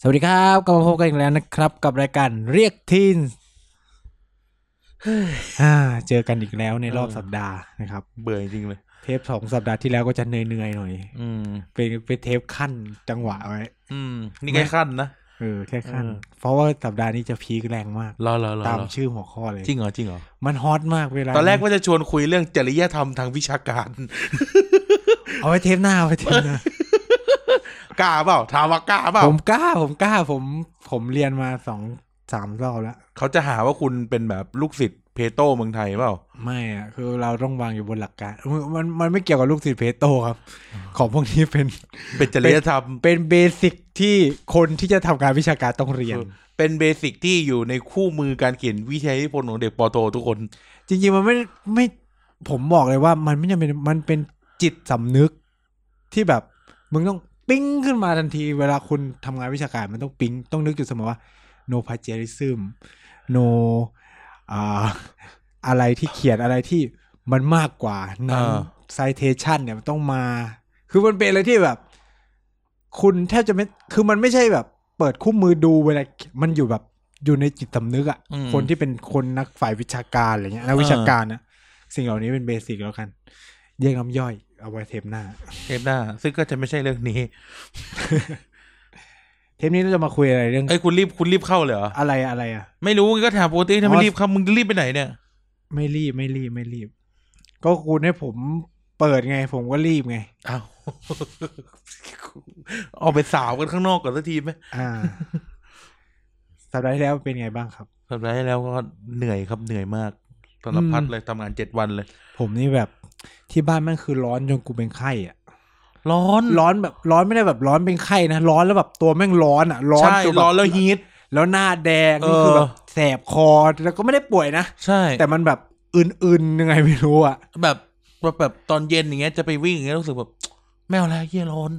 สวัสดีครับกลับมาพบกันอีกแล้วนะครับ กับรายการเรียกทีน อ่าเจอกันอีกแล้วในรอบ เออ สัปดาห์นะครับ เบื่อจริงๆเลย เทปสองสัปดาห์ที่แล้วก็จะเหนื่อยๆหน่อย อืม เป็นเป็นเทปขั้นจังหวะไว้ อืม นี่แค่ขั้นนะ เออแค่ขั้น เออ เพราะว่าสัปดาห์นี้จะพีคแรงมาก รอรอรอ ตาม รอ ชื่อหัวข้อเลย จริงเหรอจริงเหรอ มันฮอตมากเวลา ตอนแรกว่าจะชวนคุยเรื่องจริยธรรมทางวิชาการ เอาไว้เทปหน้าเอาไว้เทปหน้าก ล้าเปล่าถามว่ากล้าเปล่า ผมกล้าผมกล้าผมผมเรียนมาสองสามรอบแล้ว เขาจะหาว่าคุณเป็นแบบลูกศิษย์เพโตเมืองไทยเปล่า ไม่อะคือเราต้องวางอยู่บนหลักการมันมันมันไม่เกี่ยวกับลูกศิษย์เพโตครับ ของพวกนี้เป็น เป็นจริยธรรม เป็นเบสิกที่คนที่จะทำงานวิชาการต้องเรียน เออ เป็นเบสิกที่อยู่ในคู่มือการเขียนวิทยานิพนธ์ของเด็กปอโททุกคน จริงๆ มันไม่ไม่ผมบอกเลยว่ามันไม่จำเป็นมันเป็นจิตสำนึกที่แบบมึงต้องปิ๊งขึ้นมาทันที เวลาคุณทำงานวิชาการมันต้องปิ๊งต้องนึกอยู่เสมอว่า no plagiarism no อ่าอะไรที่เขียนอะไรที่มันมากกว่านั้น อ่า citation เนี่ยมันต้องมา คือมันเป็นอะไรที่แบบ คุณแทบจะไม่ คือมันไม่ใช่แบบ เปิดคู่มือดูเวลา มันอยู่แบบอยู่ในจิตสำนึกอะ อืม คนที่เป็นคนนักฝ่ายวิชาการอะไรเงี้ยนักวิชาการนะสิ่งเหล่านี้เป็นเบสิกแล้วกันแยกน้ำย่อยเอาไว้เทปหน้า เทปหน้า ซึ่งก็จะไม่ใช่เรื่องนี้ เทปนี้เราจะมาคุยอะไรเรื่อง ไอ้ยคุณรีบคุณรีบเข้าเลยเหรอ อะไรอะไรอะ ไม่รู้ก็ถามโปรตีน อ๋ ทำ อ ไมรีบครับมึงรีบไปไหนเนี่ย ไม่รีบไม่รีบไม่รีบ ก็คุณให้ผมเปิดไง ผมก็รีบไง เอา ออกไปสาวกันข้างนอกก่อนสักทีไหม อ่า สัปดาห์ที่แล้วเป็นไงบ้างครับ สัปดาห์ที่แล้วก็เหนื่อยครับเหนื่อยมากสารพัด อืม เลยทำงานเจ็ดวันเลย ผมนี่แบบที่บ้านมันคือร้อนจนกูเป็นไข้อะ ร้อน ร้อนแบบร้อนไม่ได้แบบร้อนเป็นไข้นะร้อนแล้วแบบตัวแม่งร้อนอะร้อน ใช่ จนบบ ร้อนแล้วฮีท แล้วหน้าแดง เออ นี่คือแบบแสบคอแล้วก็ไม่ได้ป่วยนะ ใช่ แต่มันแบบอื่นๆยังไงไม่รู้อะ แบบแบบแบบตอนเย็นอย่างเงี้ยจะไปวิ่งอย่างเงี้ยรู้สึกแบบไม่เอาแล้วเฮียร้อน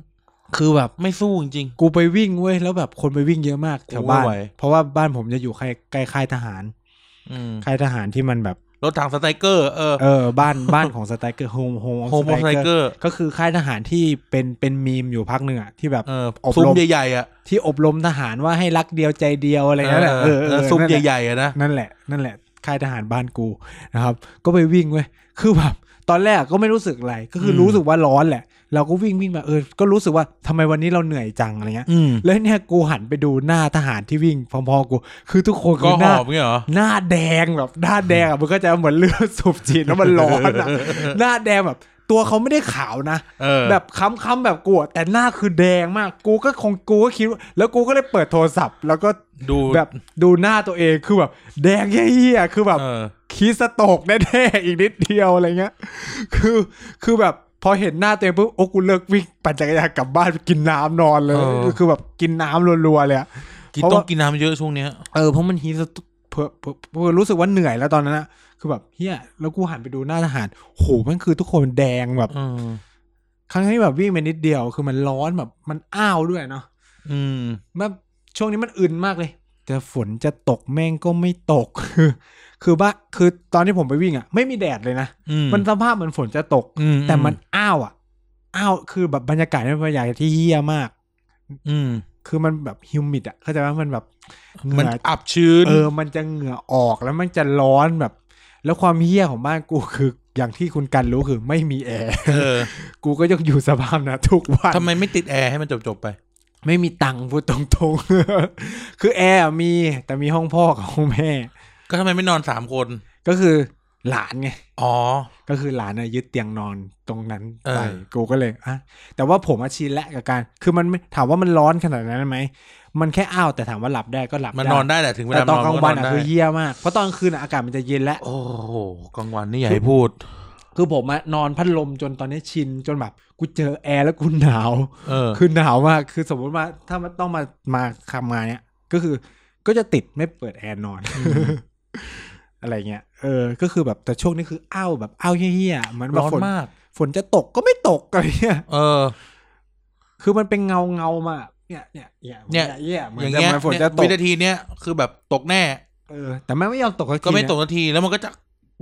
คือแบบ ไม่สู้จริง กูไปวิ่งเว้ยแล้วแบบคนไปวิ่งเยอะมากแถวบ้าน โอ้ย เพราะว่าบ้านผมจะอยู่ใกล้ใกล้ค่ายทหาร ๆอืม ค่ายทหารที่มันแบบ รถถังสไตรเกอร์เออ เออบ้าน บ้านของสไตรเกอร์โฮมโฮม โฮมสไตรเกอร์ ก็คือค่ายทหารที่เป็นเป็นมีมอยู่พักหนึ่งอะที่แบบ เออ อบรม ซุ้มใหญ่ๆอ่ะ ที่อบรมทหารว่าให้รักเดียวใจเดียวอะไรนั่นแหละเออเออ ซุ้ม นั่นและ ใหญ่ๆอ่ะนะ นั่นแหละ นั่นแหละค่ายทหารบ้านกูนะครับ ก็ไปวิ่งเว้ยคือแบบตอนแรกก็ไม่รู้สึกอะไรก็คือรู้สึกว่าร้อนแหละ เราก็วิ่งวิ่งมาเออ ก็รู้สึกว่าทำไมวันนี้เราเหนื่อยจังอะไรเงี้ย อืม แล้วเนี่ยกูหันไปดูหน้าทหารที่วิ่งพร้อมๆกู คือทุกคน ก็ คือ ห หน้า อบเงี้ยเหรอ หน้าแดงแบบหน้าแดงอ่ะมันก็จะเหมือนเลือดสูบฉีดแล้วมันร้อนอ่ะ หน้าแดงแบบ ตัวเขาไม่ได้ขาวนะ เออ แบบค้ำๆแบบกูอะแต่หน้าคือแดงมาก กูก็คงกูก็คิดว่าแล้วกูก็เลยเปิดโทรศัพท์ แล้วก็ ดู แบบดูหน้าตัวเองคือแบบ แดงเหี้ยๆคือแบบ เออ คีสโตกแน่ๆอีกนิดเดียวอะไรเงี้ย คือคือแบบพอเห็นหน้าตัวเองปุ๊บโอ้กูเลิกวิ่งปั่นจักรยานกลับบ้านไปกินน้ำนอนเลย เออ คือแบบกินน้ำรัวๆเลยอะ กิน เพราะ ต้อ ว่า งกินน้ำเยอะช่วงเนี้ย เออเพราะมันฮีสโตกเพอเพอเพอรู้สึกว่าเหนื่อยแล้วตอนนั้นอะคือแบบเฮียแล้วกูหันไปดูหน้าทหารโหมันคือทุกคนแดงแบบ เออ ครั้งที่แบบวิ่งไปนิดเดียวคือมันร้อนแบบมันอ้าวด้วยเนาะ อืม มาช่วงนี้มันอึนมากเลย แต่ฝนจะตกแม่งก็ไม่ตก คือคือบ้าคือตอนที่ผมไปวิ่งอะไม่มีแดดเลยนะ อืม มันสภาพเหมือนฝนจะตก อื แต่มันอ้าวอ่ะ อ้าว คือแบบบรรยากาศมันเป็นบรรยากาศที่เฮี้ยมาก อืม คือมันแบบฮิวมิดอ่ะ เข้าใจไหมมันแบบเห มัน งื่อ อับชื้น เออ มันจะเหงื่อออกแล้วมันจะร้อนแบบ แล้วความเฮี้ยของบ้านกู คืออย่างที่คุณกันรู้คือไม่มีแอร์ เออ กูก็ยังอยู่สภาพนะทุกวัน ทำไมไม่ติดแอร์ให้มันจบๆไป ไม่มีตังค์พูดตรงๆ คือแอร์อะมีแต่มีห้องพ่อกับห้องแม่ ก็ทำไมไม่นอนสามคน ก็คือหลานไง อ๋อ ก็คือหลานน่ะยึดเตียงนอนตรงนั้น เออ ไปกูก็เลยอ่ะแต่ว่าผมอาชีนและกับการ คือมันไม่ถามว่ามันร้อนขนาดนั้นไหมมันแค่อ้าวแต่ถามว่าหลับได้ก็หลับ มัน ได้ นอนได้แหละถึงเว แต่ ลา ตอน นอน กลางวันอ่ะ มั คื ก็ อเยี่ยมากเพราะตอนคืนอ่ะอากาศมันจะเย็นแล้ว โอ้โหกลางวันนี่อย่าให้พูด คือผมอะนอนพัดลมจนตอนนี้ชินจนแบบกูเจอแอร์แล้วกูหนาว เออ คือหนาวมากคือสมมติว่าถ้ามันต้องมามาทำงานเนี้ยก็คือก็จะติดไม่เปิดแอร์นอน อะไรเงี้ยเออ ก็คือแบบแต่ช่วงนี้คืออ้าวแบบอ้าวเฮี้ยๆเหมันแบบ ร้อน ฝน มาก ฝนจะตกก็ไม่ตกอะไรเงี้ย เออ คือมันเป็นเงาเงาๆมา เนี่ยเนี่ยเนี่ย เนี่ย เนี่ยเหมือ อน ย่าจะงเงี้ย เหมือนฝนจะต วิ ก นาทีเนี้ยคือแบบตกแน่ เออ แต่มันไม่ยอมตกสัที ก็ไม่ตก เนี่ย นาทีแล้วมันก็จะ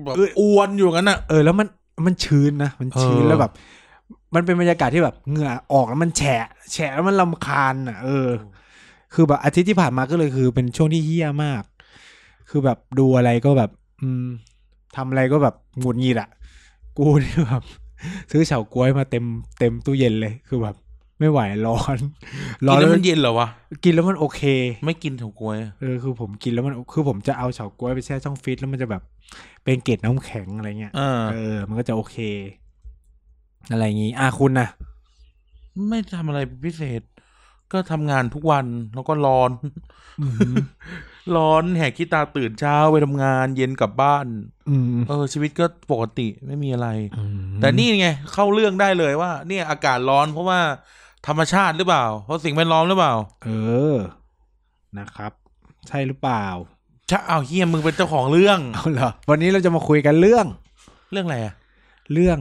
แบบ เอ้ย อวนอยู่งั้นอ่ะ เออแล้วมันมันชื้นนะมันชื้น เออ แล้วแบบ มันเป็นบรรยากาศที่แบบเหงื่อออกแล้วมันแฉะแฉะแล้วมันลำคาญอ่ะเออ คือแบบอาทิตย์ที่ผ่านมาก็เลยคือเป็นช่วงที่เฮี้ยมาก คือแบบดูอะไรก็แบบ อืมทำอะไรก็แบบหงุดหงิดอะกูนี่แบบ ซื้อเฉาก๊วยมาเต็มเต็มตู้เย็นเลยคือแบบ ไม่ไหวร้อน ร้อนกิน แล้ แล้วว มันเย็นเหรอวะ กินแล้วมันโอเค ไม่กินเถากล้วยอะ เออคือผมกินแล้วมันคือผมจะเอาเฉาก๊วยไปแช่ช่องฟรีซแล้วมันจะแบบเป็นเกล็ดน้ำแข็งอะไรเงี้ย เออ เออ มันก็จะโอเค อะไรอย่างงี้อ่ะคุณนะ ไม่ทำอะไรพิเศษ ก็ทำงานทุกวันแล้วก็ร้อน อือหือ ร้อนแหกขี้ตาตื่นเช้าไปทำงานเย็นกลับบ้าน อืม เออ ชีวิตก็ปกติไม่มีอะไร อืม แต่นี่ไงเข้าเรื่องได้เลยว่า เนี่ยอากาศร้อนเพราะว่าธรรมชาติหรือเปล่า เพราะสิ่งแวดล้อมหรือเปล่า เออ นะครับ ใช่หรือเปล่า ชะอ้าวเฮียมึงเป็นเจ้าของเรื่อง เอาเหรอวันนี้เราจะมาคุยกันเรื่อง เรื่องอะไรอะ เรื่อง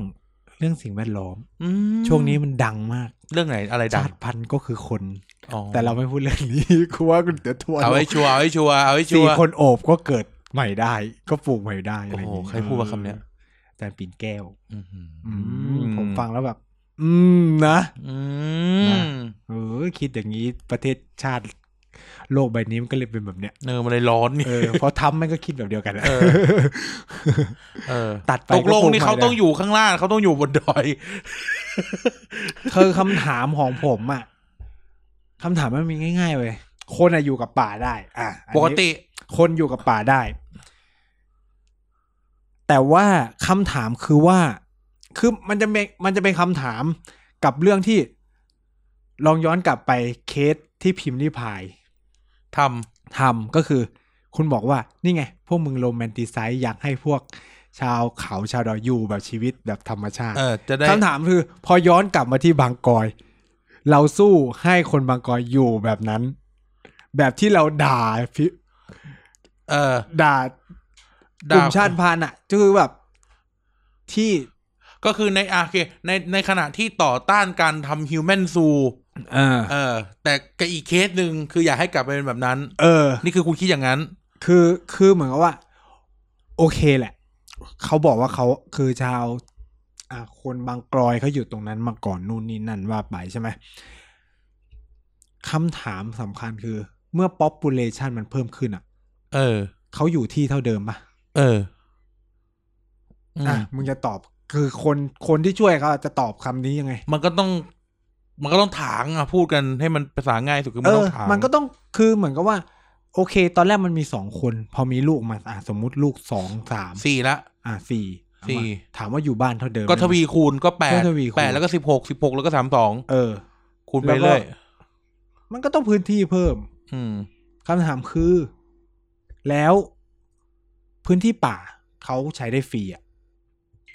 เรื่องสิ่งแวดล้อม อืม ช่วงนี้มันดังมาก เรื่องไหนอะไรดั ชาง ติพันธุ์ก็คือคน อ๋อ แต่เราไม่พูดเรื่องนี้ กูว่าคุณเดี๋ยวทัวร์ เอาให้ชัวร์เอาให้ชัวร์เอาให้ชั สี่ วร์ คนโอบก็เกิดใหม่ได้ ก็ปลูกใหม่ได้อะไรอย่าง โอ้ เงี้ยโหใครพูดว่าคำเนี้ย อาจารย์ปิ่นแก้ว อื้อหือ อืมผมฟังแล้วแบบ อืมนะ อื นะ ม เออ คิดอย่างนี้ประเทศชาติ โลกใบนี้มันก็เลยเป็น แบบเนี้ย เนอมันเลยร้อนเนี่ย เออพอทำมันก็คิดแบบเดียวกันอะ เออ ตัดไป ตกลง ก็ปลูก นี่ ใหม่ เขา เลย ต้องอยู่ข้างล่างเขาต้องอยู่บนดอย คือคำถามของผมอะคำถามมันมีง่ายๆเว้ยคนอะอยู่กับป่าได้ อ่ะอันนี้ ปกติ คนอยู่กับป่าได้ แต่ว่าคำถามคือว่า คือมันจะเป็นมันจะเป็นคำถามกับเรื่องที่ลองย้อนกลับไปเคสที่พิมพ์รีพาย ทำ ทำก็คือ คุณบอกว่า นี่ไง พวกมึงโรแมนติไซส์อยากให้พวก ชาวเขาชาวดอยอยู่แบบชีวิตแบบธรรมชาติ เออ จะได้ คำถามคือ พอย้อนกลับมาที่บางกอย เราสู้ให้คนบางกอยอยู่แบบนั้น แบบที่เราด่าพิ เออ ด่ากด่าลุ่มชาติพันธุ์อ่ะคือแบบ ที่ ก็คือในอ่ะโอเคในในขณะที่ต่อต้านการทำฮิวแมนซู เออ เออ แต่กับอีกเคสหนึ่งคืออยากให้กลับไปเป็นแบบนั้น เออ นี่คือคุณคิดอย่างนั้น คือคือเหมือนกับว่า โอเคแหละ เขาบอกว่าเขาคือชาวอ่ะคนบางกลอยเขาอยู่ตรงนั้นมาก่อนนู่นนี่นั่นว่าไปใช่ไหมคำถามสำคัญคือ เมื่อ population มันเพิ่มขึ้นอ่ะ เออ เขาอยู่ที่เท่าเดิมปะ เอออืม อ่ะมึงจะตอบคือคนคนที่ช่วยเขาจะตอบคำนี้ยังไง มันก็ต้อง มันก็ต้องถางอ่ะพูดกันให้มันภาษาง่ายสุดคือมั เอน ต้ อ องถาง มันก็ต้องคือเหมือนกับว่า โอเค ตอนแรกมันมีสองคน พอมีลูกมาอ่ะสมมุติลูกสองสาม สี่ละ อ่ะสี่เอามา สี่ ถามว่าอยู่บ้านเท่าเดิม ก็ ไหม ทวีคูณก็แป ก็ ด ทวีคูณ แปดแล้วก็สิบหกสิบหกแล้วก็สามสอง เออ คูณไปเรื่อย แล้วก็ มันก็ต้องพื้นที่เพิ่ม อืม คำถามคือ แล้วพื้นที่ป่าเขาใช้ได้ฟรีอ่ะ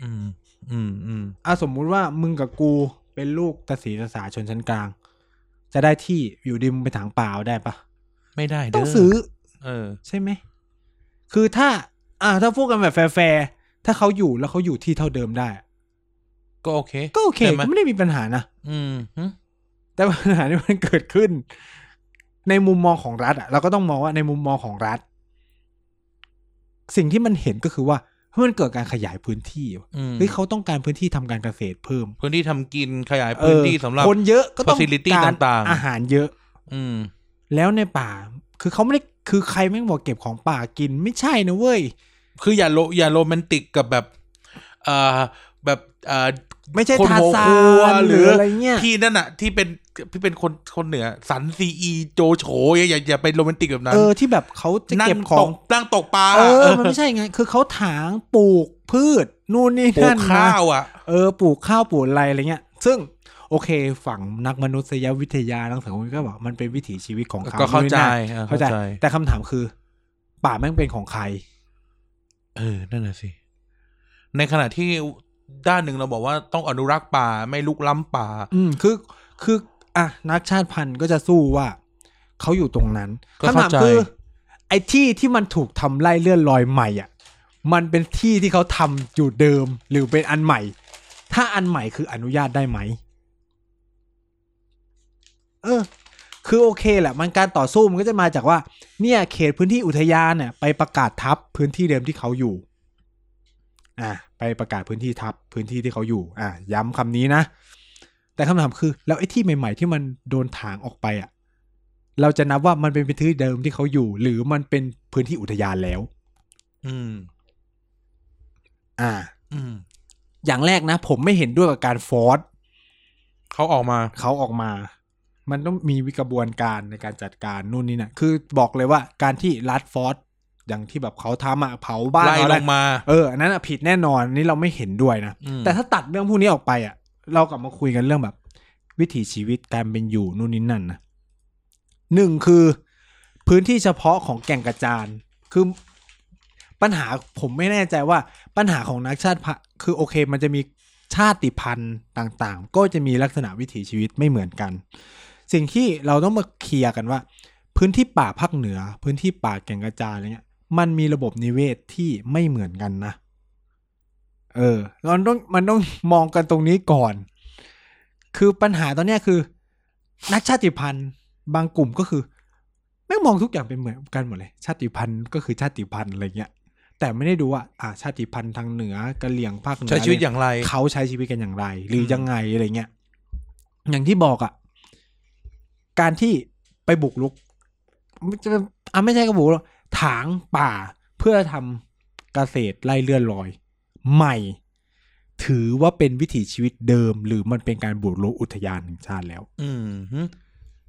อืม อืมอืม อ่ะสมมุติว่ามึงกับกูเป็นลูกตาสีตาสาชนชั้นกลาง จะได้ที่อยู่ดีมึงไปถางป่าเอาได้ปะ ไม่ได้เด้ ต้องซื้อ เออ ใช่ไหม คือถ้า อ่า ถ้าพูดกันแบบแฟร์ๆ ถ้าเขาอยู่แล้วเขาอยู่ที่เท่าเดิมได้ ก็โอเค ก็โอเค ใช่ไหม ก็ไม่ได้มีปัญหานะ อืมหึ แต่ปัญหาที่มันเกิดขึ้น ในมุมมองของรัฐอะเราก็ต้องมองว่าในมุมมองของรัฐ สิ่งที่มันเห็นก็คือว่าเฮ้ยมันเกิดการขยายพื้นที่ว่ะ อืม เฮ้ยเขาต้องการพื้นที่ทำการเกษตรเพิ่ม พื้นที่ทำกินขยายพื้นที่ เออ สำหรับ คนเยอะก็ต้อง facility การ ต่างๆ อาหารเยอะ อืม แล้วในป่า คือเขาไม่ได้คือใครแม่งบอกเก็บของป่ากินไม่ใช่นะเว้ย คืออย่าโรอย่าโรแมนติกกับแบบเอ่อแบบเอ่อ ไม่ใช่ คน ทา หัว ซา ครัวน ห หรื รือ ออะไรเงี้ย พี่นั่นน่ะ ที่เป็นพี่เป็นคนคนเหนือ สันซีอีโจโฉอย่าอย่าอย่าไปโรแมนติกแบบนั้น เออที่แบบเขาจะ นั่ง เก็บข ต อง กนั่งตกปลา เออมันไม่ใช่ไง คือเขาถางปลูกพืช นู่นนี่ ปลู นั่นกข้าว ม อ่ะ เออปลูกข้าวปลูกอะไรอะไรเงี้ย ซึ่งโอเคฝั่งนักมนุษยวิทยานักสังคมก็บอกมันเป็นวิถีชีวิตของเขา ก็เข้าใจ นู่นนี่ เอ นั่ อน เข้า เข้า ใจ ใจ แต่คำถามคือ ป่าแม่งเป็นของใคร เออ นั่นน่ะสิ ในขณะที่ด้านหนึ่งเราบอกว่าต้องอนุรักษ์ป่าไม่ลุกล้ำป่า อืมคือคืออ่ะนักชาติพันธุ์ก็จะสู้ว่าเขาอยู่ตรงนั้น ก็คำเข้าถาม ใจ คือ ไอ้ที่ที่มันถูกทำไล่เลื่อนลอยใหม่อ่ะ มันเป็นที่ที่เขาทำอยู่เดิมหรือเป็นอันใหม่ ถ้าอันใหม่คืออนุญาตได้ไหม เออ คือโอเคแหละ มันการต่อสู้มันก็จะมาจากว่า เนี่ย เขตพื้นที่อุทยานเนี่ยไปประกาศทับพื้นที่เดิมที่เขาอยู่ อ่ะไปประกาศพื้นที่ทับพื้นที่ที่เขาอยู่ อ่ะย้ำคำนี้นะ แต่คำถามคือ แล้วไอ้ที่ใหม่ ๆ ที่มันโดนถางออกไปอ่ะ เราจะนับว่ามันเป็นพื้นที่เดิมที่เขาอยู่ หรือมันเป็นพื้นที่อุทยานแล้ว อืม อ่า อืม อย่างแรกนะ ผมไม่เห็นด้วยกับการฟอร์ส เขาออกมา เขาออกมา มันต้องมีวิกระบวนการในการจัดการนู่นนี่นะคือบอกเลยว่าการที่รัฐฟอร์สอย่างที่แบบเขาทำอะเผาบ้าน ไล่ เผอะ ล ไรง มา เอออันนั้นอะผิดแน่นอนอันนี้เราไม่เห็นด้วยนะ อืม แต่ถ้าตัดเรื่องพวกนี้ออกไปอ่ะ เรากลับมาคุยกันเรื่องแบบ วิถีชีวิตการเป็นอยู่นู่นนี่นั่นนะหนึ่งคือ พื้นที่เฉพาะของแก่งกระจานคือปัญหาผมไม่แน่ใจว่าปัญหาของนักชาติพะคือโอเค มันจะมีชาติพันธุ์ต่างๆ ก็จะมีลักษณะวิถีชีวิตไม่เหมือนกัน สิ่งที่เราต้องมาเคลียร์กันว่า พื้นที่ป่าภาคเหนือ พื้นที่ป่าแก่งกระจานอะไรเงี้ย มันมีระบบนิเวศที่ไม่เหมือนกันนะ เออมันต้องมันต้องมองกันตรงนี้ก่อน คือปัญหาตอนเนี้ยคือ นักชาติพันธุ์บางกลุ่มก็คือไม่งมองทุกอย่างเป็นเหมือนกันหมดเลย ชาติพันธุ์ก็คือชาติพันธุ์อะไรเงี้ย แต่ไม่ได้ดูว่า อ่า ชาติพันธุ์ทางเหนือกะเหลี่ยงภาคเหนือ ใช้ชีวิตอย่างไร เขาใช้ชีวิตกันอย่างไร หรืออ ม ยังไงอะไรเงี้ย อย่างที่บอกอะ่ะ การที่ไปบุกรุกไม่จะอ่ะไม่ใช่กระบุกรุกถางป่าเพื่อทำเกษตรไล่เลื่อนลอย ใหม่ ถือว่าเป็นวิถีชีวิตเดิม หรือมันเป็นการบุกรุกอุทยานแห่งชาติแล้ว อืม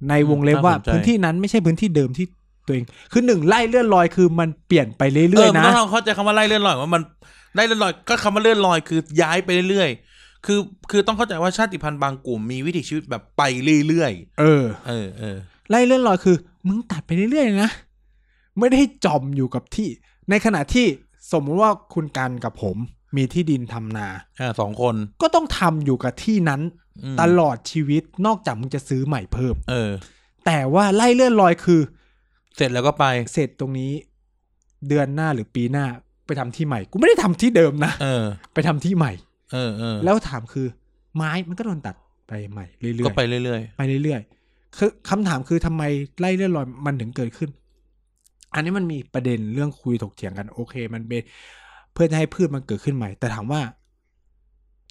ในวงเล็บว่า น่าสนใจ พื้นที่นั้นไม่ใช่พื้นที่เดิมที่ตัวเอง คือหนึ่งไล่เลื่อนลอยคือมันเปลี่ยนไปเรื่อยๆ มัน นะ ต้องลองเข้าใจคำว่าไล่เลื่อนลอยว่ามันไล่เลื่อนลอยก็คำว่าเลื่อนลอยคือย้ายไปเรื่อยๆ คือคือต้องเข้าใจว่าชาติพันธุ์บางกลุ่มมีวิถีชีวิตแบบไปเรื่อย เออ ๆ เออเออ ไล่เลื่อนลอยคือ มึงตัดไปเรื่อยๆนะ ไม่ได้จอมอยู่กับที่ ในขณะที่สมมุติว่าคุณกันกับผมมีที่ดินทำนา อ่าสองคน ก็ต้องทำอยู่กับที่นั้น อืม ตลอดชีวิตนอกจากมึงจะซื้อใหม่เพิ่ม เออ แต่ว่าไล่เลื่อนลอยคือ เสร็จแล้วก็ไป เสร็จตรงนี้ เดือนหน้าหรือปีหน้าไปทำที่ใหม่ กูไม่ได้ทำที่เดิมนะ เออ ไปทำที่ใหม่ เออเออ แล้วถามคือ ไม้มันก็โดนตัดไปใหม่เรื่อยๆ ก็ไปเรื่อย ไปเรื่อยๆ คือคำถามคือทำไมไล่เลื่อนลอยมันถึงเกิดขึ้น อันนี้มันมีประเด็นเรื่องคุยถกเถียงกันโอเค มันเป็นเพื่อจะให้พืชมันเกิดขึ้นใหม่ แต่ถามว่า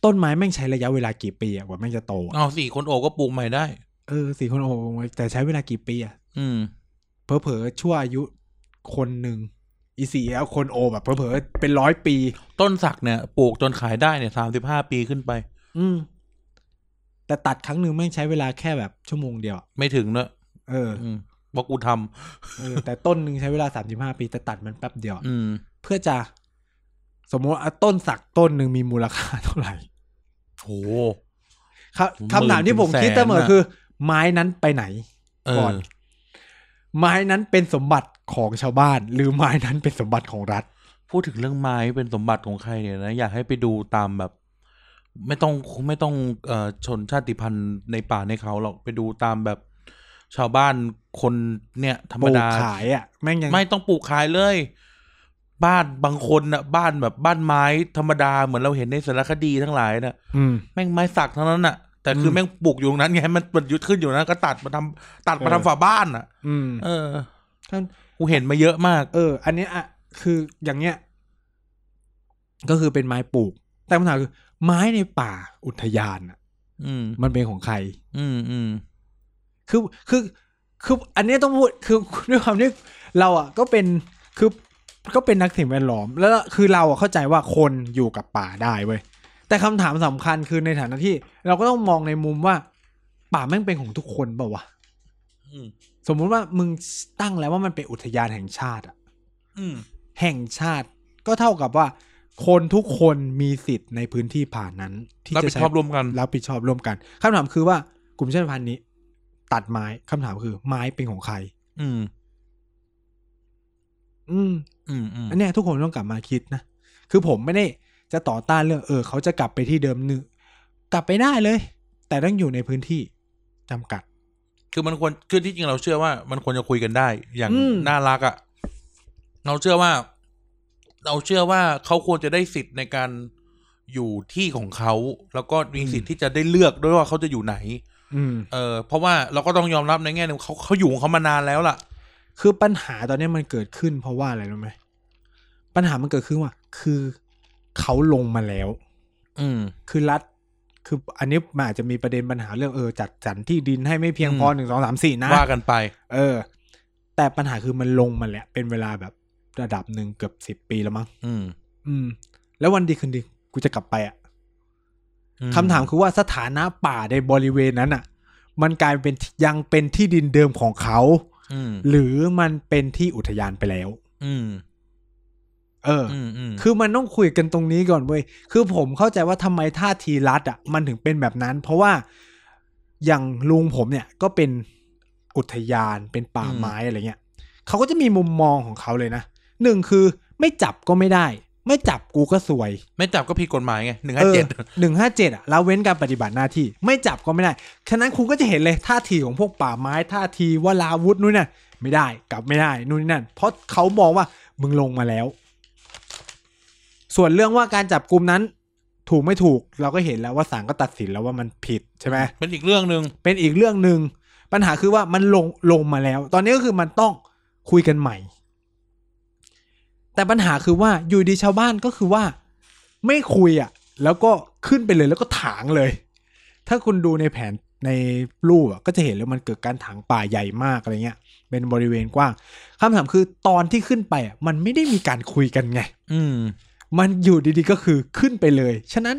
ต้นไม้แม่งใช้ระยะเวลากี่ปีอะกว่าแม่งจะโต ๆ อะ เอาสี่คนโอบก็ปลูกใหม่ได้ เออสี่คนโอ้โหแต่ใช้เวลากี่ปีอะ อืม เผลอๆชั่วอายุคนหนึ่งอีสี่แล้วคนโอแบบเผลอๆเป็นร้อยปี ต้นสักเนี่ยปลูกจนขายได้เนี่ยสามสิบห้าปีขึ้นไป อืม แต่ตัดครั้งหนึ่งแม่งใช้เวลาแค่แบบชั่วโมงเดียวอะ ไม่ถึงเนอะ เออ อืมว่ากูทำ เออแต่ต้นหนึ่งใช้เวลาสามสิบห้าปีแต่ตัดมันแป๊บเดียวอะ อืม เพื่อจะสมมติว่าต้นสักต้นหนึ่งมีมูลค่าเท่าไหร่ โห ครับ หมื่น คำถามที่ผม ถึงแสน คิดเสมอ น่ะ คือ ไม้นั้นไปไหน เอ ก่อ อน ไม้นั้นเป็นสมบัติของชาวบ้าน หรือไม้นั้นเป็นสมบัติของรัฐ พูดถึงเรื่องไม้เป็นสมบัติของใครเนี่ยนะ อยากให้ไปดูตามแบบ ไม่ต้องไม่ต้องเอ่อชนชาติพันธุ์ในป่าในเขาหรอกไปดูตามแบบชาวบ้านคนเนี่ย ธรร ป ม ลูก ดา ขายอ่ะ แม่งยัง ไม่ต้องปลูกขายเลย บ้านบางคนน่ะ บ้านแบบบ้านไม้ธรรมดาเหมือนเราเห็นในสารคดีทั้งหลายน่ะ อืม แม่งไม้สักเท่านั้นน่ะ แต่คือ ม แม่งปลูกอยู่ตรงนั้นไงมันมันยุดขึ้นอยู่นั้นก็ตัดมาทำตัดมา เออทำฝาบ้านน่ะ อืม เออ ท่าน กูเห็นมาเยอะมาก เออ อันเนี้ยอ่ะคืออย่างเนี้ย ก็คือเป็นไม้ปลูก แต่คำถามคือ ไม้ในป่าอุทยานอ่ะ อืม มันเป็นของใคร อืมอืม คือคือคืออันนี้ต้องพูดคือ ด้วยความที่เราอ่ะก็เป็นคือก็เป็นนักสิ่งแวดล้อม แล้วคือเราอ่ะเข้าใจว่าคนอยู่กับป่าได้เว้ยแต่คำถามสำคัญคือในฐานะที่ เราก็ต้องมองในมุมว่า ป่าแม่งเป็นของทุกคนเปล่าวะ อืม สมมุติว่ามึงตั้งแล้วว่ามันเป็นอุทยานแห่งชาติอะ อืม แห่งชาติก็เท่ากับว่า คนทุกคนมีสิทธิ์ในพื้นที่ป่านั้น ที่ รับ จะ ผิด ใช้ ชอบร่วมกัน รับผิดชอบร่วมกันคำถามคือว่ากลุ่มชาติพันธุ์นี้ ตัดไม้คำถามคือ ไม้เป็นของใคร อืม อืม อืมอืม อันเนี้ยทุกคนต้องกลับมาคิดนะ คือผมไม่ได้จะต่อต้านเรื่องเออ เขาจะกลับไปที่เดิมหนึ่งกลับไปได้เลย แต่ต้องอยู่ในพื้นที่จำกัด คือมันควรคือที่จริงเราเชื่อว่า มันควรจะคุยกันได้ อย่าง อืม น่ารักอะ่ะ เราเชื่อว่า เราเชื่อว่าเขาควรจะได้สิทธิ์ในการอยู่ที่ของเขา แล้วก็มีสิทธิ์ที่จะได้เลือกด้วยว่าเขาจะอยู่ไหน อืม เออเพราะว่าเราก็ต้องยอมรับในแง่หนึงเขาเขาอยู่ของเขามานานแล้วล่ะ คือปัญหาตอนเนี้ยมันเกิดขึ้นเพราะว่าอะไรรู้ไหมปัญหามันเกิดขึ้นว่า คือเขาลงมาแล้ว อืม คือรัฐ คืออันนี้มันอาจจะมีประเด็นปัญหาเรื่องเออจัดสรรที่ดินให้ไม่เพียงพอ อืม หนึ่งสองสามสี่นะ ว่ากันไป เออ แต่ปัญหาคือมันลงมาแล้วเป็นเวลาแบบระดับหนึ่งเกือบสิบปีแล้วมั้ง อืม อืม แล้ววันดีคืนดีกูจะกลับไปอ่ะ อื คำถามคือว่าสถานะป่าในบริเวณนั้นอ่ะ มันกลายเป็นยังเป็นที่ดินเดิมของเขา อืม หรือมันเป็นที่อุทยานไปแล้ว อืม เอออ อืมอืม คือมันต้องคุยกันตรงนี้ก่อนเว้ยคือผมเข้าใจว่าทำไมท่าทีรัฐอ่ะ มันถึงเป็นแบบนั้น เพราะว่าอย่างลุงผมเนี่ยก็เป็นอุทยานเป็นป่าไม้อะไรเงี้ยเขาก็จะมีมุมมองของเขาเลยนะหนึ่งคือไม่จับก็ไม่ได้ ไม่จับกูก็สวย ไม่จับก็ผิดกฎหมายไงหนึ่งห้าเจ็ด หนึ่งห้าเจ็ดอ่ะละเว้นการปฏิบัติหน้าที่ ไม่จับก็ไม่ได้ ฉะนั้นคุณก็จะเห็นเลยท่าทีของพวกป่าไม้ท่าทีว่าลาวุธนู่นน่ะไม่ได้กลับไม่ได้นู่นนี่นั่น เพราะเขามองว่ามึงลงมาแล้ว ส่วนเรื่องว่าการจับกลุ่มนั้น ถูกไม่ถูกเราก็เห็นแล้วว่าศาลก็ตัดสินแล้วว่ามันผิดใช่ไหม เป็นอีกเรื่องหนึ่ง เป็นอีกเรื่องหนึ่งปัญหาคือว่ามันลงลงมาแล้ว ตอนนี้ก็คือมันต้องคุยกันใหม่ แต่ปัญหาคือว่าอยู่ดีชาวบ้านก็คือว่า ไม่คุยอ่ะ แล้วก็ขึ้นไปเลยแล้วก็ถางเลย ถ้าคุณดูในแผนในรูปอะก็จะเห็นเลยมันเกิดการถางป่าใหญ่มากอะไรเงี้ย เป็นบริเวณกว้างคำถามคือตอนที่ขึ้นไปอ่ะมันไม่ได้มีการคุยกันไง อืม มันอยู่ดีๆก็คือขึ้นไปเลย ฉะนั้น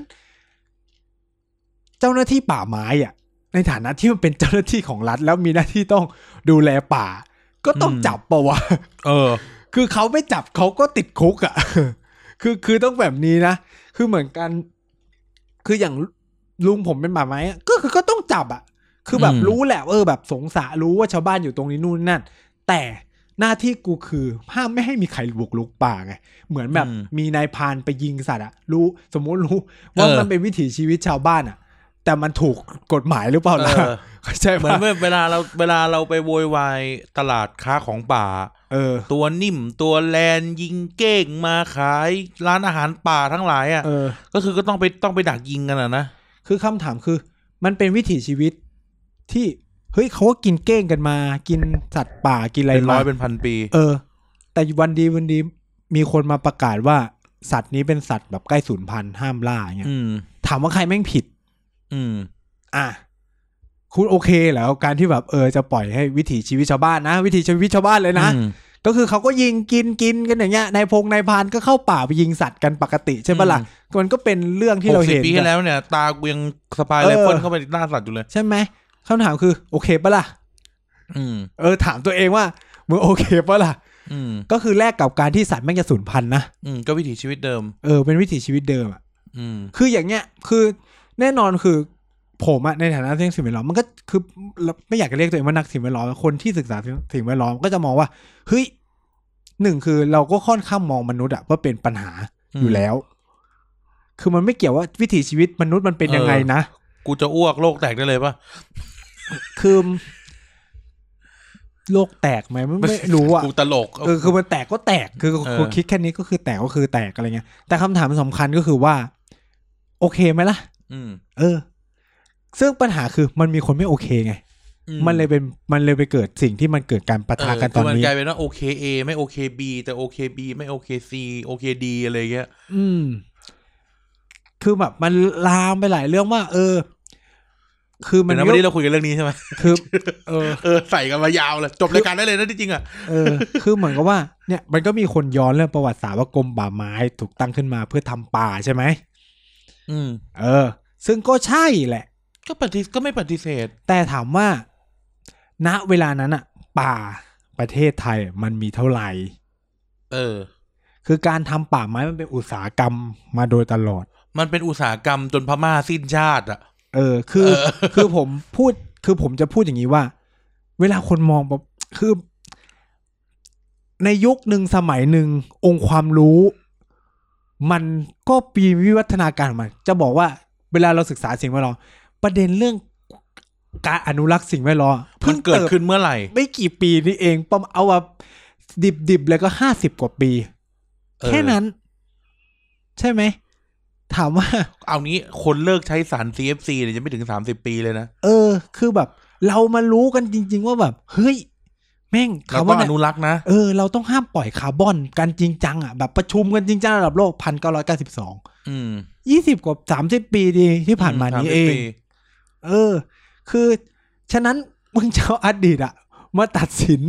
เจ้าหน้าที่ป่าไม้อะในฐานะที่มันเป็นเจ้าหน้าที่ของรัฐ แล้วมีหน้าที่ต้องดูแลป่า ก็ต้อง อืม จับปะวะ เออ คือเขาไม่จับเขาก็ติดคุกอะ่ะ คือคือต้องแบบนี้นะ คือเหมือนกัน คืออย่างลุงผมเป็นป่าไม้อะก็คือก็ต้องจับอะ่ะ คือแบบ อืม รู้แหละว่าเออแบบสงสารรู้ว่าชาวบ้านอยู่ตรงนี้นู่นนั่น แต่หน้าที่กูคือห้ามไม่ให้มีใครบุกลุกป่าไง เหมือนแบบมีนายพรานไปยิงสัตว์อะรู้สมมุติรู้ว่ามันเป็นวิถีชีวิตชาวบ้านอะแต่มันถูกกฎหมายหรือเปล่าล่ะ เออ เข้าใช่ เห ไหม มือน เวลาเราเวลาเราไปโวยวายตลาดค้าของป่า เออ ตัวนิ่มตัวแลนยิงเก้งมาขายร้านอาหารป่าทั้งหลายอ่ะ เออ ก็คือก็ต้องไปต้องไปดักยิงกันอ่ะนะ คือคำถามคือมันเป็นวิถีชีวิตที่เฮ้ยเขาก็กินเก้งกันมา กินสัตว์ป่ากินอะไร เป็นร้ มา อยเป็นพันปี เออ แต่วันดีวันดีมีคนมาประกาศว่าสัตว์นี้เป็นสัตว์แบบใกล้สูญพันธุ์ห้ามล่าเงี้ย อืม ถามว่าใครแม่งผิด อืม อ่ะคุณโอเคเหรอการที่แบบเออจะปล่อยให้วิถีชีวิตชาวบ้านนะ วิถีชีวิตชาวบ้านเลยนะ อืม ก็คือเขาก็ยิงกินกินกันอย่างเงี้ยนายพงนายพรานก็เข้าป่าไปยิงสัตว์กันปกติใช่ปะล่ะ อื มันก็เป็นเรื่องที่เรา หกสิบ เห็น ปี กั ที่ น แล้วเนี่ย ตากูยังสปาย เออ ไรเฟิลเข้าไปหน้าสัตว์อยู่เลย ใช่ไหมคำถามคือ โอเคปะล่ะ อืม เออถามตัวเองว่ามึงโอเคปะล่ะ อืม ก็คือแลกกับการที่สัตว์แม่งจะสูญพันธุ์นะ อืม ก็วิถีชีวิตเดิม เออเป็นวิถีชีวิตเดิมอะ อืม คืออย่างเงี้ยคือแน่นอนคือ ผมอะในฐานะที่สิ่งแวดล้อมมันก็คือไม่อยากจะเรียกตัวเองว่านักสิ่งแวดล้อมคนที่ศึกษาสิ่งแวดล้อมก็จะมองว่าเฮ้ยหนึ่งคือเราก็ค่อนข้างมองมนุษย์อะว่าเป็นปัญหา อืม อยู่แล้ว คือมันไม่เกี่ยวว่าวิถีชีวิตมนุษย์มันเป็นยังไงนะ กูจะอ้วกโลกแตกได้เลยปะ คือโลกแตกไหมมันไม่รู้อะ กูตลก เออคือมันแตกก็แตกคือ เอ คือ อ คิดแค่นี้ก็คือแตกก็คือแตกอะไรเงี้ยแต่คำถามสำคัญก็คือว่า โอเคไหมล่ะ อืม เออ ซึ่งปัญหาคือมันมีคนไม่โอเคไง อื มันเลยเป็นมันเลยไปเกิดสิ่งที่มันเกิดการปะ เอ ทะ อ กันต คือ อน มัน นี้ กลายเป็นว่าโอเคเอไม่โอเคบีแต่โอเคบีไม่โอเคซีโอเคดีอะไรเงี้ย อืม คือแบบมันลามไปหลายเรื่องว่า เออ คือมันเดี๋ยวนะวันนี้เราคุยกันเรื่องนี้ใช่ไหม คือ เออ เออใส่กันมายาวเลย จบรายการได้เลยนะที่จริงอ่ะ เออ คือเหมือนกับว่า เนี่ย มันก็มีคนย้อนเรื่องประวัติศาสตร์ว่ากรมป่าไม้ถูกตั้งขึ้นมาเพื่อทำป่าใช่ไหม อืม เออ ซึ่งก็ใช่แหละ ก็ปฏิก็ไม่ปฏิเสธ แต่ถามว่า ณเวลานั้นอะป่าประเทศไทยมันมีเท่าไหร่ เออ คือการทำป่าไม้มันเป็นอุตสาหกรรมมาโดยตลอด มันเป็นอุตสาหกรรมจนพม่าสิ้นชาติอ่ะ เออ คือ เออ คือผมพูด คือผมจะพูดอย่างนี้ว่า เวลาคนมองแบบคือ ในยุคหนึ่งสมัยหนึ่งองค์ความรู้ มันก็ปีวิวัฒนาการของมันจะบอกว่า เวลาเราศึกษาสิ่งแวดล้อมประเด็นเรื่องการอนุรักษ์สิ่งแวดล้อม มั พิ่ น ง เกิด ติบ ขึ้นเมื่อไหร่ ไม่กี่ปีนี่เองปอมเอาว่าดิบดิบๆเลยก็ห้าสิบกว่าปี เออ แค่นั้น ใช่ไหม ถามว่า เอานี้คนเลิกใช้สาร CFC เนี่ยยังไม่ถึงสามสิบปีเลยนะ เออ คือแบบ เรามารู้กันจริง ๆ ว่าแบบ เฮ้ย แม่ง เรา คำ ต้อ ว่าง อ เนี่ย นุรักษ์นะ เออ เราต้องห้ามปล่อยคาร์บอนกันจริงจังอ่ะแบบประชุมกันจริงจังระดับโลกพันเก้าร้อยเก้าสิบสอง อืม ยี่สิบกว่าสามสิบปีดีที่ผ่านมานี้เอง สสิบปี เออ คือฉะนั้นมึงจะเอาอดีตอะมาตัดสิน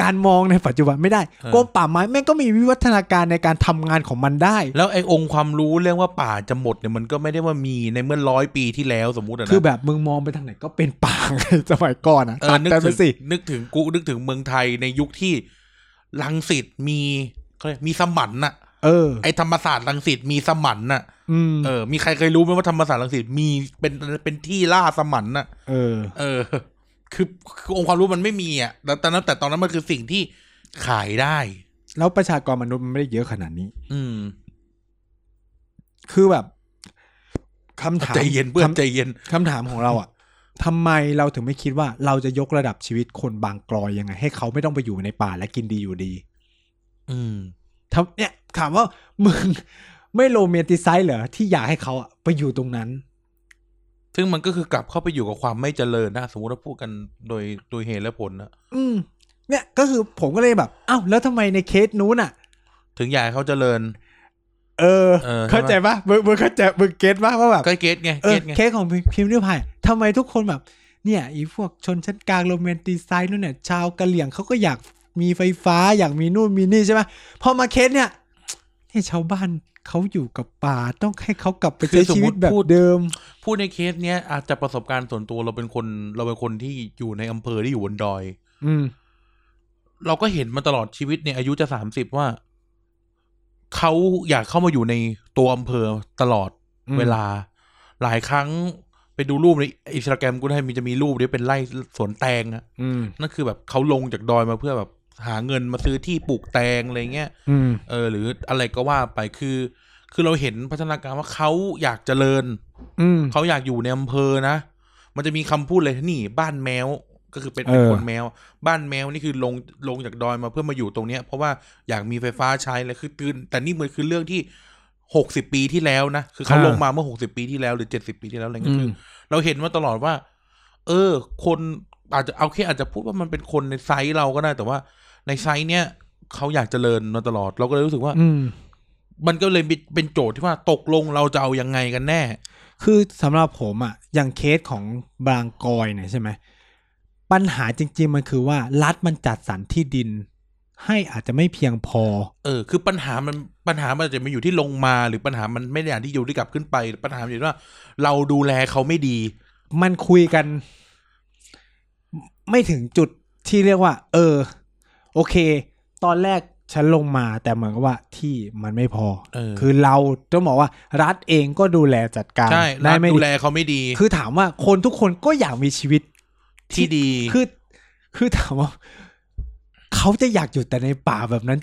การมองในปัจจุบันไม่ได้กรมป่าไม้แม่งก็มีวิวัฒนาการในการทำงานของมันได้ แล้วไอ้องค์ความรู้เรื่องว่าป่าจะหมดเนี่ยมันก็ไม่ได้ว่ามีในเมื่อร้อยปีที่แล้วสมมุติอะนะ คือแบบมึงมองไปทางไหนก็เป็นป่าไงสมัย ก่อนอะ เอ ตั อ ด นึก แต่ไป ถึง สิ นึกถึงกูนึกถึงเมืองไทยในยุคที่ลังสิตมีเขาเรียกมีสมันน่ะ เออ ไอธรรมศาสตร์ลังสิตมีสมันน่ะ อืม เออมีใครเคยรู้ไหมว่าธรรมศาสตร์ลังสิตมีเป็นเป็นที่ล่าสมันน่ะ เออ เออ คือคือองค์ความรู้มันไม่มีอ่ะแต่แต่นั้นแต่ตอนนั้นมันคือสิ่งที่ขายได้ แล้วประชากรมนุษย์มันไม่ได้เยอะขนาดนี้ อืม คือแบบคำถาม ใจเย็นเพื่อน คำ ใจเย็น คำถามของเราอะทำไมเราถึงไม่คิดว่าเราจะยกระดับชีวิตคนบางกรอยยังไง ให้เขาไม่ต้องไปอยู่ในป่าและกินดีอยู่ดี อืม ทำเนี่ยถามว่า มึง ไม่โรแมนติไซส์เหรอที่อยากให้เขาอะไปอยู่ตรงนั้น ซึ่งมันก็คือกลับเข้าไปอยู่กับความไม่เจริญนะสมมติว่าพูดกันโดยโดยเหตุและผลนะ อืม เนี่ยก็คือผมก็เลยแบบอ้าวแล้วทำไมในเคสนู้นอะ ถึงอยากให้เขาเจริญ เออ เออ เข้าใจปะมึงมึงเข้าใจมึงเก็ตปะว่าแบบ ก็เก็ตไง เออ เก็ตไง เคสของพิมพ์ริพายทำไมทุกคนแบบ เนี่ยอีพวกชนชั้นกลางโรแมนติไซส์นู่นเนี่ย ชาวกะเหลี่ยงเขาก็อยากมีไฟฟ้าอยากมีนู่นมีนี่ใช่ไหมพอมาเคสเนี่ยเนี่ยชาวบ้านเขาอยู่กับป่าต้องให้เขากลับไป คือ ใช้ สม ชี มุ วิ ติ ตแบบ พูด เดิม พูดในเคสเนี้ยอาจจะประสบการณ์ส่วนตัวเราเป็นคนเราเป็นคนที่อยู่ในอำเภอที่อยู่บนดอย อืม เราก็เห็นมาตลอดชีวิตเนี่ยอายุจะสามสิบว่า เขาอยากเข้ามาอยู่ในตัวอำเภอตลอด อืม เวลา หลายครั้งไปดูรูปในอินสตาแกรมกูได้มีจะมีรูปที่เป็นไร่สวนแตงอะ อืม นั่นคือแบบเขาลงจากดอยมาเพื่อแบบหาเงินมาซื้อที่ปลูกแตงอะไรเงี้ย อืม เออหรืออะไรก็ว่าไปคือ คือเราเห็นพัฒนาการว่าเขาอยากเจริญ อืม เขาอยากอยู่ในอำเภอนะ มันจะมีคำพูดเลยนี่ บ้านแมว ก็คือเป็น เออ เป็นคนแมว บ้านแมวนี่คือลงลงจากดอยมาเพื่อมาอยู่ตรงเนี้ย เพราะว่าอยากมีไฟฟ้าใช้เลยคือตื่นแต่นี่มันคือเรื่องที่หกสิบปีที่แล้วนะ คือเขาลงมาเมื่อหกสิบปีที่แล้วหรือเจ็ดสิบปีที่แล้วอะไร อื เงี้ยคื ม อ เราเห็นมาตลอดว่า เออ คนอาจจะเอาแค่อาจจะพูดว่ามันเป็นคนในไซส์เราก็ได้แต่ว่า ในไซส์เนี้ยเขาอยากเจริญมาตลอด เราก็เลยรู้สึกว่า อืม มันก็เลยเป็นโจทย์ที่ว่าตกลงเราจะเอายังไงกันแน่ คือสำหรับผมอะอย่างเคสของบางกอยเนี่ยใช่ไหมปัญหาจริง ๆ มันคือว่า รัฐมันจัดสรรที่ดิน ให้อาจจะไม่เพียงพอ เออคือปัญหามันปัญหามันอาจจะมาอยู่ที่ลงมาหรือปัญหามันไม่ได้อย่างที่อยู่ที่กลับขึ้นไป ปัญหามันอยู่ที่ว่า เราดูแลเขาไม่ดี มันคุยกัน ไม่ถึงจุดที่เรียกว่า เออ โอเค ตอนแรกฉันลงมา แต่เหมือนกับว่าที่มันไม่พอ เออ คือเราต้องบอกว่า รัฐเองก็ดูแลจัดการ ใช่ ได้ รัฐ ไม่ ดู ดี แลเขาไม่ดี คือถามว่าคนทุกคนก็อยากมีชีวิต ที่ดี คือคือถามว่าเขาจะอยากอยู่แต่ในป่าแบบนั้น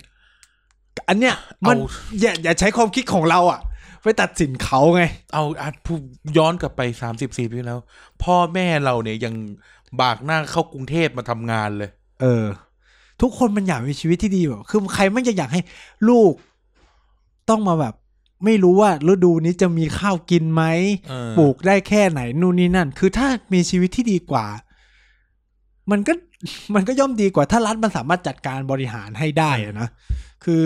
อันเนี้ยมัน เอา อย่าอย่าใช้ความคิดของเราอะไปตัดสินเขาไง เอาอาจพูดย้อนกลับไปสามสิบสี่ปีแล้ว พ่อแม่เราเนี่ยยังบากหน้าเข้ากรุงเทพมาทำงานเลย เออ ทุกคนมันอยากมีชีวิตที่ดีแบบคือใครไม่จะอยากให้ลูกต้องมาแบบ ไม่รู้ว่าฤดูนี้จะมีข้าวกินไหม เออ ปลูกได้แค่ไหนนู่นนี่นั่น คือถ้ามีชีวิตที่ดีกว่า มันก็ มันก็ย่อมดีกว่า ถ้ารัฐมันสามารถจัดการบริหารให้ได้อะนะคือ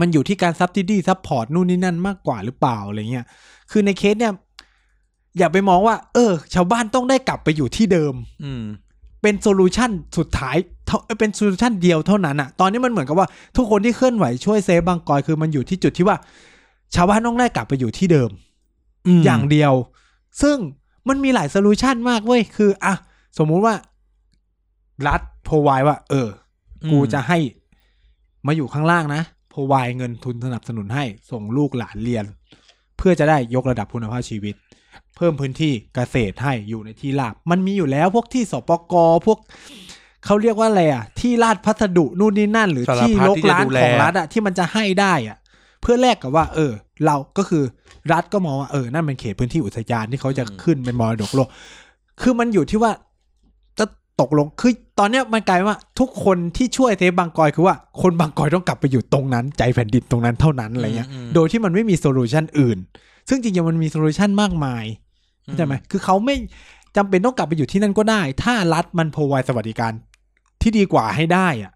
มันอยู่ที่การซับ s i ดีซั p พอร์ตนู่นนี่นั่นมากกว่าหรือเปล่าอะไรเงี้ยคือในเคสเนี่ย อย่าไปมองว่า เออ ชาวบ้านต้องได้กลับไปอยู่ที่เดิม อืม เป็นโซลูชันสุดท้ายเท่าเอ้ยเป็นโซลูชันเดียวเท่านั้นอะตอนนี้มันเหมือนกับว่า ทุกคนที่เคลื่อนไหวช่วยเซฟบางกอยคือมันอยู่ที่จุดที่ว่า ชาวบ้านต้องได้กลับไปอยู่ที่เดิม อย่างเดียว ซึ่งมันมีหลายโซลูชันมากเว้ย คืออะสมมุติว่า รัฐพรไวว่า เออ กูจะให้มาอยู่ข้างล่างนะพรไวเงินทุนสนับสนุนให้ ส่งลูกหลานเรียน เพื่อจะได้ยกระดับคุณภาพชีวิต เพิ่มพื้นที่เกษตรให้อยู่ในที่ราบมันมีอยู่แล้วพวกที่สปกพวกเขาเรียกว่าอะไรอ่ะ ที่ลาดพัสดุนู่นนี่นั่น หรือ สารพัด ที่ลก ที่จะ ร้าน ดูแล ของรัฐอ่ะที่มันจะให้ได้อ่ะ เพื่อแลกกับว่า เออ เราก็คือรัฐก็มองว่าเออนั่นเป็นเขตพื้นที่อุทยานที่เขาจะขึ้นเป็นมรดกโลก คือมันอยู่ที่ว่า จะตกลงคือตอนเนี้ยมันกลายว่า ทุกคนที่ช่วยเซฟบางกอยคือว่าคนบางกอยต้องกลับไปอยู่ตรงนั้น ใจแผ่นดินตรงนั้นเท่านั้นอะไรเงี้ย อืมอืม โดยที่มันไม่มีโซลูชันอื่น ซึ่งจริงๆมันมีโซลูชันมากมายเข้าใจไหมคือเขาไม่จำเป็นต้องกลับไปอยู่ที่นั่นก็ได้ ถ้ารัฐมันพรไวสวัสดิการ ที่ดีกว่าให้ได้อ่ะ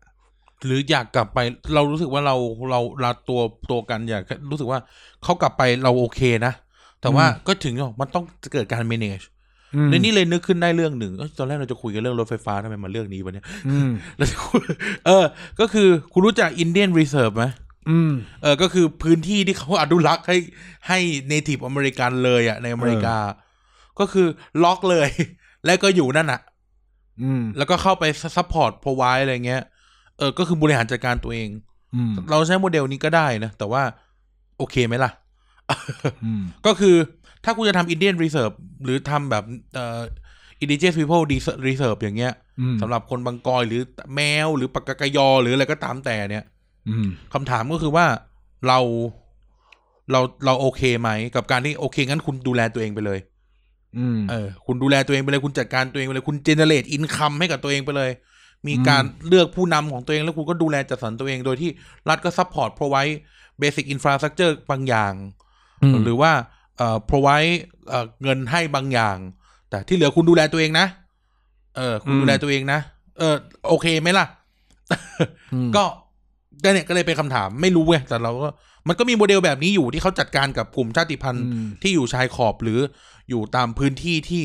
หรืออยากกลับไปเรารู้สึกว่าเราเราเราตัวตัวกันอยากรู้สึกว่าเขากลับไปเราโอเคนะ แต่ว่า อืม ก็ถึงบอกมันต้องเกิดการ manage อืม ในนี้เลยนึกขึ้นได้เรื่องหนึ่งเอ้ยตอนแรกเราจะคุยกันเรื่องรถไฟฟ้าทำไมมาเรื่องนี้วะเนี่ย อืม เราจะคุยเออ ก็คือคุณรู้จัก Indian Reserve ไหม อืม เออก็คือพื้นที่ที่เขาอนุรักษ์ให้ให้ Native อเมริกันเลยอ่ะในอเมริกา ก็คือล็อกเลย แล้วก็อยู่นั่นอ่ะ อืม แล้วก็เข้าไปซัพพอร์ตพอไวอะไรเงี้ยเออก็คือบริหารจัดการตัวเอง อืม เราใช้โมเดลนี้ก็ได้นะ แต่ว่าโอเคไหมล่ะ อืม ก็คือถ้าคุณจะทำ Indian Reserve หรือทำแบบเอ่อ Indigenous People Reser- Reserve อย่างเงี้ย อืม สำหรับคนบางกอยหรือแมว หรือปากกยอ หรืออะไรก็ตามแต่เนี่ย อืม คำถามก็คือว่าเราเราเราโอเคไหม กับการที่โอเค งั้นคุณดูแลตัวเองไปเลย อืม เออคุณดูแลตัวเองไปเลยคุณจัดการตัวเองไปเลยคุณเจเนเรตอินคัมให้กับตัวเองไปเลย มีการเลือกผู้นำของตัวเองแล้วคุณก็ดูแลจัดสรรตัวเอง โดยที่รัฐก็ซัพพอร์ต provide basic infrastructure บางอย่าง อืม หรือว่าเอ่อ provide เอ่อเงินให้บางอย่าง แต่ที่เหลือคุณดูแลตัวเองนะ เออคุณดูแลตัวเองนะ เออโอเคไหมล่ะ ก็ก็เนี่ยก็เลยเป็นคำถามไม่รู้เว้ยแต่เราก็มันก็มีโมเดลแบบนี้อยู่ที่เขาจัดการกับกลุ่มชาติพันธุ์ อืม ที่อยู่ชายขอบหรืออยู่ตามพื้นที่ที่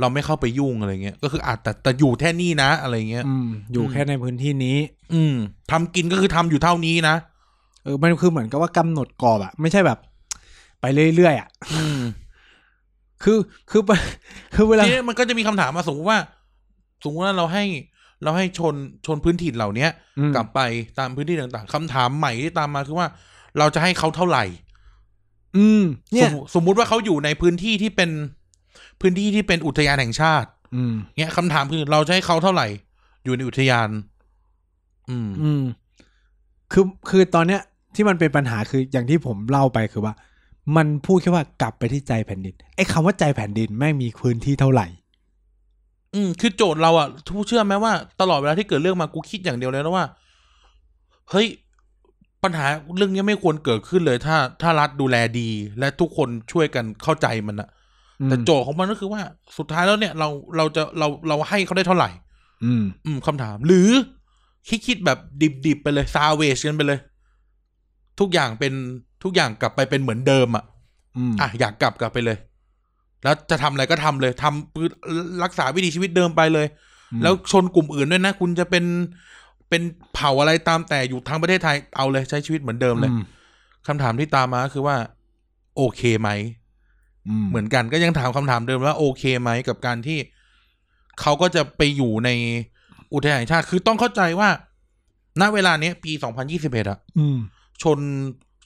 เราไม่เข้าไปยุ่งอะไรเงี้ยก็คืออาจแต่แต่อยู่แค่นี้นะ อะไรเงี้ย อืมอยู่แค่ในพื้นที่นี้ อืมทำกินก็คือทำอยู่เท่านี้นะ เออมันคือเหมือนกับว่ากำหนดกรอบอะไม่ใช่แบบ ไปเรื่อยๆอะ อืม คือคือคือเวลา ทีนี้มันก็จะมีคำถามมาสมมติว่าสมมติว่าเราให้เราให้ชนชนพื้นถิ่นเหล่าเนี้ย อืม กลับไปตามพื้นที่ต่างๆคำถามใหม่ที่ตามมาคือว่า เราจะให้เขาเท่าไหร่ อืม ส เนี่ย มมุสมมุติว่าเขาอยู่ในพื้นที่ที่เป็นพื้นที่ที่เป็นอุทยานแห่งชาติ อืม เนี่ยคำถามคือเราจะให้เขาเท่าไหร่ อยู่ในอุทยาน อืม อืม คือคือตอนเนี้ย ที่มันเป็นปัญหาคืออย่างที่ผมเล่าไปคือว่า มันพูดแค่ว่ากลับไปที่ใจแผ่นดินไอ้คำว่าใจแผ่นดินแม่งมีพื้นที่เท่าไหร่ อืมคือโจทย์เราอะทูเชื่อไหมว่าตลอดเวลาที่เกิดเรื่องมากูคิดอย่างเดียวเลยนะว่า เฮ้ย ปัญหาเรื่องเนี้ยไม่ควรเกิดขึ้นเลย ถ้า ถ้ารัฐดูแลดี และทุกคนช่วยกันเข้าใจมันอะ อืม แต่โจทย์ของมันก็คือว่า สุดท้ายแล้วเนี่ย เราเราจะเราเราให้เขาได้เท่าไหร่ อืม อืมคำถาม หรือคิดคิดแบบดิบๆไปเลยซาเวชกันไปเลย ทุกอย่างเป็นทุกอย่างกลับไปเป็นเหมือนเดิมอะ อืม อ่ะอยากกลับกลับไปเลย แล้วจะทำอะไรก็ทำเลยทำรักษาวิถีชีวิตเดิมไปเลย แล้วชนกลุ่มอื่นด้วยนะ คุณจะเป็นเป็นเผ่าอะไรตามแต่อยู่ทั้งประเทศไทยเอาเลยใช้ชีวิตเหมือนเดิมเลย อืม คำถามที่ตามมาก็คือว่า โอเคไหม เหมือนกันก็ยังถามคำถามเดิมว่าโอเคไหมกับการที่เขาก็จะไปอยู่ในอุทยานแห่งชาติคือต้องเข้าใจว่า ณเวลาเนี้ยปีสองพันยี่สิบเอ็ดอะ อืม ชน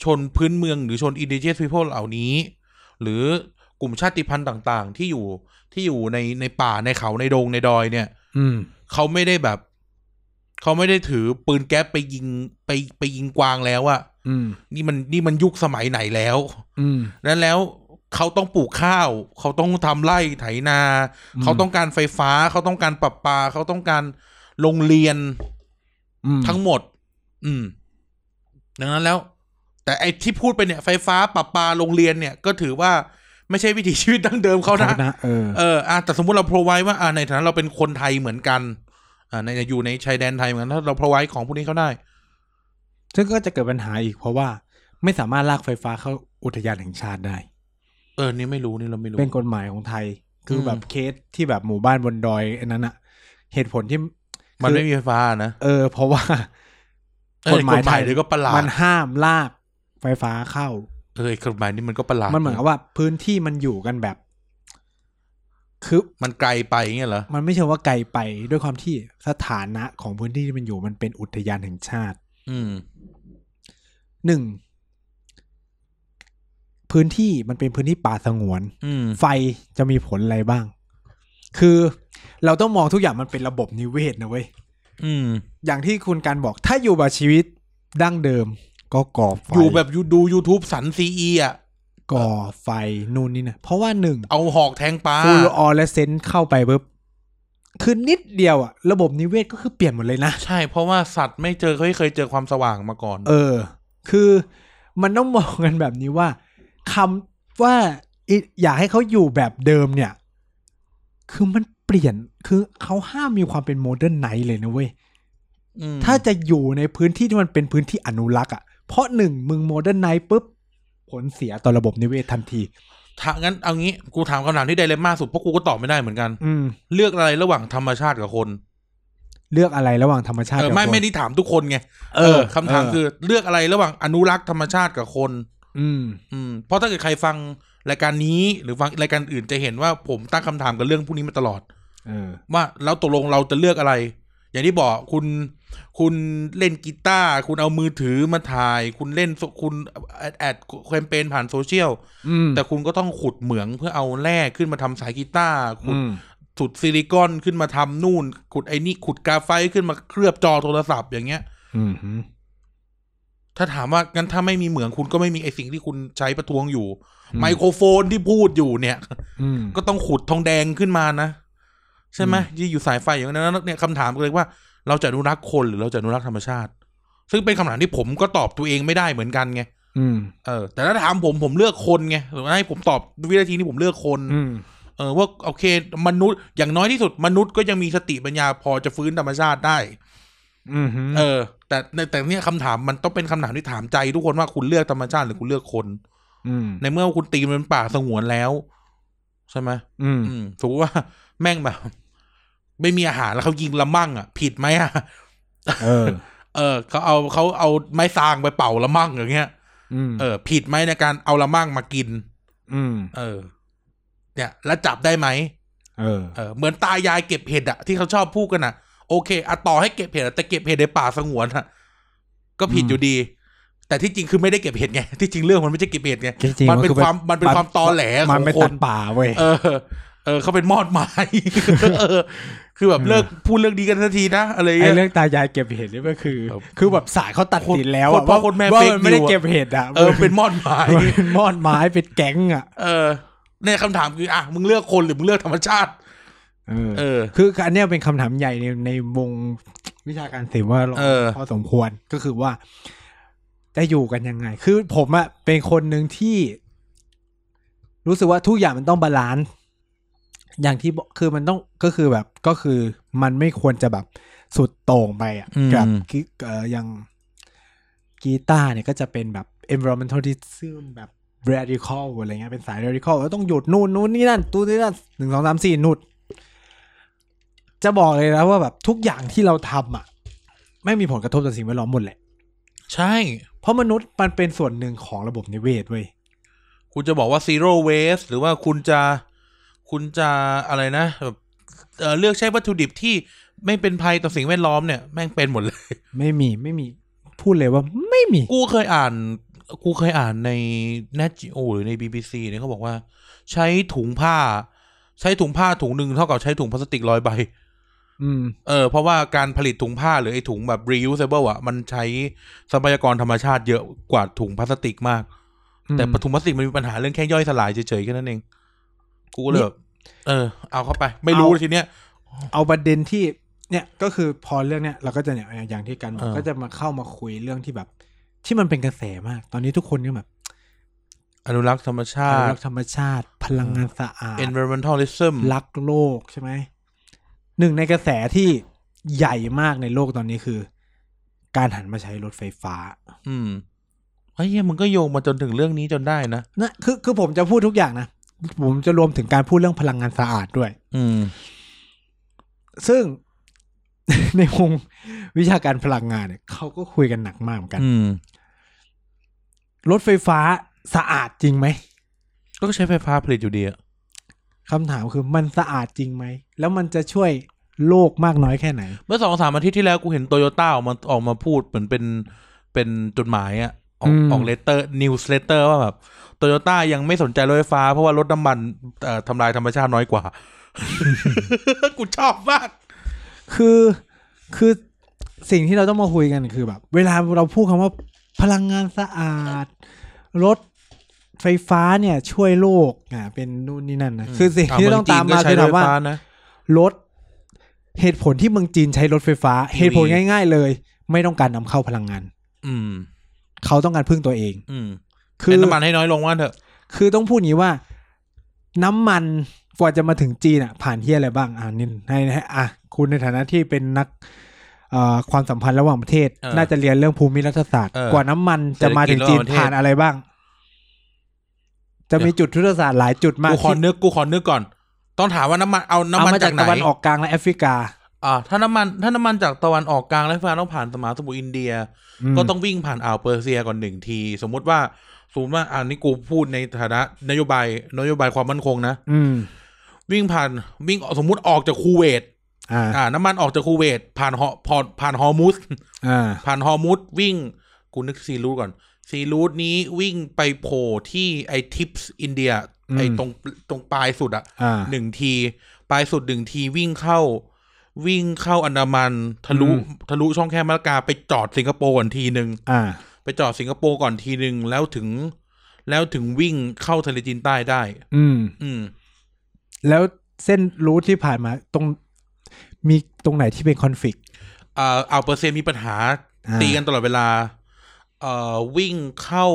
ชนพื้นเมืองหรือชนอินดิเจ s ส people เหล่านี้ หรือกลุ่มชาติพันธุ์ต่างๆ ที่อยู่ที่อยู่ในในป่าในเขาในดงในดอยเนี่ย อืม เขาไม่ได้แบบ เขาไม่ได้ถือปืนแก๊ปไปยิงไปไปยิงกวางแล้วอะ อืม นี่มันนี่มันยุคสมัยไหนแล้ว อืม นั้นแล้วเขาต้องปลูกข้าว เขาต้องทำไร่ไถนา อืม เขาต้องการไฟฟ้า เขาต้องการประปา เขาต้องการโรงเรียน อืม ทั้งหมด อืม ดังนั้นแล้ว แต่ไอ้ที่พูดไปเนี่ย ไฟฟ้าปรับปาโรงเรียนเนี่ย ก็ถือว่าไม่ใช่วิถีชีวิตดั้งเดิมเขานะ เออ เอออ่ะแต่สมมุติเรา provide ว่า อ่าในฐานะเราเป็นคนไทยเหมือนกัน อ่าในอยู่ในชายแดนไทยเหมือนกันถ้าเรา provide ของพวกนี้เขาได้ ซึ่งก็จะเกิดปัญหาอีกเพราะว่าไม่สามารถลากไฟฟ้าเข้าอุทยานแห่งชาติได้ เออ นี่ไม่รู้นี่เราไม่รู้ เป็นกฎหมายของไทย คืออ ม แบบเคสที่แบบหมู่บ้านบนดอยอันนั้นอะเหตุผลที่ มันไม่ คือ มีไฟฟ้านะ เออ เพราะว่า เออกฎหมายไทยเดี๋ยวก็ประหลาด มันห้ามลากไฟฟ้าเข้า เออกฎหมายนี่มันก็ประหลาด มันเหมือนกับว่าพื้นที่มันอยู่กันแบบ คือ มันไกลไปเงี้ยเหรอ มันไม่ใช่ว่าไกลไปด้วยความที่สถานะของพื้นที่ที่มันอยู่มันเป็นอุทยานแห่งชาติ อืม หนึ่ง พื้นที่มันเป็นพื้นที่ป่าสงวน อืม ไฟจะมีผลอะไรบ้าง คือเราต้องมองทุกอย่างมันเป็นระบบนิเวศนะเว้ย อืม อย่างที่คุณการบอกถ้าอยู่แบบชีวิตดั้งเดิม ก็ก่อไฟ อยู่แบบยูดู YouTube สันซีอีอ่ะ ก่อไฟนู่นนี่นะเพราะว่าหนึ่ง เอาหอกแทงปลา ฟูออเรสเซนต์เข้าไปปุ๊บคือนิดเดียวอะระบบนิเวศก็คือเปลี่ยนหมดเลยนะ ใช่เพราะว่าสัตว์ไม่เจอเคยเคยเจอความสว่างมาก่อน เออ คือมันต้องมองกันแบบนี้ว่าคำว่าอิอยากให้เขาอยู่แบบเดิมเนี่ย คือมัน เปลี่ยนคือเขาห้ามมีความเป็นโมเดิร์นไนท์เลยนะเว้ย อืม ถ้าจะอยู่ในพื้นที่ที่มันเป็นพื้นที่อนุรักษ์อ่ะ เพราะหนึ่งมึงโมเดิร์นไนท์ปุ๊บ ผลเสียต่อระบบนิเวศทันที ถ้างั้นเอางี้กูถามคำถามที่ไดเรม่าสุดเพราะกูก็ตอบไม่ได้เหมือนกัน อืม เลือกอะไรระหว่างธรรมชาติกับคน เลือกอะไรระหว่างธรรมชาติ เออ กับ ไม่ คน ไม่ได้ถามทุกคนไง เออ คำถาม เ คือเลือกอะไรระหว่างอนุรักษ์ธรรมชาติกับคน อืม อืมเพราะถ้าเกิดใครฟังรายการนี้หรือฟังรายการอื่นจะเห็นว่าผมตั้งคำถามกับเรื่องพวกนี้มาตลอด เออ ว่าแล้วตกลงเราจะเลือกอะไร อย่างที่บอกคุณ คุณเล่นกีตาร์คุณเอามือถือมาถ่าย คุณเล่นโซคุณแอดแอดแคมเปญผ่านโซเชียล อืม แต่คุณก็ต้องขุดเหมืองเพื่อเอาแร่ขึ้นมาทำสายกีตาร์ขุ อื ด ม ขุดซิลิคอนขึ้นมาทำนู่น ขุดไอ้นี่ขุดกราไฟต์ขึ้นมาเคลือบจอโทรศัพท์อย่างเงี้ย อืม ถ้าถามว่างั้นถ้าไม่มีเหมืองคุณก็ไม่มีไอสิ่งที่คุณใช้ประท้วงอยู่ ไมโครโฟนที่พูดอยู่เนี่ย อืม ก็ต้องขุดทองแดงขึ้นมานะ ใช่ไหมที่อยู่สายไฟอย่างนั้นแล้วเนี่ยคำถามก็เลยว่าเราจะอนุรักษ์คนหรือเราจะอนุรักษ์ธรรมชาติ ซึ่งเป็นคำถามที่ผมก็ตอบตัวเองไม่ได้เหมือนกันไง อืม เออแต่ถ้าถามผมผมเลือกคนไงหรือว่าให้ผมตอบวินาทีนี้ผมเลือกคน อืม เออว่าโอเค มนุษย์อย่างน้อยที่สุดมนุษย์ก็ยังมีสติปัญญาพอจะฟื้นธรรมชาติได้ อืม เออ แต่ในแต่เนี่ยคำถามมันต้องเป็นคำถามที่ถามใจ ทุกคนว่าคุณเลือกธรรมชาติหรือคุณเลือกคน อืม ในเมื่อคุณตีมันเป็นป่าสงวนแล้ว ใช่ไหม อืม อืมสมมติว่า แม่งแบบ ไม่มีอาหารแล้วเขายิงละมั่งอ่ะ ผิดไหมอ่ะ เออ เออเขาเอาเขาเอาไม้ซางไปเป่าละมั่งอย่างเงี้ย อืม เออผิดไหมในการเอาละมั่งมากิน อืม เออ เนี่ย แล้วจับได้ไหม เออ เออเหมือนตายายเก็บเห็ดอะที่เขาชอบพูดกันอะโอเคอะต่อให้เก็บเห็ดอะแต่เก็บเห็ดในป่าสงวนอะก็ผิด อืม อยู่ดี แต่ที่จริงคือไม่ได้เก็บเห็ดไง ที่จริงเรื่องมันไม่ใช่เก็บเห็ดไง จริงๆ มันเป็น อ ความมันเป็นความตอแหลข มัน อง เป็น ค ตั น ดป่าเว้ย เออ เออ เขาเป็นมอดไม้ เออ คือแบบเลิกพูดเรื่องดีกันสักทีนะ อะไร ไอ้ เงี้ย เรื่องตายายเก็บเห็ดนี่ก็คือ ครับ คือแบบสายเขาตัดสินแล้ว คน อะ พ่อ ว่า คนแม่ ว่า fake มันไม่ได้ news อะ เก็บเห็ดอะ เออ เป็นมอดไม้ มันเป็นมอดไม้เป็นแก๊งอะ เออเนี่ยคำถามคือ อ่ะ มึงเลือกคนหรือมึงเลือกธรรมชาติ เออ เออ คืออันเนี้ยเป็นคำถามใหญ่ในในวงวิชาการศิลป์ว่าเรา เออ พอสมควรก็คือว่า จะอยู่กันยังไง คือผมอะเป็นคนหนึ่งที่ รู้สึกว่าทุกอย่างมันต้องบาลานซ์อย่างที่บอกคือมันต้องก็คือแบบก็คือมันไม่ควรจะแบบสุดโต่งไปอะ อืม กับกีเอ่ออย่างกีตาร์เนี่ยก็จะเป็นแบบ environmentalism แบบ radical อะไรเงี้ยเป็นสาย radical แล้วต้องหยุดนู่นนู่นนี่นั่นตู้นี่นั่นหนึ่งสองสามสี่นู่น จะบอกเลยนะว่าแบบทุกอย่างที่เราทำอ่ะไม่มีผลกระทบต่อสิ่งแวดล้อมหมดแหละ ใช่ เพราะมนุษย์มันเป็นส่วนหนึ่งของระบบนิเวศเว้ย คุณจะบอกว่า zero waste หรือว่าคุณจะ คุณจะอะไรนะ แบบ เออเลือกใช้วัตถุดิบที่ไม่เป็นภัยต่อสิ่งแวดล้อมเนี่ย แม่งเป็นหมดเลย ไม่มีไม่มีพูดเลยว่าไม่มี กูเคยอ่าน กูเคยอ่านใน Nat Geo หรือใน BBC เนี่ยเขาบอกว่า ใช้ถุงผ้า ใช้ถุงผ้าถุงหนึ่งเท่ากับใช้ถุงพลาสติกร้อยใบ อืม เออเพราะว่าการผลิตถุงผ้าหรือไอ้ถุงแบบ reusable อ่ะ มันใช้ทรัพยากรธรรมชาติเยอะกว่าถุงพลาสติกมาก แต่ถุงพลาสติกมันมีปัญหาเรื่องแค่ย่อยสลายเฉยๆแค่นั้นเอง กูก็เลยแบบเออ เอาเข้าไป ไม่รู้ เอา เลยทีเนี้ย เอาประเด็นที่เนี่ยก็คือพอเรื่องเนี้ยเราก็จะเนี่ยอย่างที่กันบอก เออ ก็จะมาเข้ามาคุยเรื่องที่แบบ ที่มันเป็นกระแสมาก ตอนนี้ทุกคนก็แบบ อนุรักษ์ธรรมชา อนุ ติ รักษ์ธรรมชาติ พลังงานสะอาด environmentalism รักโลกใช่ไหมหนึ่งในกระแสที่ใหญ่มากในโลกตอนนี้คือ การหันมาใช้รถไฟฟ้า อืมเฮ้ยมึงก็โยงมาจนถึงเรื่องนี้จนได้นะ นะคือคือผมจะพูดทุกอย่างนะ ผมจะรวมถึงการพูดเรื่องพลังงานสะอาดด้วย อืม ซึ่ง ในวงวิชาการพลังงานเนี่ยเขาก็คุยกันหนักมากเหมือนกัน อืม รถไฟฟ้าสะอาดจริงไหม ก็ใช้ไฟฟ้าผลิตอยู่ดีอะ คำถามคือมันสะอาดจริงไหม แล้วมันจะช่วยโลกมากน้อยแค่ไหน เมื่อสองสามอาทิตย์ที่แล้วกูเห็นโตโยต้าออกมาออกมาพูดเหมือนเป็นเป็นจดหมายอะออก อืม ออกเลเตอร์นิวส์เลเตอร์ว่าแบบโตโยต้ายังไม่สนใจรถไฟฟ้า เพราะว่ารถน้ำมันเอ่อทำลายธรรมชาติน้อยกว่า กูชอบมาก คือคือสิ่งที่เราต้องมาคุยกันคือแบบ เวลาเราพูดคำว่าพลังงานสะอาด รถไฟฟ้าเนี่ย ช่วยโลกอ่าเป็นนู่นนี่นั่นนะคือสิ่งที่ต้องตามมาคือถามว่า นะ รถเหตุผลที่เมืองจีนใช้รถไฟฟ้า EV เหตุผลง่าย ๆ เลย ไม่ต้องการนำเข้าพลังงาน อืม เขาต้องการพึ่งตัวเอง อืม คื คือ อ น้ำมันให้น้อยลงว่าเถอะ คือต้องพูดอย่างนี้ว่า น้ำมันกว่าจะมาถึงจีนอ่ะ ผ่านเฮียอะไรบ้างอ่านินให้ให้อ่ะคุณในฐานะที่เป็นนักเอ่อความสัมพันธ์ระหว่างประเทศ เออ น่าจะเรียนเรื่องภูมิรัฐศาสตร์ เออก ว่าน้ำมันจะมาถึงจีน เศรษฐกิจระหว่างประเทศ ผ่านอะไรบ้าง จะมีจุดยุทธศาสตร์หลายจุดมาก กูขอ ที่ นึกกูขอนึกก่อน ต้องถามว่าน้ำมันเอาน้ำ เอา มัน มา จา จาก ก ไหน ตะวันออกกลางและแอฟริกา อ่าถ้าน้ำมันถ้าน้ำมันจากตะวันออกกลางและฟ้าต้องผ่านสมหาสมุทรอินเดีย ม ก็ต้องวิ่งผ่านอ่าวเปอร์เซียก่อนหนึ่งที สมมุติว่าสมมติว่าอันนี้กูพูดในฐานะนโยบายนโยบายความมั่นคงนะ อืม วิ่งผ่านวิ่งสมมุติออกจากคูเวต อ่า อ่าน้ำมันออกจากคูเวตผ่านฮอผ่านผ่านฮอร์มุส อ่า ผ่านฮอร์มุสวิ่ง กูนึกซีรูทก่อน ซีรูทนี้วิ่งไปโผล่ที่ไอทิปส์อินเดีย อืม ไอตรงตรงปลายสุดอะ อ่า หนึ่งที ปลายสุดหนึ่งทีวิ่งเข้า วิ่งเข้าอันดามันทะลุ อืม ทะลุช่องแคบมาลากาไปจอดสิงคโปร์ก่อนทีหนึ่ง อ่า ไปจอดสิงคโปร์ก่อนทีหนึ่งแล้วถึง แล้วถึงวิ่งเข้าทะเลจีนใต้ได้ อืม อืม แล้วเส้นรูทที่ผ่านมาตรงมีตรงไหนที่เป็นคอนฟ lict อ่าเอาวเปอร์เซ็นต์มีปัญหา อ่า ตีกันตลอดเวลา เอ่อวิ่งเข้า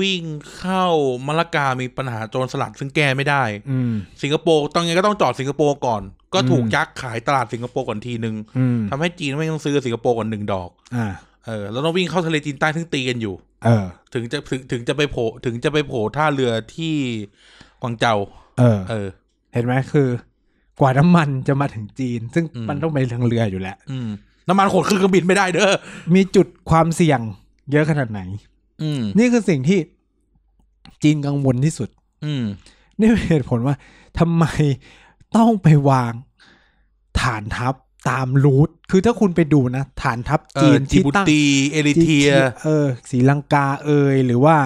วิ่งเข้ามะละกามีปัญหาโจรสลัดซึ่งแก้ไม่ได้ อืม สิงคโปร์ต้องไงก็ต้องจอดสิงคโปร์ก่อน ก็ถูก อืม ยักษ์ขายตลาดสิงคโปร์ก่อนทีนึง อืม ทำให้จีนไม่ต้องซื้อสิงคโปร์ก่อนหนึ่งดอก อ่า เออแล้วต้องวิ่งเข้าทะเลจีนใต้ซึ่งตีกันอยู่ เออ ถึงจะถึงถึงจะไปโผล่ถึงจะไปโผล่ท่าเรือที่กวางเจา เออ เออ เห็นไหมคือกว่าน้ำมันจะมาถึงจีน ซึ่ง อืม มันต้องไปทางเรืออยู่แล้ว อืมน้ำมันขนขึ้นเครื่องบินไม่ได้เด้อ มีจุดความเสี่ยงเยอะขนาดไหน อืม นี่คือสิ่งที่จีนกังวลที่สุด อืม นี่เป็นเหตุผลว่าทำไมต้องไปวางฐานทัพตามรูทคือถ้าคุณไปดูนะ ฐานทัพ เอ จี อน จิ ที่ บุ ตั้ง ตีเอริเทีย เออศรีลังกาเอยหรือว่า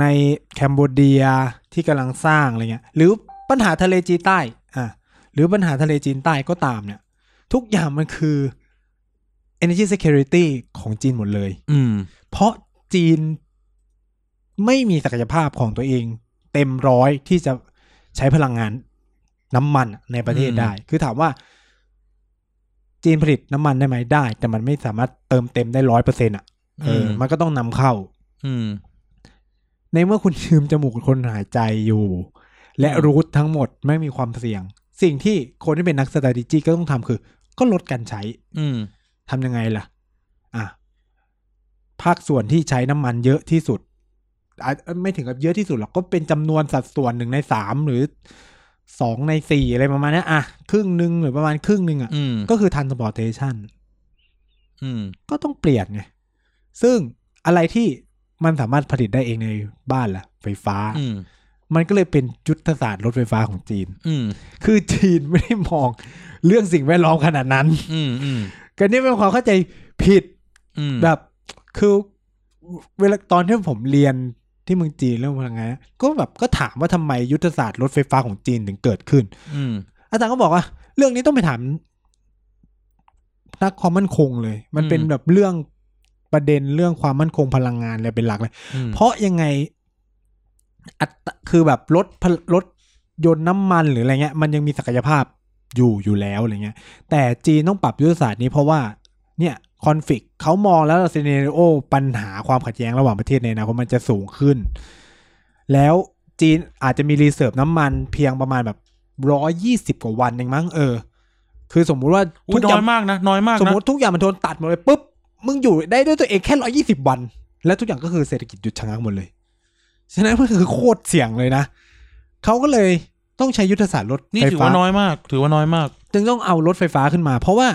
ในแคมโบเดียที่กำลังสร้างอะไรเงี้ย หรือปัญหาทะเลจีนใต้อ่ะหรือปัญหาทะเลจีนใต้ก็ตามเนี่ย ทุกอย่างมันคือ energy security ของจีนหมดเลย อืม เพราะจีนไม่มีศักยภาพของตัวเอง เต็มร้อยที่จะใช้พลังงานน้ำมันในประเทศ อืม ได้ คือถามว่า จีนผลิตน้ำมันได้ไหมได้ แต่มันไม่สามารถเติมเต็มได้ร้อยเปอร์เซ็นต์อ่ะ เออมันก็ต้องนำเข้า อืม ในเมื่อคุณยืมจมูกคนหายใจอยู่ และ อืม รูททั้งหมดไม่มีความเสี่ยง สิ่งที่คนที่เป็นนักสต r a t e g y ก็ต้องทำคือ ก็ลดการใช้ อืม ทำยังไงล่ะ อ่ะ ภาคส่วนที่ใช้น้ำมันเยอะที่สุดอาจไม่ถึงกับเยอะที่สุดหรอกก็เป็นจำนวนสัดส่วนหนึ่งในสามหรือสองในสี่อะไรประมาณเนี้ยอ่ะครึ่งหนึ่งหรือประมาณครึ่งหนึ่งอ่ะ อืม ก็คือทันสปอร์เทชัน อืม ก็ต้องเปลี่ยนไง ซึ่งอะไรที่มันสามารถผลิตได้เองในบ้านล่ะ ไฟฟ้า อืม มันก็เลยเป็นยุทธศาสตร์รถไฟฟ้าของจีน อืม คือจีนไม่ได้มองเรื่องสิ่งแวดล้อมขนาดนั้น อืม อืม กันนี่เป็นความเข้าใจผิด อืม แบบ คือเวลาตอนที่ผมเรียนที่เมืองจีนเรื่องพลังงานนะก็แบบก็ถามว่าทำไมยุทธศาสตร์รถไฟฟ้าของจีนถึงเกิดขึ้น อืม อาจารย์ก็บอกว่า เรื่องนี้ต้องไปถามนักความมั่นคงเลย มันเป็น อืม แบบเรื่องประเด็นเรื่องความมั่นคงพลังงานเลยเป็นหลักเลย อืม เพราะยังไงอัตคือแบบรถพลรถยนต์น้ำมันหรืออะไรเงี้ย มันยังมีศักยภาพอยู่อยู่แล้วอะไรเงี้ย แต่จีนต้องปรับยุทธศาสตร์นี้เพราะว่าเนี่ยคอนฟ lict เขามองแล้วซีเนโอปัญหาความขัดแย้งระหว่างประเทศในอนาคตมันจะสูงขึ้น แล้วจีนอาจจะมีรีเซิร์ฟน้ำมันเพียงประมาณแบบร้อยี่สิบ120 กว่าวันเองมั้งเออ คือสมมุติว่า อุ๊ ทุกยน้ อย่า อย ง มากนะ น้อยมาก สม นะ มติทุกอย่างมันโดนตัดหมดเลยปุ๊บมึงอยู่ได้ด้วยตัวเองแค่ร้อยี่สิบวัน แล้วทุกอย่างก็คือเศรษฐกิจหยุดชะงักหมดเลย ฉะนั้นมันคือโคตรเสี่ยงเลยนะเขาก็เลยต้องใช้ยุทธศาสตร์รถ นี่ ไฟ ถือ ฟ้า ว่าน้อยมาก ถือว่าน้อยมาก จึงต้องเอารถไฟฟ้าขึ้นมา เพราะว่า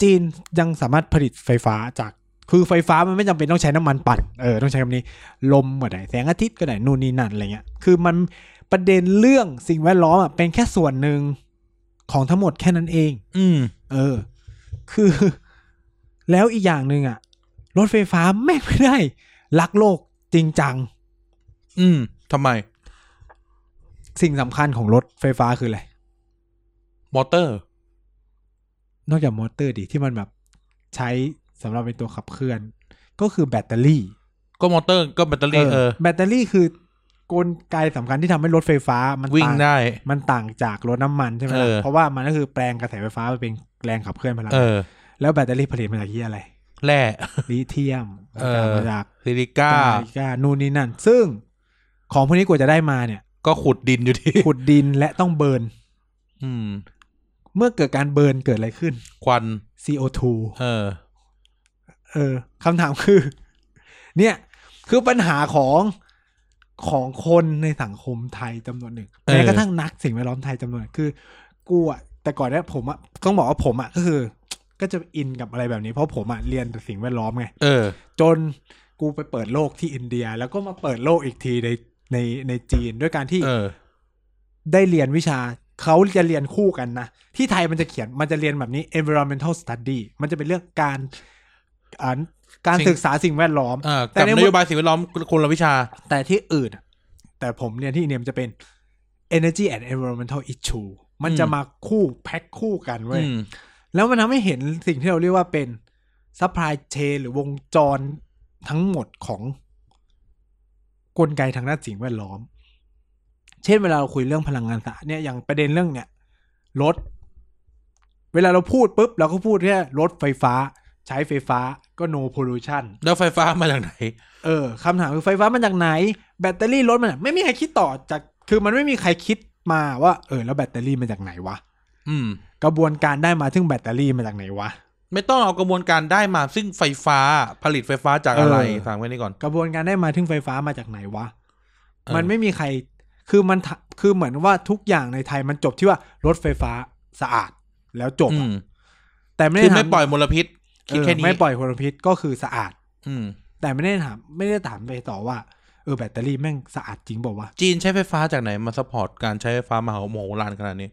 จีนยังสามารถผลิตไฟฟ้าจากคือไฟฟ้ามันไม่จำเป็นต้องใช้น้ำมันปั่นเออต้องใช้คำนี้ ลมก็ได้แสงอาทิตย์ก็ได้นู่นนี่นั่นอะไรเงี้ยคือมันประเด็นเรื่องสิ่งแวดล้อมอะเป็นแค่ส่วนหนึ่งของทั้งหมดแค่นั้นเอง อืม เออ คือ แล้วอีกอย่างหนึ่งอะรถไฟฟ้าแม่งไม่ได้รักโลกจริงจัง อืมทำไม สิ่งสำคัญของรถไฟฟ้าคืออะไร มอเตอร์ นอกจากมอเตอร์ดิที่มันแบบใช้สำหรับเป็นตัวขับเคลื่อน ก็คือแบตเตอรี่ ก็มอเตอร์ ก็แบตเตอรี่ เออ แบตเตอรี่คือกลไกสำคัญที่ทำให้รถไฟฟ้ามัน วิ่ง ต่า ได้ มันต่างจากรถน้ำมันใช่ไหมล่ะ เออ เพราะว่ามันก็คือแปลงกระแสไฟฟ้าไปเป็นแรงขับเคลื่อนพลัง เออ แล้วแบตเตอรี่ผลิตมาจากที่อะไร แร่ ลิเทียม เออ มาจาก ซิลิก้า กาลิกานู่นนี่นั่น ซึ่งของพวกนี้กว่าจะได้มาเนี่ย ก็ขุดดินอยู่ดี ขุดดินและต้องเบิร์น อืม เมื่อเกิดการเบิร์นเกิดอะไรขึ้น ควัน CO2 เออ เออคำถามคือ เนี่ยคือปัญหาของของคนในสังคมไทยจำนวนหนึ่ง เออ แม้กระทั่งนักสิ่งแวดล้อมไทยจำนวนหนึ่งคือกูอะแต่ก่อนเนี้ยผมอะต้องบอกว่าผมอะก็คือ ก็จะอินกับอะไรแบบนี้เพราะผมอะเรียนแต่สิ่งแวดล้อมไง เออ จนกูไปเปิดโลกที่อินเดีย แล้วก็มาเปิดโลกอีกทีในในในจีนด้วยการที่ เออ ได้เรียนวิชาเขาจะเรียนคู่กันนะ ที่ไทยมันจะเขียนมันจะเรียนแบบนี้ environmental study มันจะเป็นเรื่องการอ่านการ สิ่ง ศึกษาสิ่งแวดล้อม เออ แต่ กับ ใน นโยบายสิ่งแวดล้อมคนละวิชา แต่ที่อื่นอะแต่ผมเรียนที่อินเดียมันจะเป็น energy and environmental issue มันจะ อืม มาคู่แพ็คคู่กันเว้ย อืม แล้วมันทำให้เห็นสิ่งที่เราเรียกว่าเป็น supply chain หรือวงจรทั้งหมดของกลไกทางด้านสิ่งแวดล้อม เช่นเวลาเราคุยเรื่องพลังงานสะอาดเนี่ยอย่างประเด็นเรื่องเนี่ยรถ เวลาเราพูดปุ๊บ เราก็พูดแค่รถไฟฟ้า ใช้ไฟฟ้าก็ no pollution แล้วไฟฟ้า มาจากไหน เออคำถามคือไฟฟ้ามาจากไหน แบตเตอรี่รถมันอะไม่มีใครคิดต่อจากคือมันไม่มีใครคิดมาว่า เออ แล้วแบตเตอรี่มาจากไหนวะ อืม กระบวนการได้มาถึงแบตเตอรี่มาจากไหนวะ ไม่ต้องเอากระบวนการได้มา ซึ่งไฟฟ้าผลิตไฟฟ้าจากอะไร เออ ฟังไว้นี่ก่อน กระบวนการได้มาถึงไฟฟ้ามาจากไหนวะ เออ มันไม่มีใคร คือมันทะคือเหมือนว่าทุกอย่างในไทยมันจบที่ว่ารถไฟฟ้าสะอาดแล้วจบ อื อะ ม แต่ไม่ คื ได้ อไม่ ถา ปล่อยมลพิษ เอ คิด อ แค่นี้ ไม่ปล่อยมลพิษก็คือสะอาด อืม แต่ไม่ได้ถามไม่ได้ถามไปต่อว่าเออแบตเตอรี่แม่งสะอาดจริงบอกว่าวะ จีนใช้ไฟฟ้าจากไหนมาสปอร์ตการใช้ไฟฟ้ามาหาโมโหลานขนาดนี้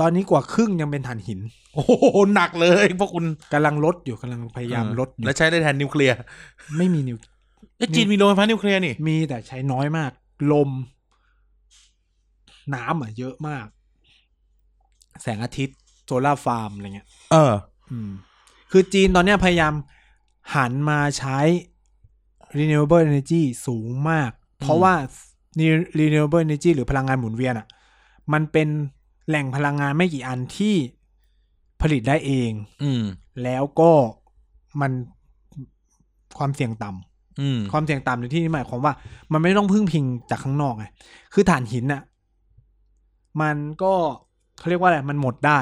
ตอนนี้กว่าครึ่งยังเป็นถ่านหิน โอ้โหหนักเลย พวกคุณ กำลังลดอยู่กำลังพยายามลดอยู่ และใช้ได้แทนนิวเคลียร์ ไม่มีนิว เอ้ยจีนมีโรงไฟฟ้านิวเคลียร์นี่ มีแต่ใช้น้อยมาก ลม น้ำอ่ะเยอะมาก แสงอาทิตย์โซลาร์ฟาร์มอะไรเงี้ย เออ อืมคือจีนตอนเนี้ยพยายามหันมาใช้ renewable energy สูงมาก เพราะว่า re- renewable energy หรือพลังงานหมุนเวียนอ่ะ มันเป็นแหล่งพลังงานไม่กี่อันที่ผลิตได้เอง อืม แล้วก็มันความเสี่ยงต่ำ อืม ความเสี่ยงต่ำในที่นี้หมายความว่า มันไม่ต้องพึ่งพิงจากข้างนอกไง คือถ่านหินน่ะ มันก็เขาเรียกว่าอะไร มันหมดได้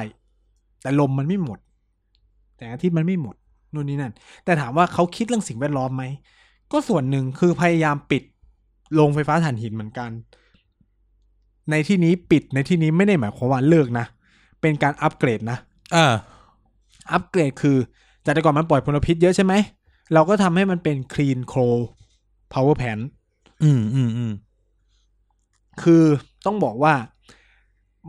แต่ลมมันไม่หมด แต่อาทิตย์มันไม่หมดนู่นนี่นั่น แต่ถามว่าเขาคิดเรื่องสิ่งแวดล้อมไหม ก็ส่วนหนึ่งคือพยายามปิดโรงไฟฟ้าถ่านหินเหมือนกัน ในที่นี้ปิดในที่นี้ไม่ได้หมายความว่าเลิกนะ เป็นการอัปเกรดนะ อ่า อัปเกรดคือจากแต่ก่อนมันปล่อยพลพิษเยอะใช่ไหม เราก็ทำให้มันเป็น clean coal power plant อืมอืมอืม คือต้องบอกว่า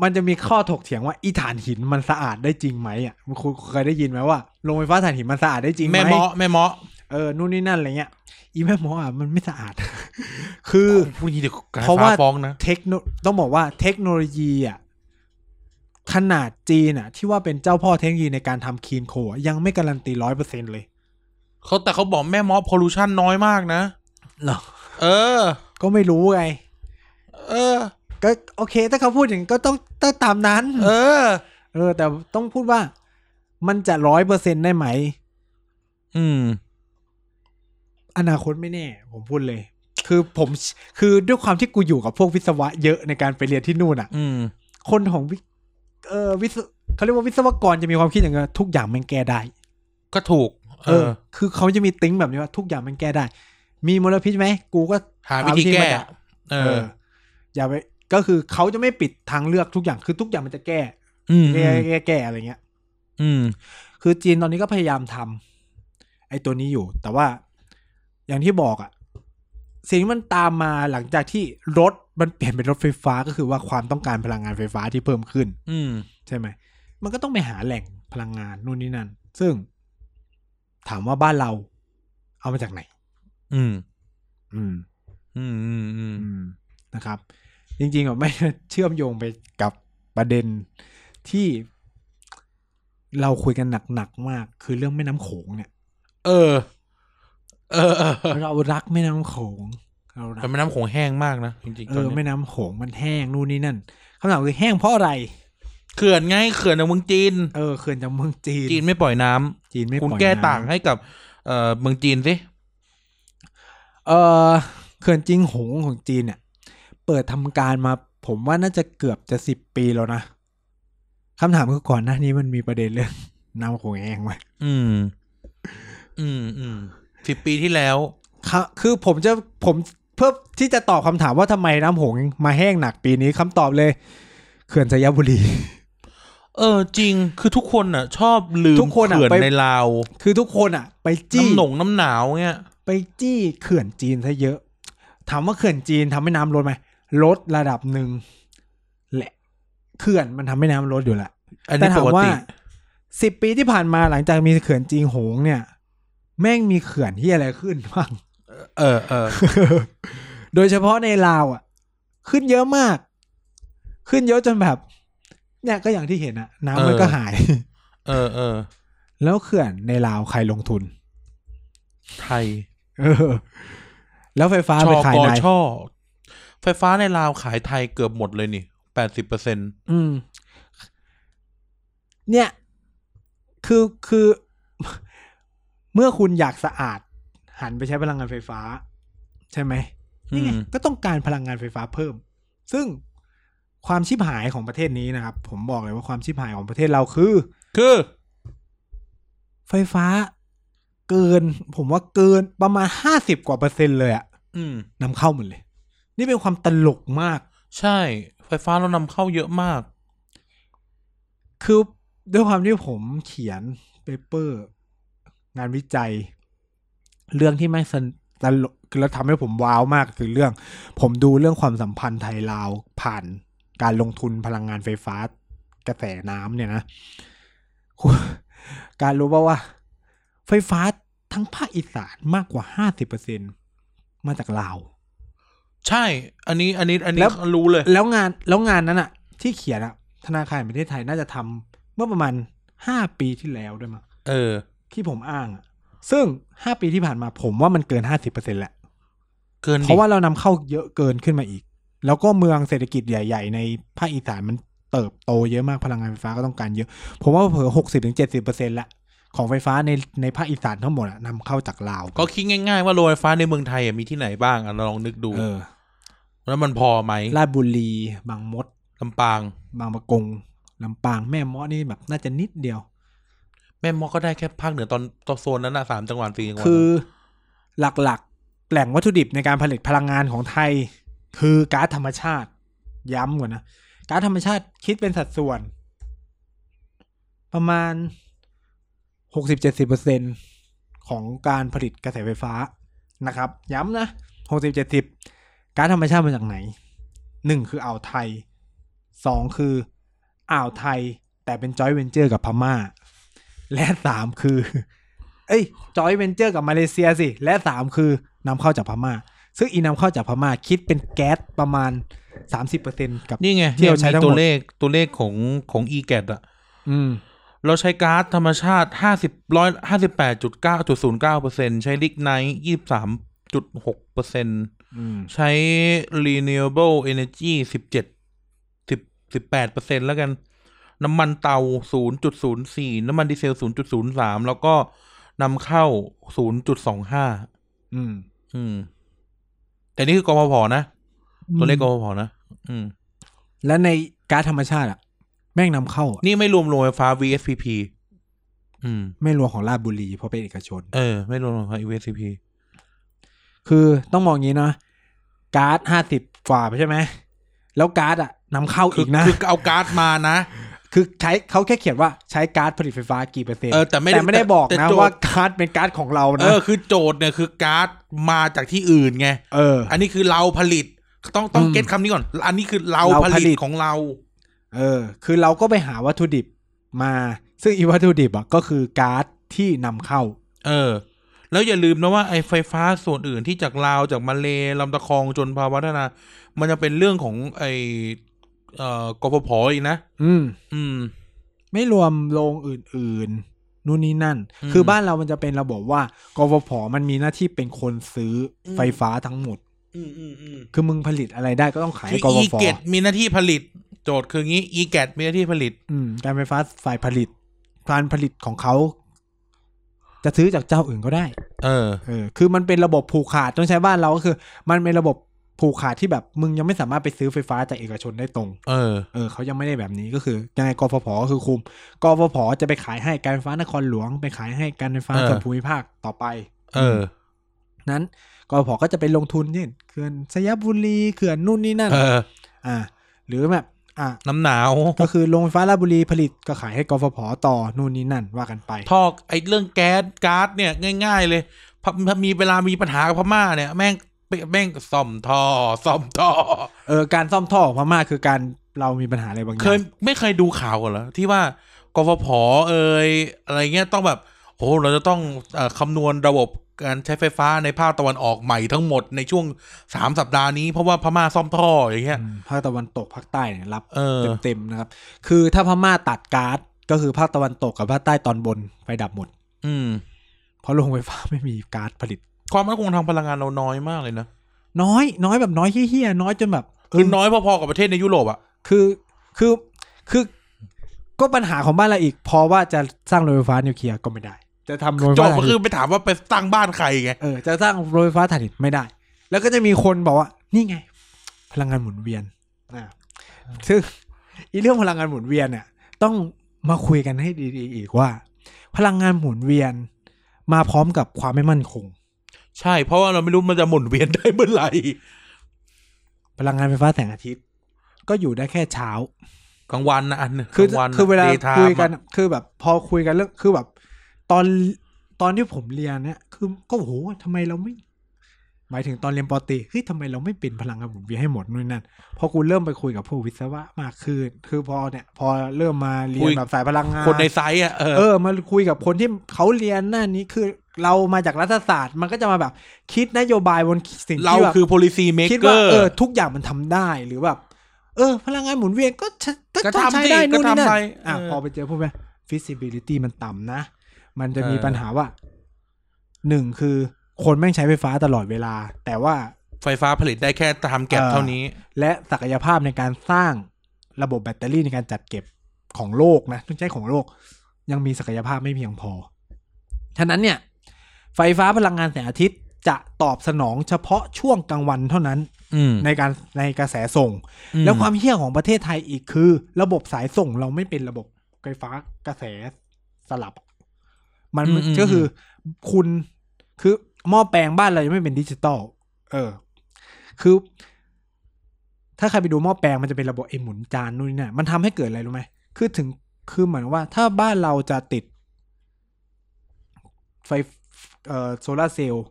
มันจะมีข้อถกเถียงว่าอีฐานหินมันสะอาดได้จริงไหมอ่ะคุณเคยได้ยินไหมว่าโรงไฟฟ้าถ่านหินมันสะอาดได้จริงไหม แม่เมาะแม่เมาะ เออนู่นนี่นั่นอะไรเงี้ย อีแม่หมออ่ะมันไม่สะอาด คือ พูดอย่างนี้เดี๋ยวการ เพราะ ฟ้า ว่า ฟ้องนะ เทคโนต้องบอกว่าเทคโนโลยีอ่ะขนาดจีนอ่ะ ที่ว่าเป็นเจ้าพ่อเทคโนโลยีในการทำคีนโคยังไม่การันตีร้อยเปอร์เซ็นเลย เขาแต่เขาบอกแม่เมาะพอลูชันน้อยมากนะ เหรอ เออ ก็ไม่รู้ไง เออ ก็โอเค ถ้าเขาพูดอย่างนี้ก็ต้องต้องตามนั้น เออ เออ แต่ต้องพูดว่ามันจะร้อยเปอร์เซ็นได้ไหม อืม อนาคตไม่แน่ ผมพูดเลย คือผมคือด้วยความที่กูอยู่กับพวกวิศวะเยอะในการไปเรียนที่นู่นอ่ะ อืม คนของวิเออวิศเขาเรียกว่าวิศวกรจะมีความคิดอย่างเงี้ยทุกอย่างแมันแก้ได้ ก็ถูก เอ เออ อ คือเขาจะมีติ้งแบบนี้ว่า ทุกอย่างแมันแก้ได้ มีมลพิษไหมกูก็ หาวิธีแก้ มาดับ เอ เอ อ อ อย่าไปก็คือเขาจะไม่ปิดทางเลือกทุกอย่างคือทุกอย่างมันจะแก้ อืม แก้แก้แก้อะไรเงี้ย อืม คือจีนตอนนี้ก็พยายามทำไอ้ตัวนี้อยู่ แต่ว่าอย่างที่บอกอะสิ่งที่มันตามมาหลังจากที่รถมันเปลี่ยนเป็นรถไฟฟ้าก็คือว่าความต้องการพลังงานไฟฟ้าที่เพิ่มขึ้น อืม ใช่ไหม มันก็ต้องไปหาแหล่งพลังงานนู่นนี่นั่น ซึ่งถามว่าบ้านเราเอามาจากไหน อืม อืม อืม อืม อืม อืมนะครับ จริงๆอ่ะไม่ เชื่อมโยงไปกับประเด็นที่เราคุยกันหนักๆมาก คือเรื่องแม่น้ำโขงเนี่ย เออ เออเออเออ เรารักแม่น้ำโขงเรารั แต่ ก แม่น้ำโขงแห้งมากนะจริง เอ ๆตอน อ เนี้ย แม่น้ำโขงมันแห้งนู่นนี่นั่นคำถามคือแห้งเพราะอะไร เขื่อนไงเขื่อนของเมืองจีน เออเขื่อนจากเมืองจีน จีนไม่ปล่อยน้ำ จีนไม่ คุณ ปล่อย แก้ น้ำ ต่างให้กับ เอ่อเมืองจีนสิ เออเขื่อนจิงหงของจีนเนี่ย ปิดทำการมา ผมว่าน่าจะเกือบจะสิบปีแล้วนะคำถามคือก่อนหน้านี้มันมีประเด็นเรื่อง น้ำของแองไหม อืม อืมอืมสิบปีที่แล้ว ครับคือผมจะผมเพื่อที่จะตอบคำถามว่าทำไมน้ำหงมาแห้งหนักปีนี้คำตอบเลยเขื่อนสยบุรี เออ จริง คือทุกคนอ่ะ ชอบลืม ทุกคนอะ เขื่อน ไป ในลาว คือทุกคนอ่ะ ไปจี้ น้ำหนงน้ำหนาวเงี้ย ไปจี้เขื่อนจีนซะเยอะ ถามว่าเขื่อนจีนทำให้น้ำลดไหมลดระดับหนึ่งแหละ เขื่อนมันทำให้น้ำลดอยู่แหละ อัน แต่ นี้ ถา ป ม ก ว่า ติ สิบปีที่ผ่านมาหลังจากมีเขื่อนจีนโหงเนี่ย แม่งมีเขื่อนที่อะไรขึ้นบ้าง เออเออ โดยเฉพาะในลาวอ่ะ ขึ้นเยอะมาก ขึ้นเยอะจนแบบ เนี่ยก็อย่างที่เห็นอะน้ำมัน เออ ก็หาย เออเออ แล้วเขื่อนในลาวใครลงทุน ไทย เออ แล้วไฟฟ้า ช ไป อ ขาย กอ ไหน ช่อ ไฟฟ้าในลาวขายไทยเกือบหมดเลยนี่แปดสิบเปอร์เซ็นต์ อืม เนี่ย คือคือ เมื่อคุณอยากสะอาด หันไปใช้พลังงานไฟฟ้า ใช่ไหมนี่ไงก็ต้องการพลังงานไฟฟ้าเพิ่ม ซึ่งความชิบหายของประเทศนี้นะครับ ผมบอกเลยว่าความชิบหายของประเทศเราคือ คือ ไฟฟ้า เกิน ผมว่าเกินประมาณห้าสิบกว่าเปอร์เซ็นต์เลยอะ อืม นำเข้าหมดเลย นี่เป็นความตลกมาก ใช่ ไฟฟ้าเรานำเข้าเยอะมาก คือด้วยความที่ผมเขียนเปเปอร์ งานวิจัย เรื่องที่แม่งสนตลกแล้วทำให้ผมว้าวมากคือเรื่อง ผมดูเรื่องความสัมพันธ์ไทยลาวผ่านการลงทุนพลังงานไฟฟ้ากระแสน้ำเนี่ยนะคุณการรู้ป่าวว่า ไฟฟ้าทั้งภาคอีสานมากกว่าห้าสิบเปอร์เซ็นมาจากลาว ใช่ อันนี้ อันนี้ อันนี้ แล้ว รู้เลย แล้วงานแล้วงานนั้นอะที่เขียนอะธนาคารแห่งประเทศไทยน่าจะทำเมื่อประมาณห้าปีที่แล้วด้วยมั้ง เออ ที่ผมอ้างอะซึ่งห้าปีที่ผ่านมาผมว่ามันเกินห้าสิบเปอร์เซ็นแหละ เกินดิ เพราะว่าเรานำเข้าเยอะเกินขึ้นมาอีก แล้วก็เมืองเศรษฐกิจใหญ่ ๆ ในภาคอีสานมันเติบโตเยอะมากพลังงานไฟฟ้าก็ต้องการเยอะ ผมว่าเผลอหกสิบถึงเจ็ดสิบเปอร์เซ็นละของไฟฟ้าในในภาคอีสานทั้งหมดอะนำเข้าจากลาว ก็คิดง่าย ๆ ว่าโรงไฟฟ้าในเมืองไทยอะมีที่ไหนบ้างอะเราลองนึกดู เออ แล้วมันพอไหม ราชบุรีบางมด ลำปาง บางปะกงลำปางแม่เมาะนี่แบบน่าจะนิดเดียว แม่มอก็ได้แค่ภาคเหนือตอนตอนโซนนั้นนะสามจังหวัดสี่จังหวัด คือหลักๆ แหล่งวัตถุดิบในการผลิตพลังงานของไทย คือก๊าซธรรมชาติ ย้ำก่อนนะก๊าซธรรมชาติคิดเป็นสัดส่วน ประมาณหกสิบเจ็ดสิบเปอร์เซ็นของการผลิตกระแสไฟฟ้านะครับ ย้ำนะหกสิบเจ็ดสิบก๊าซธรรมชาติมาจากไหนหนึ่งคืออ่าวไทยสองคืออ่าวไทยแต่เป็นจอยเวนเจอร์กับพม่า และสามคือ เอ้ยจอยเวนเจอร์กับมาเลเซียสิ และสามคือนำเข้าจากพม่า ซึ่งอีนำเข้าจากพม่าคิดเป็นแก๊สประมาณสามสิบเปอร์เซ็นกับ นี่ไง ที่เราใช้ทั้งหมด ตัวเลขตัวเลขของของอีแกอะ อืม เราใช้ก๊าซธรรมชาติห้าสิบร้อยห้าสิบแปดจุดเก้าจุดศูนย์เก้าเปอร์เซ็นใช้ลิกไนท์ยี่สามจุดหกเปอร์เซ็น อืม ใช้ renewable energy สิบเจ็ดสิบสิบแปดเปอร์เซ็นแล้วกัน น้ำมันเตาศูนย์จุดศูนย์สี่น้ำมันดีเซลศูนย์จุดศูนย์สามแล้วก็นำเข้าศูนย์จุดสองห้า อืม อืม แต่นี่คือกพพนะ ตัวเลขกพพนะ อืม และในก๊าซธรรมชาติอ่ะ แม่งนำเข้าอะ นี่ไม่รวมโรงไฟฟ้า VSPP อืม ไม่รวมของราชบุรีเพราะเป็นเอกชน เออ ไม่รวมโรงไฟฟ้า VSPP คือต้องมองอย่างนี้เนาะก๊าซห้าสิบกว่าไปใช่ไหม แล้วก๊าซอ่ะนำเข้า คือ อีกนะ คือเอาการ์ดมานะ คือใช้เขาแค่เขียนว่าใช้ก๊าซผลิตไฟฟ้ากี่เปอร์เซ็นต์ เออแต่ไม่ได้ ไม่ได้บอก แต่ นะ โจทย์ ว่าก๊าซเป็นก๊าซของเรา เอ นะ อ คือโจทย์เนี่ยคือการ์ดมาจากที่อื่นไง เออ อันนี้คือเราผลิต ต้องต้อง อืม เก็ตคำนี้ก่อน อันนี้คือเรา เรา ผ ผลิ ลิต ต ของเรา เออ คือเราก็ไปหาวัตถุดิบมา ซึ่งอีวัตถุดิบอ่ะก็คือก๊าซที่นำเข้า เออ แล้วอย่าลืมนะว่าไอ้ไฟฟ้าส่วนอื่นที่จากลาวจากมาเลลำตะคองจนพาวัฒนา มันจะเป็นเรื่องของไอ้เอ่อกพพอีกนะ อืม อืม ไม่รวมโรงอื่นๆ นู่นนี่นั่น อืม คือบ้านเรามันจะเป็นระบบว่ากฟผมันมีหน้าที่เป็นคนซื้ออ ม ไฟฟ้าทั้งหมด อืมอืมอืม คือมึงผลิตอะไรได้ก็ต้องขาย คื ให้ อฟกอี ผ เกตมีหน้าที่ผลิต โจทย์คืองี้อีเกตมีหน้าที่ผลิต อืม การไฟฟ้าฝ่ายผลิตการผลิตของเขา จะซื้อจากเจ้าอื่นก็ได้ เออ เออ คือมันเป็นระบบผูกขาดต้องใช้บ้านเราก็คือ มันเป็นระบบ ผูกขาดที่แบบมึงยังไม่สามารถไปซื้อไฟฟ้าจากเอกชนได้ตรง เออ เออเขายังไม่ได้แบบนี้ก็คือยังไงกฟผก็คือคุมกฟผจะไปขายให้การไฟฟ้านครหลวง ไปขายให้การไฟฟ้า เออ ส่วนภูมิภาคต่อไป เออ นั้นกฟผก็จะไปลงทุนเนี่ยเขื่อนสยบุรีเขื่อนนู่นนี่นั่น เออ อ่า หรือแบบอ่า น้ำหนาว ก็คือโรงไฟฟ้าราชบุรีผลิตก็ขายให้กฟผต่อนู่นนี่นั่นว่ากันไป ทอกไอ้เรื่องแก๊สก๊าซเนี่ยง่าย ๆ เลยพอถ้ามีเวลามีปัญหากับพม่าเนี่ย แม่งแม่งซ่อมท่อซ่อมท่อ เออการซ่อมท่อของพม่าคือการเรามีปัญหาอะไรบางอย่า เคย ง ไม่เคยดูข่าวกันเหรอที่ว่ากฟผเอยอะไรเงี้ยต้องแบบโอ้เราจะต้องเอ่อคำนวณระบบการใช้ไฟฟ้าในภาคตะวันออกใหม่ทั้งหมดในช่วงสามสัปดาห์นี้เพราะว่าพม่าซ่อมท่ออย่างเงี้ย อืมภาคตะวันตกภาคใต้เนี่ยรับ เออ เต็มๆนะครับ คือถ้าพม่าตัดก๊าซก็คือภาคตะวันตกกับภาคใต้ตอนบนไฟดับหมด อืม เพราะโรงไฟฟ้าไม่มีก๊าซผลิต ความมั่นคงทางพลังงานเราน้อยมากเลยนะ น้อยน้อยแบบน้อยเฮี้ยๆน้อยจนแบบเอ คือ อ น้อยพอๆกับประเทศในยุโรปอะ คือคือคือก็ปัญหาของบ้านเราอีก พอว่าจะสร้างโรงไฟฟ้านิวเคลียร์ก็ไม่ได้ จะทำโรงไฟ จ ฟ้า บก็ ถ่าน คื หิ อน ไปถามว่าไปตั้งบ้านใครไง เออจะสร้างโรงไฟฟ้าถ่านหินไม่ได้ แล้วก็จะมีคนบอกว่า นี่ไง พลังงานหมุนเวียนนะซึ่ง อีเรื่องพลังงานหมุนเวียนเนี่ยต้องมาคุยกันให้ดีๆอีกว่า พลังงานหมุนเวียนมาพร้อมกับความไม่มั่นคง ใช่เพราะว่าเราไม่รู้มันจะหมุนเวียนได้เมื่อไหร่ พลังงานไฟฟ้าแสงอาทิตย์ ก็อยู่ได้แค่เช้า กลางวันนะอัน คือก ลางวันน่ะ คือเวลา daytime คุยกัน อะ อะคือแบบพอคุยกันเรื่องคือแบบตอนตอนที่ผมเรียนเนี่ยคือก็โหทำไมเราไม่ หมายถึงตอนเรียนปอตรีเฮ้ยทำไมเราไม่เป็นพลังงานหมุนเวียนให้หมดนู่นนั่นพอกูเริ่มไปคุยกับพวกวิศวะมากขึ้นคือพอเนี่ย พอเริ่มมาเรียนแบบสายพลังงาน คนในไซต์อะเออ เออมาคุยกับคนที่เขาเรียนหน้านี้คือเรามาจากรัฐศาสตร์ มันก็จะมาแบบ คิดนโยบายบนสิ่ง เรา ที่แบบ คือ policy คิดว่า maker เออทุกอย่างมันทำได้หรือแบบเออ พลังงานหมุนเวียนก็ใช้ ก็ ต้อง ทำ ใช้ สิ ได้นู่นนี่ ก็ นั่ ทำไป นอ่ะ เออ พอไปเจอพวกแบบ feasibility มันต่ำนะ มันจะ เออ มีปัญหาว่าหนึ่งคือคนแม่งใช้ไฟฟ้าตลอดเวลา แต่ว่า ไฟฟ้าผลิตได้แค่ตามแก็บ เออ เท่านี้ และศักยภาพในการสร้างระบบแบตเตอรี่ในการจัดเก็บของโลกนะต้องใช้ของโลก ยังมีศักยภาพไม่เพียงพอ ฉะนั้นเนี่ย ไฟฟ้าพลังงานแสงอาทิตย์จะตอบสนองเฉพาะช่วงกลางวันเท่านั้น อืม ในการในกระแสส่ง แล้วความเฮี้ยของประเทศไทยอีกคือ ระบบสายส่งเราไม่เป็นระบบไฟฟ้ากระแสสลับ มัน อืมอืม ก็คือคุณคือหม้อแปลงบ้านเรายังไม่เป็นดิจิตอลเออ คือ ถ้าใครไปดูหม้อแปลงมันจะเป็นระบบไอหมุนจานนู่นนี่น่ะมันทำให้เกิดอะไรรู้ไหมคือถึงคือเหมือนว่า ถ้าบ้านเราจะติด ไฟเอ่อโซลาร์เซลล์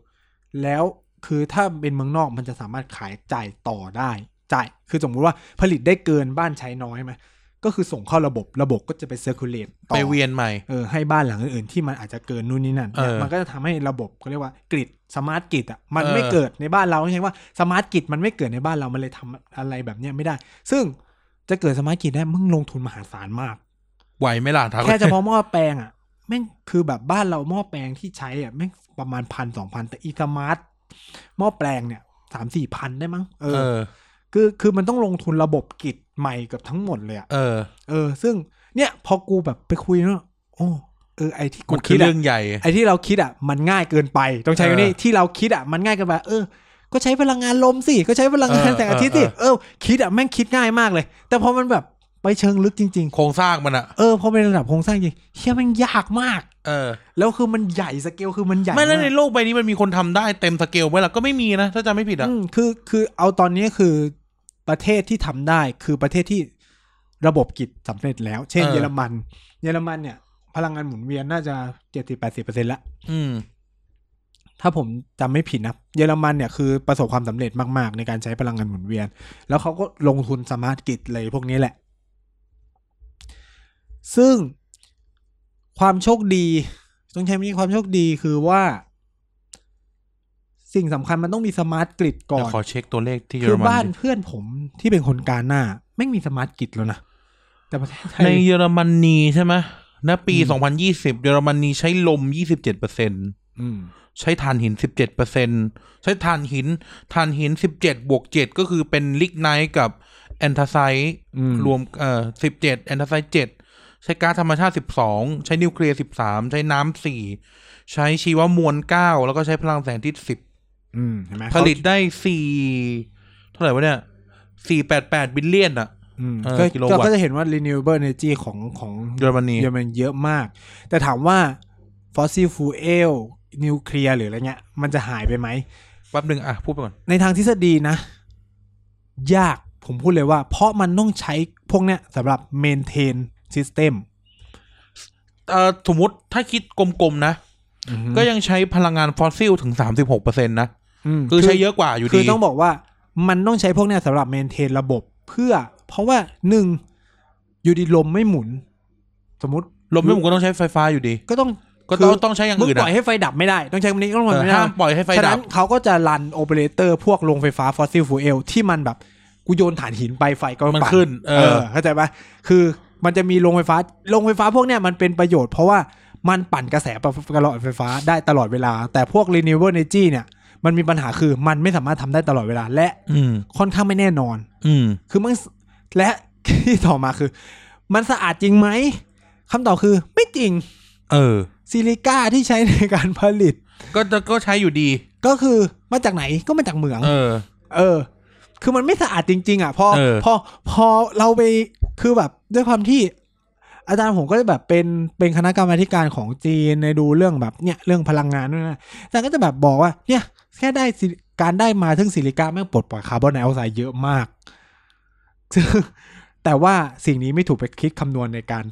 แล้วคือถ้าเป็นเมืองนอกมันจะสามารถขายจ่ายต่อได้จ่ายคือสมมุติว่าผลิตได้เกินบ้านใช้น้อยไหมก็คือส่งเข้าระบบระบบก็จะไปเซอร์คูลเลตต่อ ไปเวียนใหม่ เออให้บ้านหลังอื่นๆที่มันอาจจะเกินนู่นนี่นั่น เออ มันก็จะทำให้ระบบก็เรียกว่ากริดสมาร์ทกริดอ่ะมัน เออ ไม่เกิดในบ้านเราใช่ไหมว่าสมาร์ทกริดมันไม่เกิดในบ้านเรามันเลยทำอะไรแบบเนี้ยไม่ได้ ซึ่งจะเกิดสมาร์ทกริดได้มึงลงทุนมหาศาลมาก ไหวไหมล่ะถาม แค่เฉพาะหม้อแปลงอ่ะแม่งคือแบบบ้านเราหม้อแปลงที่ใช้อ่ะแม่งประมาณพันสองพันแต่อีสมาร์ทหม้อแปลงเนี่ยสามสี่พันได้มั้งเอ เอ อ อ คือคือมันต้องลงทุนระบบกิจใหม่เกับทั้งหมดเลยอ่ะ เออ เออ ซึ่งเนี่ยพอกูแบบไปคุยเนาะโอ้เออไอที่กู มันคื คิ อ ดอ่ะ เรื่องใหญ่ ไอที่เราคิดอ่ะมันง่ายเกินไป ต้องใช้คำนี้ เออ ที่เราคิดอ่ะมันง่ายเกินไปเออ ก็ใช้พลังงานลมสิก็ใช้พลังงาน เออ แสงอาทิตย์สิ เออ เออคิดอ่ะแม่งคิดง่ายมากเลย แต่พอมันแบบไปเชิงลึกจริง ๆ โครงสร้างมันอะ เออพอเป็นระดับโครงสร้างจริงเฮียมันยากมาก เออ แล้วคือมันใหญ่สเกลคือมันใหญ่ ไม่แล้ว าก ในโลกใบนี้มันมีคนทำได้เต็มสเกลไหมล่ะก็ไม่มีนะ ถ้าจำไม่ผิดอะ อืมคือคือเอาตอนนี้คือประเทศที่ทำได้คือประเทศที่ระบบกิจสำเร็จแล้ว เช่นเยอรมัน เยอรมันเนี่ย พลังงานหมุนเวียนน่าจะเจ็ดสิบแปดสิบเปอร์เซ็นต์ละ อืม ถ้าผมจำไม่ผิดนะเยอรมันเนี่ยคือประสบความสำเร็จมาก ๆ ในการใช้พลังงานหมุนเวียน แล้วเขาก็ลงทุนสมาร์ทกิจเลยพวกนี้แหละ ซึ่งความโชคดี ต้องใช้คำนี้ความโชคดีคือว่า สิ่งสำคัญมันต้องมีสมาร์ทกริดก่อ เดี๋ย น วขอเช็คตัวเลขที่เย คือ อ รมั บ้าน น เพื่อนผมที่เป็นคนกาหน้าไม่งมีสมาร์ทกริดแล้วนะ แต่ประเทศไทย ในเยอรมนีใช่ไหมณปี อืม 2020 เยอรมนีใช้ลม 27เปอร์เซ็นต์ อืม ใช้ถ่านหิน 17เปอร์เซ็นใช้ถ่านหินถ่านหิน 17 บวก 7 ก็คือเป็นลิกไนท์กับแอนทาไซด์ อืม รวมเอ่อ17 แอนทาไซด์7ใช้ก๊าซธรรมชาติ 12 ใช้นิวเคลียร์ 13 ใช้น้ำ4 ใช้ชีวมวล 9 แล้วก็ใช้พลังแสงอาที่ อืมเห็นไหม 10 ผลิตได้ ท่าไหร่วะเนี่ยสี่แปดแปดบิลเลียนอะ อืม เออ ก็ กิโลวัตต์ เราก็จะเห็นว่า renewable energy ของของ เยอรมนี เยอรมันเยอะมาก แต่ถามว่า fossil fuel นิวเคลียร์หรืออะไรเงี้ย มันจะหายไปไหม แป๊บหนึ่งอ่ะ พูดไปก่อน ในทางทฤษฎีนะ ยากผมพูดเลยว่า เพราะมันต้องใช้พวกเนี้ยสำหรับ maintain system เอ่อสมมติถ้าคิดกลมๆนะ ก็ยังใช้พลังงานฟอสซิลถึงสามสิบหกเปอร์เซ็นต์นะ ม คือใช้เยอะกว่าอยู่ คือ ดี ต้องบอกว่ามันต้องใช้พวกเนี้ยสำหรับเมนเทนระบบเพื่อ เพราะว่าหนึ่งอยู่ดีลมไม่หมุน สมมติ ลมไม่หมุนก็ต้องใช้ไฟฟ้าอยู่ดี ก็ต้อง ก็ต้อง คื ต้องใช้อย่าง มึง อื่น ปล่ อะ อยให้ไฟดับไม่ได้ ต้องใช้คำนี้ต้อง เอ มัน อ ไม่ได้ ห้ามปล่อยให้ไฟ ฉะ ดั นั้ บ นเขาก็จะรันโอเปอเรเตอร์พวกโรงไฟฟ้าฟอสซิลฟูเอลที่มันแบบกูโยนถ่านหินไปไฟก็ มัน ปั่ ขึ้นเออ เข้าใจปะคือมันจะมีโรงไฟฟ้าโรงไฟฟ้าพวกเนี้ยมันเป็นประโยชน์เพราะว่ามันปั่นกระแสตลอดไฟฟ้าได้ตลอดเวลา แต่พวก renewable energy เนี่ย มันมีปัญหาคือมันไม่สามารถทำได้ตลอดเวลาและ อืม ค่อนข้างไม่แน่นอน อืม คือมันสและ ที่ต่อมาคือ มันสะอาดจริงไหมคำตอบคือไม่จริง เออ ซิลิก้าที่ใช้ในการผลิต ก็จะก็ใช้อยู่ดี ก็คือมาจากไหนก็มาจากเหมือง เออ เออ คือมันไม่สะอาดจริง ๆ อ่ะ พอ เออ พอพอเราไปคือแบบด้วยความที่ อาจารย์ผมก็จะแบบเป็นเป็นคณะกรรมาธิการของจีนในดูเรื่องแบบเนี่ยเรื่องพลังงานด้วยนะอาจารย์ก็จะแบบบอกว่า เนี่ยแค่ได้ซิลิการได้มาถึงซิลิก้าแม่งปลดปล่อยคาร์บอนไดออกไซด์เยอะมาก ซึ่งแต่ว่าสิ่งนี้ไม่ถูกไปคิดคำนวณในการ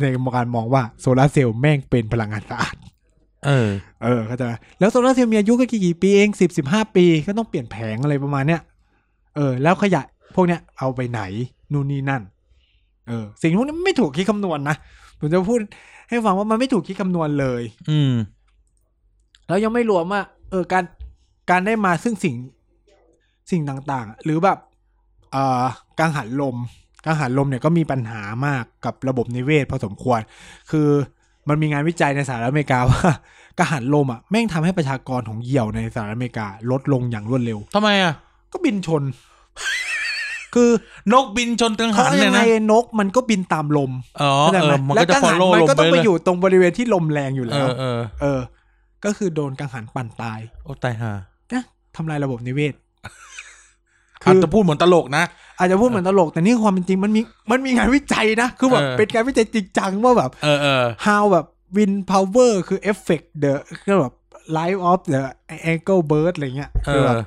ในการมองว่าโซลาร์เซลล์แม่งเป็นพลังงานสะอาด เออ เออเข้าใจไหมแล้วโซลาร์เซลล์มีอายุก็กี่กี่ปีเองสิบสิบห้าปีก็ต้องเปลี่ยนแผงอะไรประมาณเนี้ยเออ แล้วขยะพวกเนี้ยเอาไปไหน นู่นนี่นั่น เออ สิ่งพวกนี้ไม่ถูกคิดคำนวณนะผมจะพูดให้ฟังว่ามันไม่ถูกคิดคำนวณเลย อืม แล้วยังไม่รวมว่าเออการการได้มาซึ่งสิ่งสิ่งต่างๆ หรือแบบเอ่อกังหันลมกังหันลมเนี่ยก็มีปัญหามากกับระบบนิเวศพอสมควร คือมันมีงานวิจัยในสหรัฐอเมริกา ว่ากังหันลมอ่ะแม่งทำให้ประชากรของเหยี่ยวในสหรัฐอเมริกาลดลงอย่างรวดเร็ว ทำไมอ่ะ ก็บินชน คือน กบินชนกัง เพ หัน ราะยัเนี่ย งไง นะ นกมันก็บินตามลม อ๋อ เข้าใจ เอ ไห อ มัน แล้วก็จะ กัง ฟอ หั ล น โล่ มัน ลง ก็ ไป ต้องไป เลย อยู่ตรงบริเวณที่ลมแรงอยู่ เอ แล้ว อเออ เออ ก็คือโดนกังหันปั่นตาย โอ้ตายห่า นะทำลายระบบนิเวศ คื อาจ อ จะพูดเหมือนตลกนะ อาจจะพูดเหมือนตลก แต่นี่คือความเป็นจริงมันมีมันมีงานวิจัยนะ คือแบบ เออ เป็นการวิจัยจริงจังว่าแบบ เออเออ how แบบ wind power คือ effect the ก็แบบ life of the angle bird อะไรเงี้ย เอ คือ อ แบบ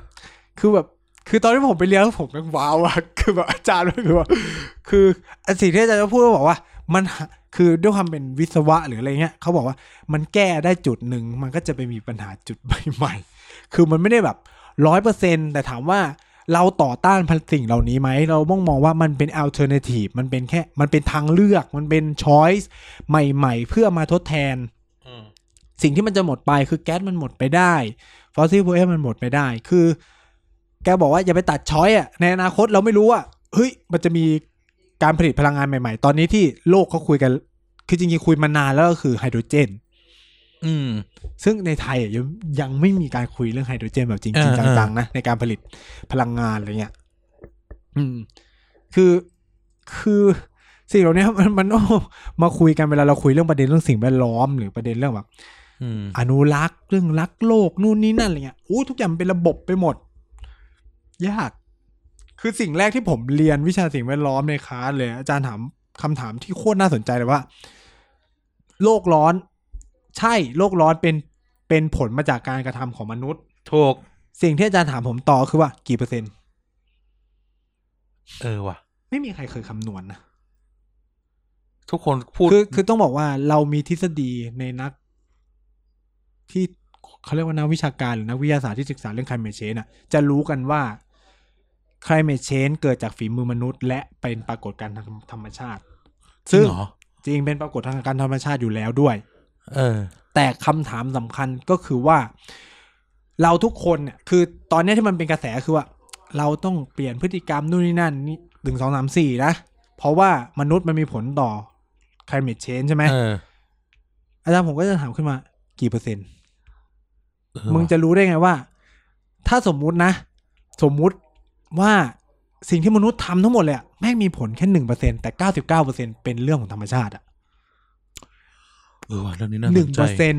คือแบบ คือตอนที่ผมไปเรียนแล้วผมแม่งว้าวอะ คือแบบอาจารย์แม่งคือว่าคือไอ้สิ่งที่อาจารย์จะพูดก็บอกว่ามันหาคือด้วยความเป็นวิศวะหรืออะไรเงี้ยเขาบอกว่ามันแก้ได้จุดหนึ่งมันก็จะไปมีปัญหาจุดใหม่ๆ คือมันไม่ได้แบบร้อยเปอร์เซ็นแต่ถามว่าเราต่อต้านพันสิ่งเหล่านี้ไหม เรามองมองว่ามันเป็น alternative มันเป็นแค่มันเป็นทางเลือกมันเป็น choice ใหม่ๆ เพื่อมาทดแทน อืม สิ่งที่มันจะหมดไปคือแก๊สมันหมดไปได้ฟอสซิลฟูเอลมันหมดไปได้ คือ แกบอกว่าอย่าไปตัดช้อยอะในอนาคตเราไม่รู้ว่าเฮ้ยมันจะมีการผลิตพลังงานใหม่ๆ ตอนนี้ที่โลกเขาคุยกัน คือจริงๆคุยมานานแล้วก็คือไฮโดรเจน อืม ซึ่งในไทยอ่ะยังยังไม่มีการคุยเรื่องไฮโดรเจนแบบจริง อ่า ๆ อ่า จังๆนะในการผลิตพลังงานอะไรเงี้ย อืม คือคือสิ่งเหล่านี้มัน มันต้องมาคุยกันเวลาเราคุยเรื่องประเด็นเรื่องสิ่งแวดล้อมหรือประเด็นเรื่องแบบ อืม อนุรักษ์เรื่องรักโลกนู่นนี่นั่นอะไรเงี้ยอู้ทุกอย่างมันเป็นระบบไปหมด ยาก คือสิ่งแรกที่ผมเรียนวิชาสิ่งแวดล้อมในคลาสเลย อาจารย์ถามคำถามที่โคตรน่าสนใจเลยว่า โลกร้อน ใช่โลกร้อนเป็นเป็นผลมาจากการกระทำของมนุษย์ ถูก สิ่งที่อาจารย์ถามผมต่อคือว่า กี่เปอร์เซ็นต์ เออว่ะ ไม่มีใครเคยคำนวณนะ ทุกคนพูด คือคือต้องบอกว่าเรามีทฤษฎีในนัก ที่เขาเรียกว่านักวิชาการหรือนักวิทยาศาสตร์ที่ศึกษาเรื่อง climate change น่ะจะรู้กันว่า climate change เกิดจากฝีมือมนุษย์ และเป็นปรากฏการณ์ทางธรรมชาติ จริ ซึ่ ง ง เหรอ จริงเป็นปรากฏการณ์ทางธรรมชาติอยู่แล้วด้วย เออ แต่คำถามสำคัญก็คือว่า เราทุกคนเนี่ยคือตอนเนี้ยที่มันเป็นกระแสคือว่า เราต้องเปลี่ยนพฤติกรรมนู่นนี่นั่นนี่หนึ่งสองสามสี่นะ เพราะว่ามนุษย์มันมีผลต่อ climate change ใช่ไหม เออ อาจารย์ผมก็จะถามขึ้นมากี่เปอร์เซ็นต์ เออว่ มึงจะรู้ได้ไงว่า ถ้าสมมุตินะ สมมุติว่าสิ่งที่มนุษย์ทำทั้งหมดเลยอะแม่งมีผลแค่หนึ่งเปอร์เซ็นแต่เก้าสิบเก้าเปอร์เซ็นเป็นเรื่องของธรรมชาติอะ เออว่ะเรื่องนี้น่า ห ส นึ่ง นใจ เปอร์เซ็น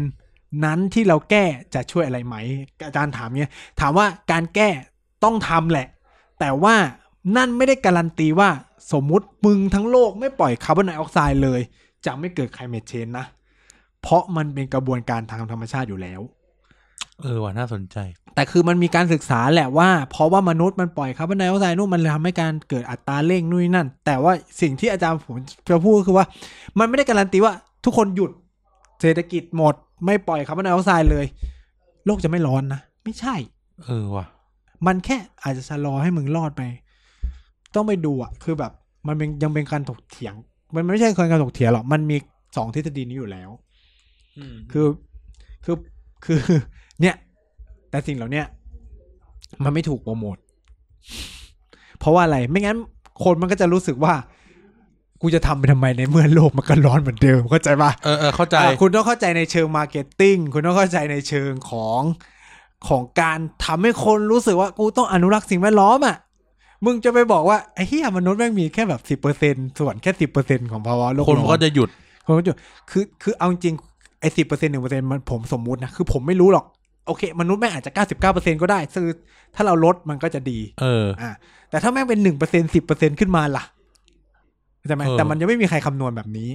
นั้นที่เราแก้จะช่วยอะไรไหม อาจารย์ถามเนี้ยถามว่าการแก้ต้องทำแหละ แต่ว่านั่นไม่ได้การันตีว่าสมมุติมึงทั้งโลกไม่ปล่อยคาร์บอนไดออกไซด์เลย จะไม่เกิดไคลเมทเชนนะ เพราะมันเป็นกระบวนการทางธรรมชาติอยู่แล้ว เออว่ะน่าสนใจ แต่คือมันมีการศึกษาแหละว่า เพราะว่ามนุษย์มันปล่อยคาร์บอนไดออกไซด์นู่นมันเลยทำให้การเกิดอัตราเร่งนู่นนนั่น แต่ว่าสิ่งที่อาจารย์ผมจะพูดก็คือว่า มันไม่ได้การันตีว่าทุกคนหยุดเศรษฐกิจหมด ไม่ปล่อยคาร์บอนไดออกไซด์เลย โลกจะไม่ร้อนนะไม่ใช่ เออว่ะ มันแค่อาจจะชะลอให้มึงรอดไป ต้องไปดูอะคือแบบ มันเป็นยังเป็นการถกเถียง มันไม่ใช่การถกเถียงหรอก มันมีสองทฤษฎีนี้อยู่แล้ว คือ คือ คือ เนี่ย แต่สิ่งเหล่าเนี้ยมันไม่ถูกโปรโมท เพราะว่าอะไร ไม่งั้น คนมันก็จะรู้สึกว่า กูจะทำไปทำไมในเมื่อโลกมันก็ร้อนเหมือนเดิม เข้าใจปะ เออเออเข้าใจ อ่ะคุณต้องเข้าใจในเชิงมาร์เก็ตติ้งคุณต้องเข้าใจในเชิงของของการทำให้คนรู้สึกว่ากูต้องอนุรักษ์สิ่งแวดล้อมอ่ะมึงจะไปบอกว่าไอ้เหี้ยมนุษย์แม่งมีแค่แบบสิบเปอร์เซ็นส่วนแค่สิบเปอร์เซ็นของภาวะโลก คน ร้ มัน อ ก็ น จะหยุด คนก็จะคือคือเอาจริงไอ้สิบเปอร์เซ็นหนึ่งเปอร์เซ็นมันผมสมมุตินะ คือผมไม่รู้หรอก โอเค มนุษย์แม่งอาจจะเก้าสิบเก้าเปอร์เซ็นก็ได้คือถ้าเราลดมันก็จะดี เออ อ่ะแต่ถ้าแม่งเป็นหนึ่งเปอร์เซ็นสิบเปอร์เซ็นขึ้นมาล่ะเข้าใช่ไหม เออ แต่มันยังไม่มีใครคำนวณแบบนี้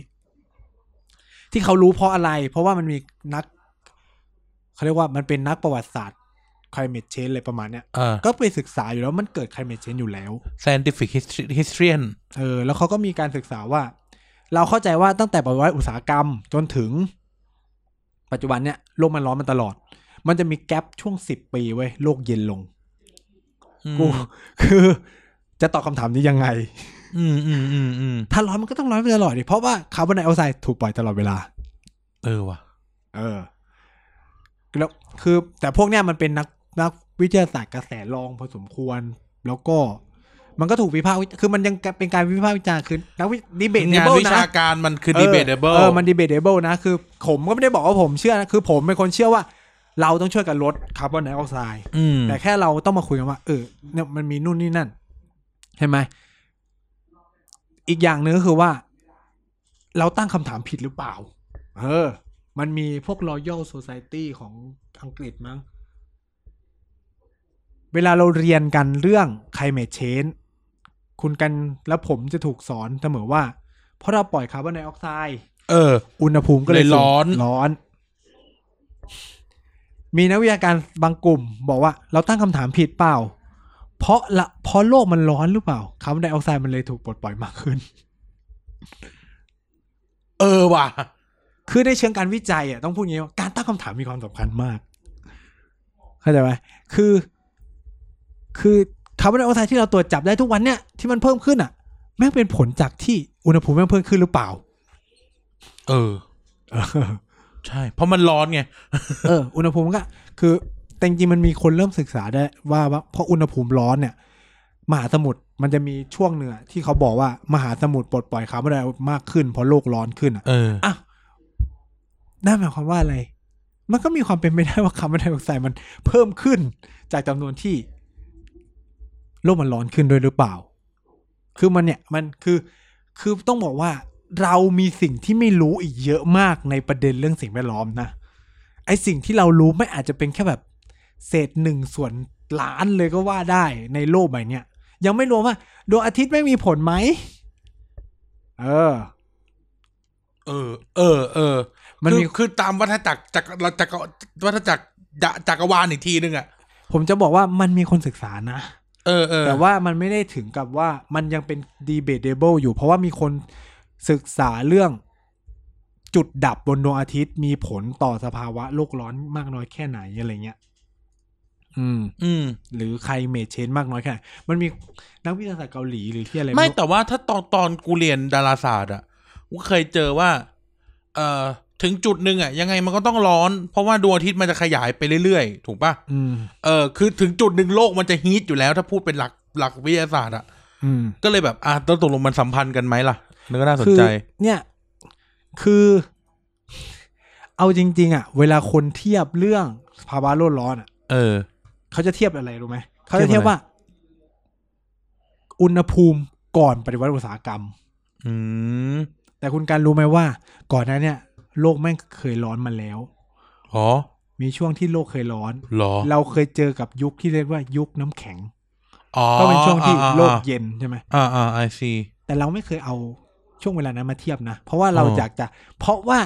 ที่เขารู้เพราะอะไร เพราะว่ามันมีนักเขาเรียกว่ามันเป็นนักประวัติศาสตร์ climate change อะไรประมาณเนี้ย เออ ก็ไปศึกษาอยู่แล้วมันเกิด climate change อยู่แล้ว scientific history historian เออ แล้วเขาก็มีการศึกษาว่า เราเข้าใจว่าตั้งแต่ปฏิวัติอุตสาหกรรม จนถึง ปัจจุบันเนี้ยโลกมันร้อนมันตลอด มันจะมีแกลบช่วงสิบปีเว้ยโลกเย็นลง กู คือ จะตอบคำถามนี้ยังไง อืมอืมอืมอืม ถ้าร้อนมันก็ต้องร้อนไปตลอดดิ เพราะว่าคาร์บอนไดออกไซด์ถูกปล่อยตลอดเวลา เออว่ะ เออ แล้วคือ แต่พวกเนี้ยมันเป็นนักนักวิทยาศาสตร์กระแสรองพอสมควร แล้วก็ มันก็ถูกวิพากษ์วิคือมันยังเป็นการวิพากษ์วิจารณ์คือนักวิดีเบต งานวิ นะ ชาการมันคือ อ debatable เออมันดีเบตเบิลนะ คือ ผมก็ไม่ได้บอกว่าผมเชื่อนะ คือผมเป็นคนเชื่อว่า เราต้องช่วยกันลดคาร์บอนไดออกไซด์ อืม แต่แค่เราต้องมาคุยกันว่า เออเนี่ยมันมีนู่นนี่นั่นใช่ไหมอีกอย่างหนึ่งก็คือว่า เราตั้งคำถามผิดหรือเปล่า เออ มันมีพวก Royal Society ของอังกฤษมั้ง เวลาเราเรียนกันเรื่อง climate change คุณกันและผมจะถูกสอนเสมอว่า เพราะเราปล่อยคาร์บอนไดออกไซด์ เออ อุณหภูมิก็เลย เลยร้อน สูงร้อน มีนักวิทยาการบางกลุ่ม บอกว่า เราตั้งคำถามผิดเปล่า เพราะละเพราะโลกมันร้อนหรือเปล่าคาร์บอนไดออกไซด์มันเลยถูกปลดปล่อยมากขึ้น เออว่ะ คือในเชิงการวิจัยอ่ะต้องพูดอย่างนี้ว่าการตั้งคำถามมีความสำคัญมาก เข้าใจไหมคือ คือคาร์บอนไดออกไซด์ที่เราตรวจจับได้ทุกวันเนี่ยที่มันเพิ่มขึ้นอ่ะ แม่งเป็นผลจากที่อุณหภูมิแม่งเพิ่มขึ้นหรือเปล่า เออ ใช่ เพราะมันร้อนไง เอออุณหภูมิก็คือแต่จริงๆมันมีคนเริ่มศึกษาได้ว่าว่าเพราะอุณหภูมิร้อนเนี่ย มหาสมุทรมันจะมีช่วงเนื้อะที่เขาบอกว่ามหาสมุทรปลดปล่อยคาร์บอนไดออกไซด์มากขึ้นเพราะโลกร้อนขึ้นอ่ะ เออ อ้าวนั่นหมายความว่าอะไร มันก็มีความเป็นไปได้ว่าคาร์บอนไดออกไซด์มันเพิ่มขึ้น จากจำนวนที่ โลกมันร้อนขึ้นด้วยหรือเปล่า คือมันเนี่ยมันคือคือต้องบอกว่าเรามีสิ่งที่ไม่รู้อีกเยอะมากในประเด็นเรื่องสิ่งแวดล้อมนะ ไอสิ่งที่เรารู้ไม่อาจจะเป็นแค่แบบ เศษหนึ่งส่วนล้านเลยก็ว่าได้ในโลกใบเนี้ยยังไม่รวมว่าดวงอาทิตย์ไม่มีผลไหมเออ เออ เออ เออ มัน คือ มี คือตามวัฏจักรจักรเราจักรวัฏจักรจะจักรวาลอีกทีนึงอ่ะ ผมจะบอกว่ามันมีคนศึกษานะ เออเออ แต่ว่ามันไม่ได้ถึงกับว่ามันยังเป็น debatable อยู่ เพราะว่ามีคนศึกษาเรื่องจุดดับบนดวงอาทิตย์มีผลต่อสภาวะโลกร้อนมากน้อยแค่ไหนอะไรเงี้ย อืม อืม หรือใครเมทเชนมากน้อยแค่ไหนมันมีนักวิทยาศาสตร์เกาหลีหรือที่อะไร ไม่ รู้ แต่ว่าถ้าตอนตอนกูเรียนดาราศาสตร์อ่ะกูเคยเจอว่า เอ่อ ถึงจุดหนึ่งอ่ะ ยังไงมันก็ต้องร้อน เพราะว่าดวงอาทิตย์มันจะขยายไปเรื่อยๆ ถูกป่ะ อืม เออ คือถึงจุดหนึ่งโลกมันจะฮีทอยู่แล้วถ้าพูดเป็นหลักหลักวิทยาศาสตร์อ่ะ อืม ก็เลยแบบ อ่ะตตกลงมันสัมพันธ์กันไหมล่ะนั่นก็น่าสน คือ ใจ เนี่ย คือ เอาจริง ๆ อ่ะ เวลาคนเทียบเรื่องภาวะโลกร้อนอ่ะ เออ เขาจะเทียบอะไรรู้ไหม เขาจะเทียบว่า อุณหภูมิก่อนปฏิวัติอุตสาหกรรม อืม แต่คุณการรู้ไหมว่า ก่อนหน้าเนี่ย โลกแม่งเคยร้อนมาแล้ว อ๋อ มีช่วงที่โลกเคยร้อน เหรอ เราเคยเจอกับยุคที่เรียกว่ายุคน้ำแข็ง อ๋อ ก็เป็นช่วงที่โลกเย็นใช่ไหม อ่าอ่าไอซี แต่เราไม่เคยเอาช่วงเวลานั้นมาเทียบนะ เพราะว่าเรา อ๋อ อ อ ยากจะ เพราะว่า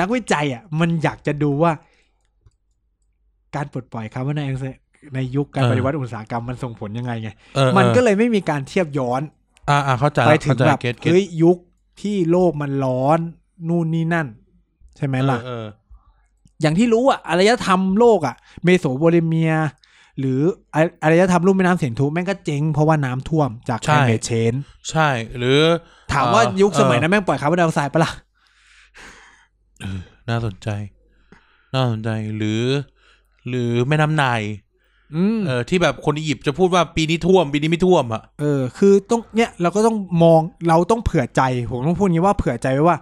นักวิจัยอ่ะ มันอยากจะดูว่า การปลดปล่อยคาร์บอนไดออกไซด์ในยุคการปฏิวัติอุตสาหกรรมมันส่งผลยังไงไง เออ มันก็ เออ เลยไม่มีการเทียบย้อน อ่าอ่าเข้าใจ ไป ละ ถึ เข้าง ใจ แบบ เกตเกต เฮ้ยยุคที่โลกมันร้อนนู่นนี่นั่น ใช่ไหมล่ะ เออ อย่างที่รู้อะอารยธรรมโลกอะเมโสโปเตเมีย หรืออะอารยธรรมลุ่มแม่น้ำเสียนทุแม่งก็เจ๊งเพราะว่าน้ำท่วมจาก climate change ใช่หรือ ถามว่า เอ่อ ยุคสมัย เอ่อ นั้นแม่งปล่อยคาร์บอนไดออกไซด์ปะล่ะ น่าสนใจ น่าสนใจหรือ หรือแม่น้ำไนาย อืม เออที่แบบคนอียิปต์จะพูดว่าปีนี้ท่วม ปีนี้ไม่ท่วมอ่ะ เออ คือต้องเนี่ยเราก็ต้องมองเราต้องเผื่อใจ ผมต้องพูดอย่างนี้ว่าเผื่อใจไว้ว่า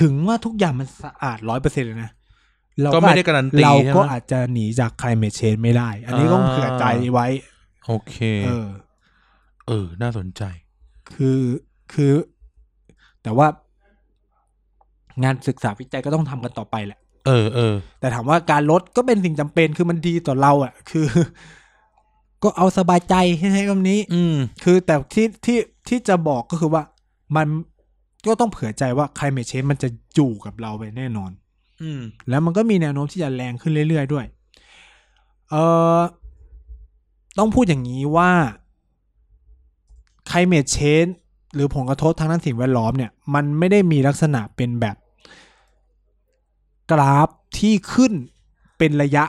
ถึงว่าทุกอย่างมันสะอาดร้อยเปอร์เซ็นต์เลยนะเรา ก็ไม่ได้การันตี เราก็ ใช่ไหม อาจจะหนีจาก climate change ไม่ได้ อันนี้ต้อง อ่า เผื่อใจไว้ โอเค เออ เออ น่าสนใจ คือคือ แต่ว่างานศึกษาวิจัยก็ต้องทำกันต่อไปแหละ เออเออ แต่ถามว่าการลดก็เป็นสิ่งจำเป็นคือมันดีต่อเราอ่ะ คือ ก็เอาสบายใจให้คำนี้ อืม คือแต่ที่ที่ที่จะบอกก็คือว่ามันก็ต้องเผื่อใจว่า climate change มันจะอยู่กับเราไปแน่นอน อืม แล้วมันก็มีแนวโน้มที่จะแรงขึ้นเรื่อยๆด้วย เอ่อ ต้องพูดอย่างนี้ว่า climate change หรือผลกระทบทางด้านสิ่งแวดล้อมเนี่ย มันไม่ได้มีลักษณะเป็นแบบ กราฟที่ขึ้นเป็นระยะ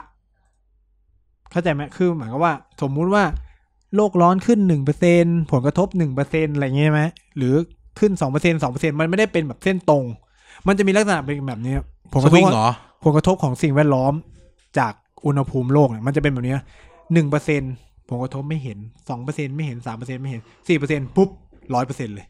เข้าใจไหมคือหมายความว่า สมมุติว่า โลกร้อนขึ้นหนึ่งเปอร์เซ็นผลกระทบหนึ่งเปอร์เซ็นอะไรอย่างเงี้ยใช่ไหมหรือขึ้นสองเปอร์เซ็นสองเปอร์เซ็นมันไม่ได้เป็นแบบเส้นตรง มันจะมีลักษณะเป็นแบบนี้ครับผลกสระท วิ บ งเหรอ ผลกระทบของสิ่งแวดล้อมจากอุณหภูมิโลกเนี่ยมันจะเป็นแบบนี้หนึ่งเปอร์เซ็นผลกระทบไม่เห็นสองเปอร์เซ็นไม่เห็นสามเปอร์เซ็นไม่เห็นสี่เปอร์เซ็นปุ๊บร้อยเปอร์เซ็นเลย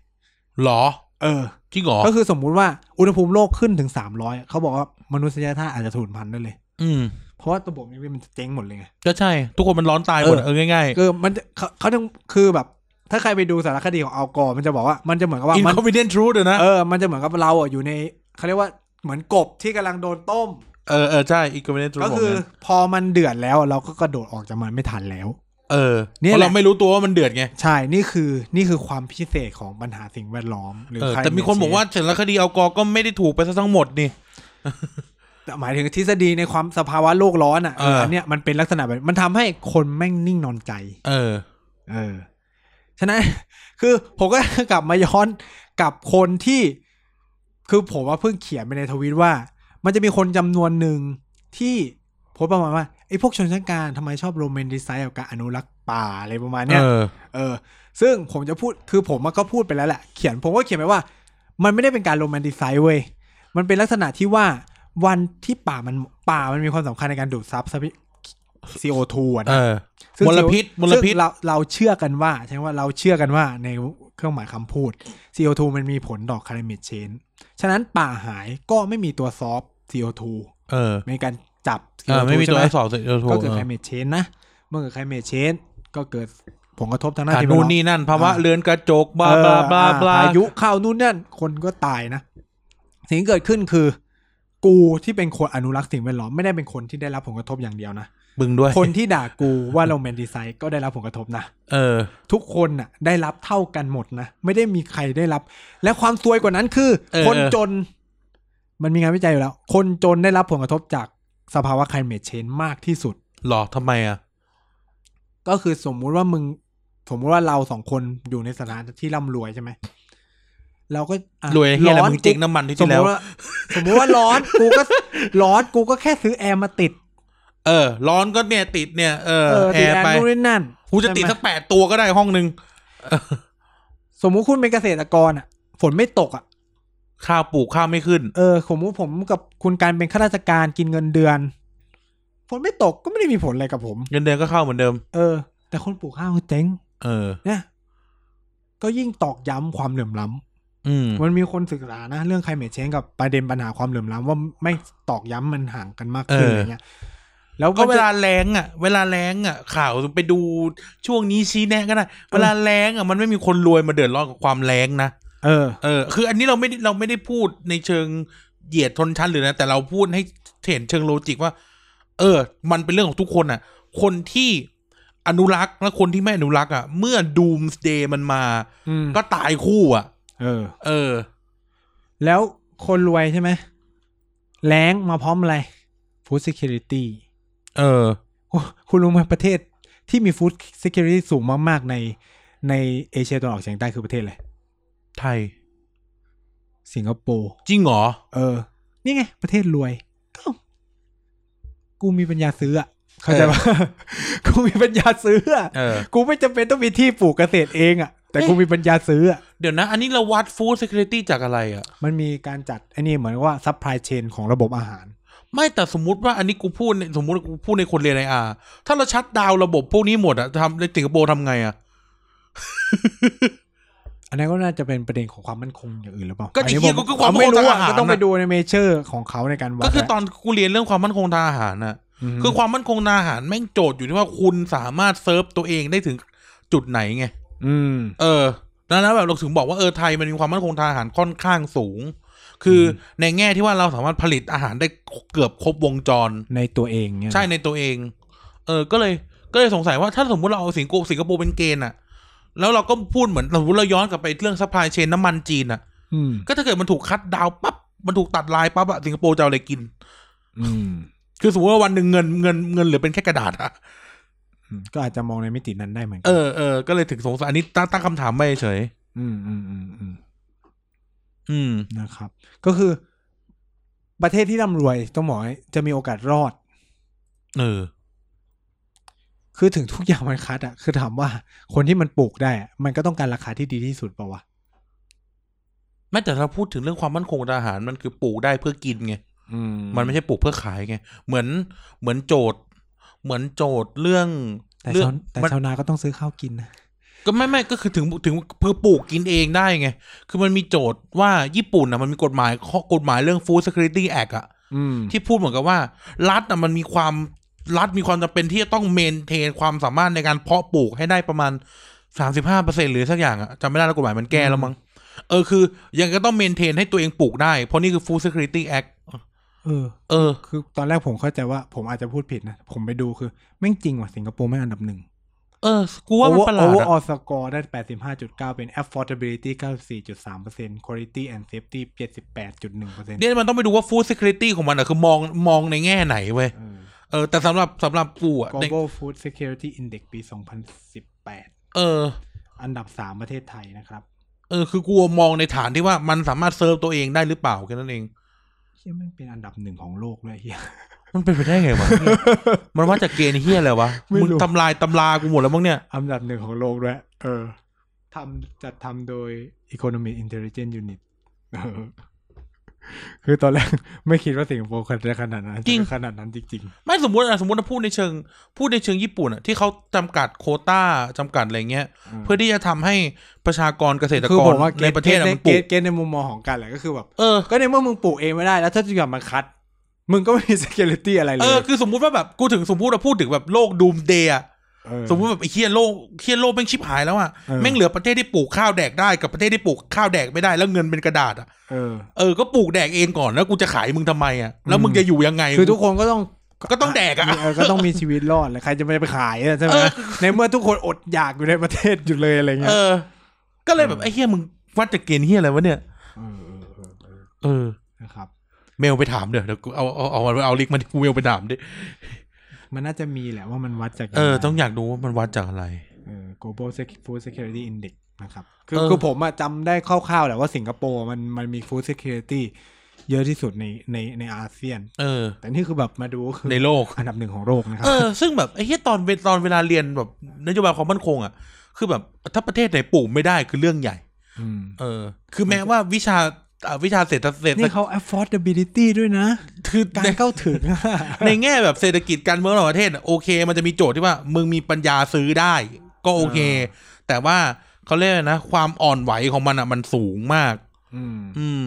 หรอ เออ จริงเหรอ ก็คือสมมุติว่าอุณหภูมิโลกขึ้นถึงสามร้อยเขาบอกว่ามนุษยชาติอาจจะสูญพันธุ์ได้เลย อืม เพราะว่าระบบนิเวศมันจะเจ๊งหมดเลยไง ก็ใช่ ทุกคนมันร้อนตายหมดอะเออง่าย เออมันจะเขาเขาต้องคือแบบ ถ้าใครไปดูสารคดีของอัลกอร์มันจะบอกว่ามันจะเหมือนกับว่า ๆ มัน inconvenient truth อะนะ เออ มันจะเหมือนกับเราอ่ะอยู่ในเขาเรียกว่าเหมือนกบที่กำลังโดนต้ม เออเออใช่ inconvenient truth ก็คือ ขงมัน พอมันเดือดแล้วเราก็กระโดดออกจากมันไม่ทันแล้ว เออ เนี่ เพ ย ราะ แหละ เราไม่รู้ตัวว่ามันเดือดไง ใช่นี่คือนี่คือความพิเศษของปัญหาสิ่งแวดล้อมหรือ เออ ใร แต่มีคนบอกว่าสารคดีเอากอก็ไม่ได้ถูกไปซะทั้งหมดนี่ แต่หมายถึงทฤษฎีในความสภาวะโลกร้อนอ่ะ เออ เอออันเนี้ยมันเป็นลักษณะแบบมันทำให้คนแม่งนิ่งนอนใจ เออ เออ ฉะนั้น คือผมก็ กลับมาย้อนกับคนที่ คือผมว่าเพิ่งเขียนไปในทวิตว่า มันจะมีคนจำนวนหนึ่งที่โพสต์ประมาณว่าไอ้พวกชนชั้นกลางทำไมชอบโรแมนติไซด์กับการอนุรักษ์ป่าอะไรประมาณ เอ เนี้ย อ เออ ซึ่งผมจะพูด คือผมก็พูดไปแล้วแหละ เขียนผมก็เขียนไปว่า มันไม่ได้เป็นการโรแมนติไซด์เว้ย มันเป็นลักษณะที่ว่าวันที่ป่ามันป่ามันมีความสำคัญในการดูดซับซับ CO2 อะ เอ นะ อ ซึ่ง มลพิษ มลพิษ ซึ่งเราเราเชื่อกันว่าใช่ว่าเราเชื่อกันว่าในเครื่องหมายคำพูด CO2 มันมีผลต่อ climate change ฉะนั้นป่าหายก็ไม่มีตัวซอฟ CO2 เออ ในการจับ เออ CO2 ไม่มีตัว ใช่ห อักษรเออถูก ก็เกิด เออ climate change นะ เมื่อเกิด climate change ก็เกิดผลกระทบทางด้าน อ่ะ สิ่งแวด นู่น ล้อม นี่นั่นภาวะ อ่า เรือนกระจกบลาบลาบลาบลา เอออายุเข้านู่นนั่นคนก็ตายนะ สิ่งที่เกิดขึ้นคือ กูที่เป็นคนอนุรักษ์สิ่งแวดล้อมไม่ได้เป็นคนที่ได้รับผลกระทบอย่างเดียว นะ บึงด้วย คนที่ด่ากูว่าเราแมนดีไซน์ก็ได้รับผลกระทบนะ เออ ทุกคนน่ะได้รับเท่ากันหมดนะ ไม่ได้มีใครได้รับ และความซวยกว่านั้นคือ เออ คนจน มันมีงานวิจัยอยู่แล้ว คนจนได้รับผลกระทบจากสภาวะ climate change มากที่สุด หรอทำไมอ่ะ ก็คือสมมุติว่ามึง สมมุติว่าเราสองคนอยู่ในสถานที่ร่ำรวยใช่ไหมเราก็อ่ะ รวยเฮียอะไร ร้อน มึงเจ๊งน้ำมันที่ สม ที่ ม แล้ว ติว่า สมมติว่าร้อนกูก็ร้อนกูก็แค่ซื้อแอร์มาติด เออ ร้อนก็เนี่ยติดเนี่ย เออ แอ ติดแอร์ร์ ไป นู่นนี่นั่น กูจะติด ใช่ไหม สักแปดตัวก็ได้ห้องหนึ่ง สมมุติคุณเป็นเกษตรกรอ่ะ ฝนไม่ตกอ่ะ ข้าวปลูกข้าวไม่ขึ้น เออผมว่าผมกับคุณการเป็นข้าราชการกินเงินเดือน ฝนไม่ตกก็ไม่ได้มีผลอะไรกับผม เงินเดือนก็เข้าเหมือนเดิม เออ แต่คนปลูกข้าวเจ๊ง เออ เนี่ยก็ยิ่งตอกย้ำความเหลื่อมล้ำ อืม มันมีคนศึกษานะ เรื่องใครเมทเชงกับประเด็นปัญหาความเหลื่อมล้ำว่าไม่ตอกย้ำมันห่างกันมากขึ้น เอออ อะไรเงี้ย แล้ว ก็ ก็ เว เวลา ลาแรงอ่ะ เวลาแรงอ่ะ ข่าวไปดูช่วงนี้ชี้แนะก็ได้ เวลาแรงอ่ะมันไม่มีคนรวยมาเดือดร้อนกับความแรงนะ เออ เออ คืออันนี้เราไม่ได้เราไม่ได้พูดในเชิงเหยียดชนชั้นหรือนะ แต่เราพูดให้เห็นเชิงโลจิกว่า เออ มันเป็นเรื่องของทุกคนอ่ะ คนที่ อนุรักษ์และคนที่ไม่อนุรักษ์อ่ะ เมื่อดูมส์เดย์มันมา อืม ก็ตายคู่อ่ะ เออ เออ แล้วคนรวยใช่ไหมแล้งมาพร้อมอะไร Food Security เออ โอ้คุณรู้ไหมประเทศที่มี Food Security สูงมาก ๆ ในในเอเชียตะวันออกเฉียงใต้คือประเทศอะไร ไทย สิงคโปร์ จริงเหรอ เออ นี่ไง ประเทศรวยก็กูมีปัญญาซื้ออะเข้าใจปะ กูมีปัญญาซื้ออะ เออ กูไม่จำเป็นต้องมีที่ปลูกเกษตรเองอะแต่กูมีปัญญาซื้ออะ เดี๋ยวนะ อันนี้เราวัดฟู้ด e c u r i t y จากอะไรอ่ะ มันมีการจัดไอันนี้เหมือนว่าซัพพลายเชนของระบบอาหาร ไม่แต่สมมติว่าอันนี้กูพูดในสมมติกูพูดในคนเรียนไออาถ้าเราชัดดาวน์ระบบพวกนี้หมดอ่ะทำในสิงคโปร์ทำไงอ่ะ อันนั้นก็น่าจะเป็นประเด็นของความมั่นคงอย่างอื่นหรือเปล่า ก็ อันนี้ ไอ้เหี้ย ผม ก็ความ ผมไม่รู้ มั่นคงทาอะงอาหาร ก็ต้องไป น่ะ ดูในเมเจอร์ของเขาในการวัด ก็คือ นะ ตอนกูเรียนเรื่องความมั่นคงทางอาหารน่ะ ม คือความมั่นคงทางอาหารแม่งโจทย์อยู่ที่ว่าคุณสามารถเซิร์ฟตัวเองได้ถึงจุดไหนไง อืม เออดังนั้นแบบเราถึงบอกว่าเออไทยมันมีความมั่นคงทางอาหารค่อนข้างสูง คืออในแง่ที่ว่าเราสามารถผลิตอาหารได้เกือบครบวงจร ในตัวเองเนี่ยนะ ใช่ในตัวเอง เออ ก็เลย ก็เลยสงสัยว่าถ้าสมมติเราเอาสิงคโปร์สิงคโปร์เป็นเกณฑ์อะแล้วเราก็พูดเหมือนสมมติเราย้อนกลับไปเรื่องซัพพลายเชนน้ำมันจีนอะ อืม ก็ถ้าเกิดมันถูกคัดดาวน์ปั๊บ มันถูกตัดลายปั๊บอะสิงคโปร์จะเอาอะไรกิน อืม คือสมมติว่าวันหนึ่งเงินเงินเงินเหลือเป็นแค่กระดาษอะ อืมก็อาจจะมองในมิตินั้นได้เหมือนกั เออเออก็เลยถึงสงสัยอันนี้ตั้งตั้งคำถามไปเฉย อืมอืมอืมอืม อืม นะครับ ก็คือประเทศที่ร่ำรวยต้องบอกให้จะมีโอกาสรอด เออ คือถึงทุกอย่างมันคัดอะคือถามว่าคนที่มันปลูกได้อะมันก็ต้องการราคาที่ดีที่สุดเปล่าวะ แม้แต่ถ้าพูดถึงเรื่องความมั่นคงทางอาหารมันคือปลูกได้เพื่อกินไง มันไม่ใช่ปลูกเพื่อขายไง เหมือนเหมือนโจทย์ เหมือนโจทย์เรื่อง แต่ เรื่ ชาวแต่ มัน ชาวนาก็ต้องซื้อข้าวกินนะ ก็ไม่ไม่ก็คือถึงถึงเพื่อปลูกกินเองได้ไง คือมันมีโจทย์ว่าญี่ปุ่นนะมันมีกฎหมายข้อกฎหมายเรื่อง Food Security Act อะที่พูดเหมือนกับว่า รัฐอะมันมีความรัฐมีความจำเป็นที่จะต้องเมนเทนความสามารถในการเพาะปลูกให้ได้ประมาณสามสิบห้าเปอร์เซ็นหรือสักอย่างอะจำไม่ได้แล้วกฎหมายมันแก้แล้วมั้งเออคือ ยังก็ต้องเมนเทนให้ตัวเองปลูกได้เพราะนี่คือ Food Security Act เออ เออ คือตอนแรกผมเข้าใจว่า ผมอาจจะพูดผิดนะ ผมไปดูคือแม่งจริงว่ะสิงคโปร์แม่งอันดับหนึ่ง เออ กูว่ามันประหลาด โอเวอ อะ ร์ออสกอร์ได้ 85.9 เป็น affordability 94.3% quality and safety 78.1% เนี่ยมันต้องไปดูว่า food security ของมันอะคือมองมองในแง่ไหนเว้ย เออ เออ แต่สำหรับสำหรับกูอะใน global food security index ปี 2018 เออ อันดับสามประเทศไทยนะครับ เออ คือกูมองในฐานที่ว่ามันสามารถเซิร์ฟตัวเองได้หรือเปล่าแค่นั้นเอง เฮียแม่งเป็นอันดับหนึ่งของโลกเลยเฮีย มันเป็นไปได้ไงวะ มันว่าจากเกณฑ์เฮียอะไรวะ ไม่รู้ มึงทำลายตำรากูหมดแล้วมั้งเนี่ย อันดับหนึ่งของโลกด้วยเออทำจัดทำโดย Economic Intelligence Unit เออคือตอนแรก ไม่คิดว่าสิงคโปร์จะขนาดนั้น จริง ขนาดนั้นจริง ไม่สมมติอะสมมติถ้าพูดในเชิง พูดในเชิงญี่ปุ่นอะที่เขาจำกัดโควต้าจำกัดอะไรเงี้ย อืม เพื่อที่จะทำให้ประชากรเกษตร ๆคื กร ผมว่า ในประเทศอะ ใน มันปลูก เกณฑ์ในมุมมองของการแหละก็คือแบบ เออ ก็ในเมื่อมึงปลูกเองไม่ได้แล้วถ้าทุกอย่างมันคัด มึงก็ไม่มี security อะไรเล เอย อ คือสมมุติว่าแบบกูถึงสมมติเราพูดถึงแบบโลกดูมเดย์อะ เออ สมมติแบบไอ้เคียโลกเคียโลกแม่งชิบหายแล้วอ่ะ เออ แม่งเหลือประเทศที่ปลูกข้าวแดกได้กับประเทศที่ปลูกข้าวแดกไม่ได้แล้วเงินเป็นกระดาษอ่ะ เออ เออก็ปลูกแดกเองก่อนแล้วกูจะขายมึงทำไมอ่ะแล้วมึงจะอยู่ยังไง คือทุกคนก็ต้อง ก็ต้องแดกอะ มีเก็ต้องมีชีวิตรอดแหละใครจะไปไปขายอะใช่ไหม เออ ในเมื่อทุกคนอดอยากอยู่ในประเทศอยู่เลยอะไรเงี้ เอย อ ก็เลยแบบไอ้เฮียมึงวัดจากเกณฑ์เฮียอะไรวะเนี่ยเออ นะครับ เมลไปถามเดี๋ยวเดี๋ยวกูเอาเอาเอาเอาลิงก์มาที่กูเมลไปถามดิ มันน่าจะมีแหละว่ามันวัดจาก เออต้องอยากดูว่ามันวัดจากอะไร เออ global Sec- food security index นะครับคือ เออ คือผมอะจำได้คร่าวๆแหละว่าสิงคโปร์มันมันมี food security เยอะที่สุดในในในอาเซียน เออ แต่นี่คือแบบมาดูก็คือ ในโลก อันดับหนึ่งของโลกนะครั เอบ อ ซึ่งแบบไอ้เหี้ยตอนเวตอนเวลาเรียนแบบนโยบายความมั่นคงอ่ะคือแบบถ้าประเทศไหนปลูกไม่ได้คือเรื่องใหญ่ อืม เออ คือแม้ว่าวิชาอ่าวิชาเศรษฐเศรษฐ นี่เขา affordability ด้วยนะ คือ การ ใน เข้าถึงอะ ในแง่แบบเศรษฐกิจการเมืองระหว่างประเทศน่ะโอเค มันจะมีโจทย์ที่ว่า มึงมีปัญญาซื้อได้ ก็โอเค แต่ว่าเขาเรียกอะไรนะ ความอ่อนไหวของมันอ่ะมันสูงมาก อืม อืม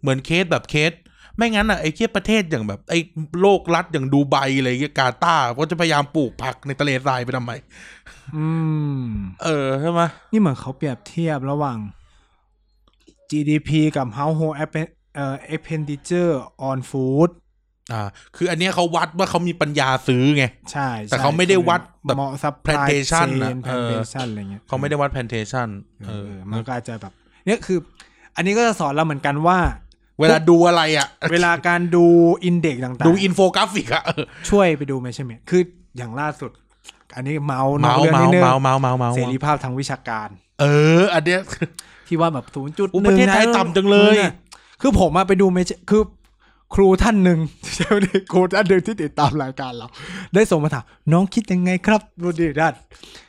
เหมือนเคสแบบเคส ไม่งั้นอ่ะไอ้เทียประเทศอย่างแบบไอ้โลกรัฐอย่างดูไบอะไรเงี้ยกาตาร์ก็จะพยายามปลูกผักในทะเลทรายไปทำไม อืม เออใช่ไหม นี่เหมือนเขาเปรียบเทียบระหว่าง GDP กับ household app- เอ่อ expenditure on food อ่า คืออันเนี้ยเขาวัดว่าเขามีปัญญาซื้อไง ใช่ แต่เขาไม่ได้วัดแบบ เหมาะซับ plantation น่ะ แพ เอ ล อ นเทชันอะไรเงี้ย เขาไม่ได้วัดแพนเทชัน เออมันก็อาจจะแบบเนี่ยคือ อันนี้ก็จะสอนเราเหมือนกัน ว่า เวลาดูอะไรอ่ะ เวลาการดูอินเด็กซ์ต่าง ดูอินโฟกราฟิกอ่ะเออ ๆ ช่วยไปดู measurement คืออย่างล่าสุด อันนี้เมาส์นอ เมากส์ เรื่องนิดนึงเมาส์เมาส์เมาส์เมาส์เมาส์ เสรีภาพทางวิชาการ เออ อันเนี้ย ที่ว่าแบบศูนย์จุด อุ๊ยประเทศไทยต่ำจังเลย คือผมมาไปดูเมชคือ ครูท่านหนึ่ง ใช่ไหมครูท่านหนึ่งที่ติดตามรายการเรา ได้ส่งมาถามน้องคิดยังไงครับดูดิด้าน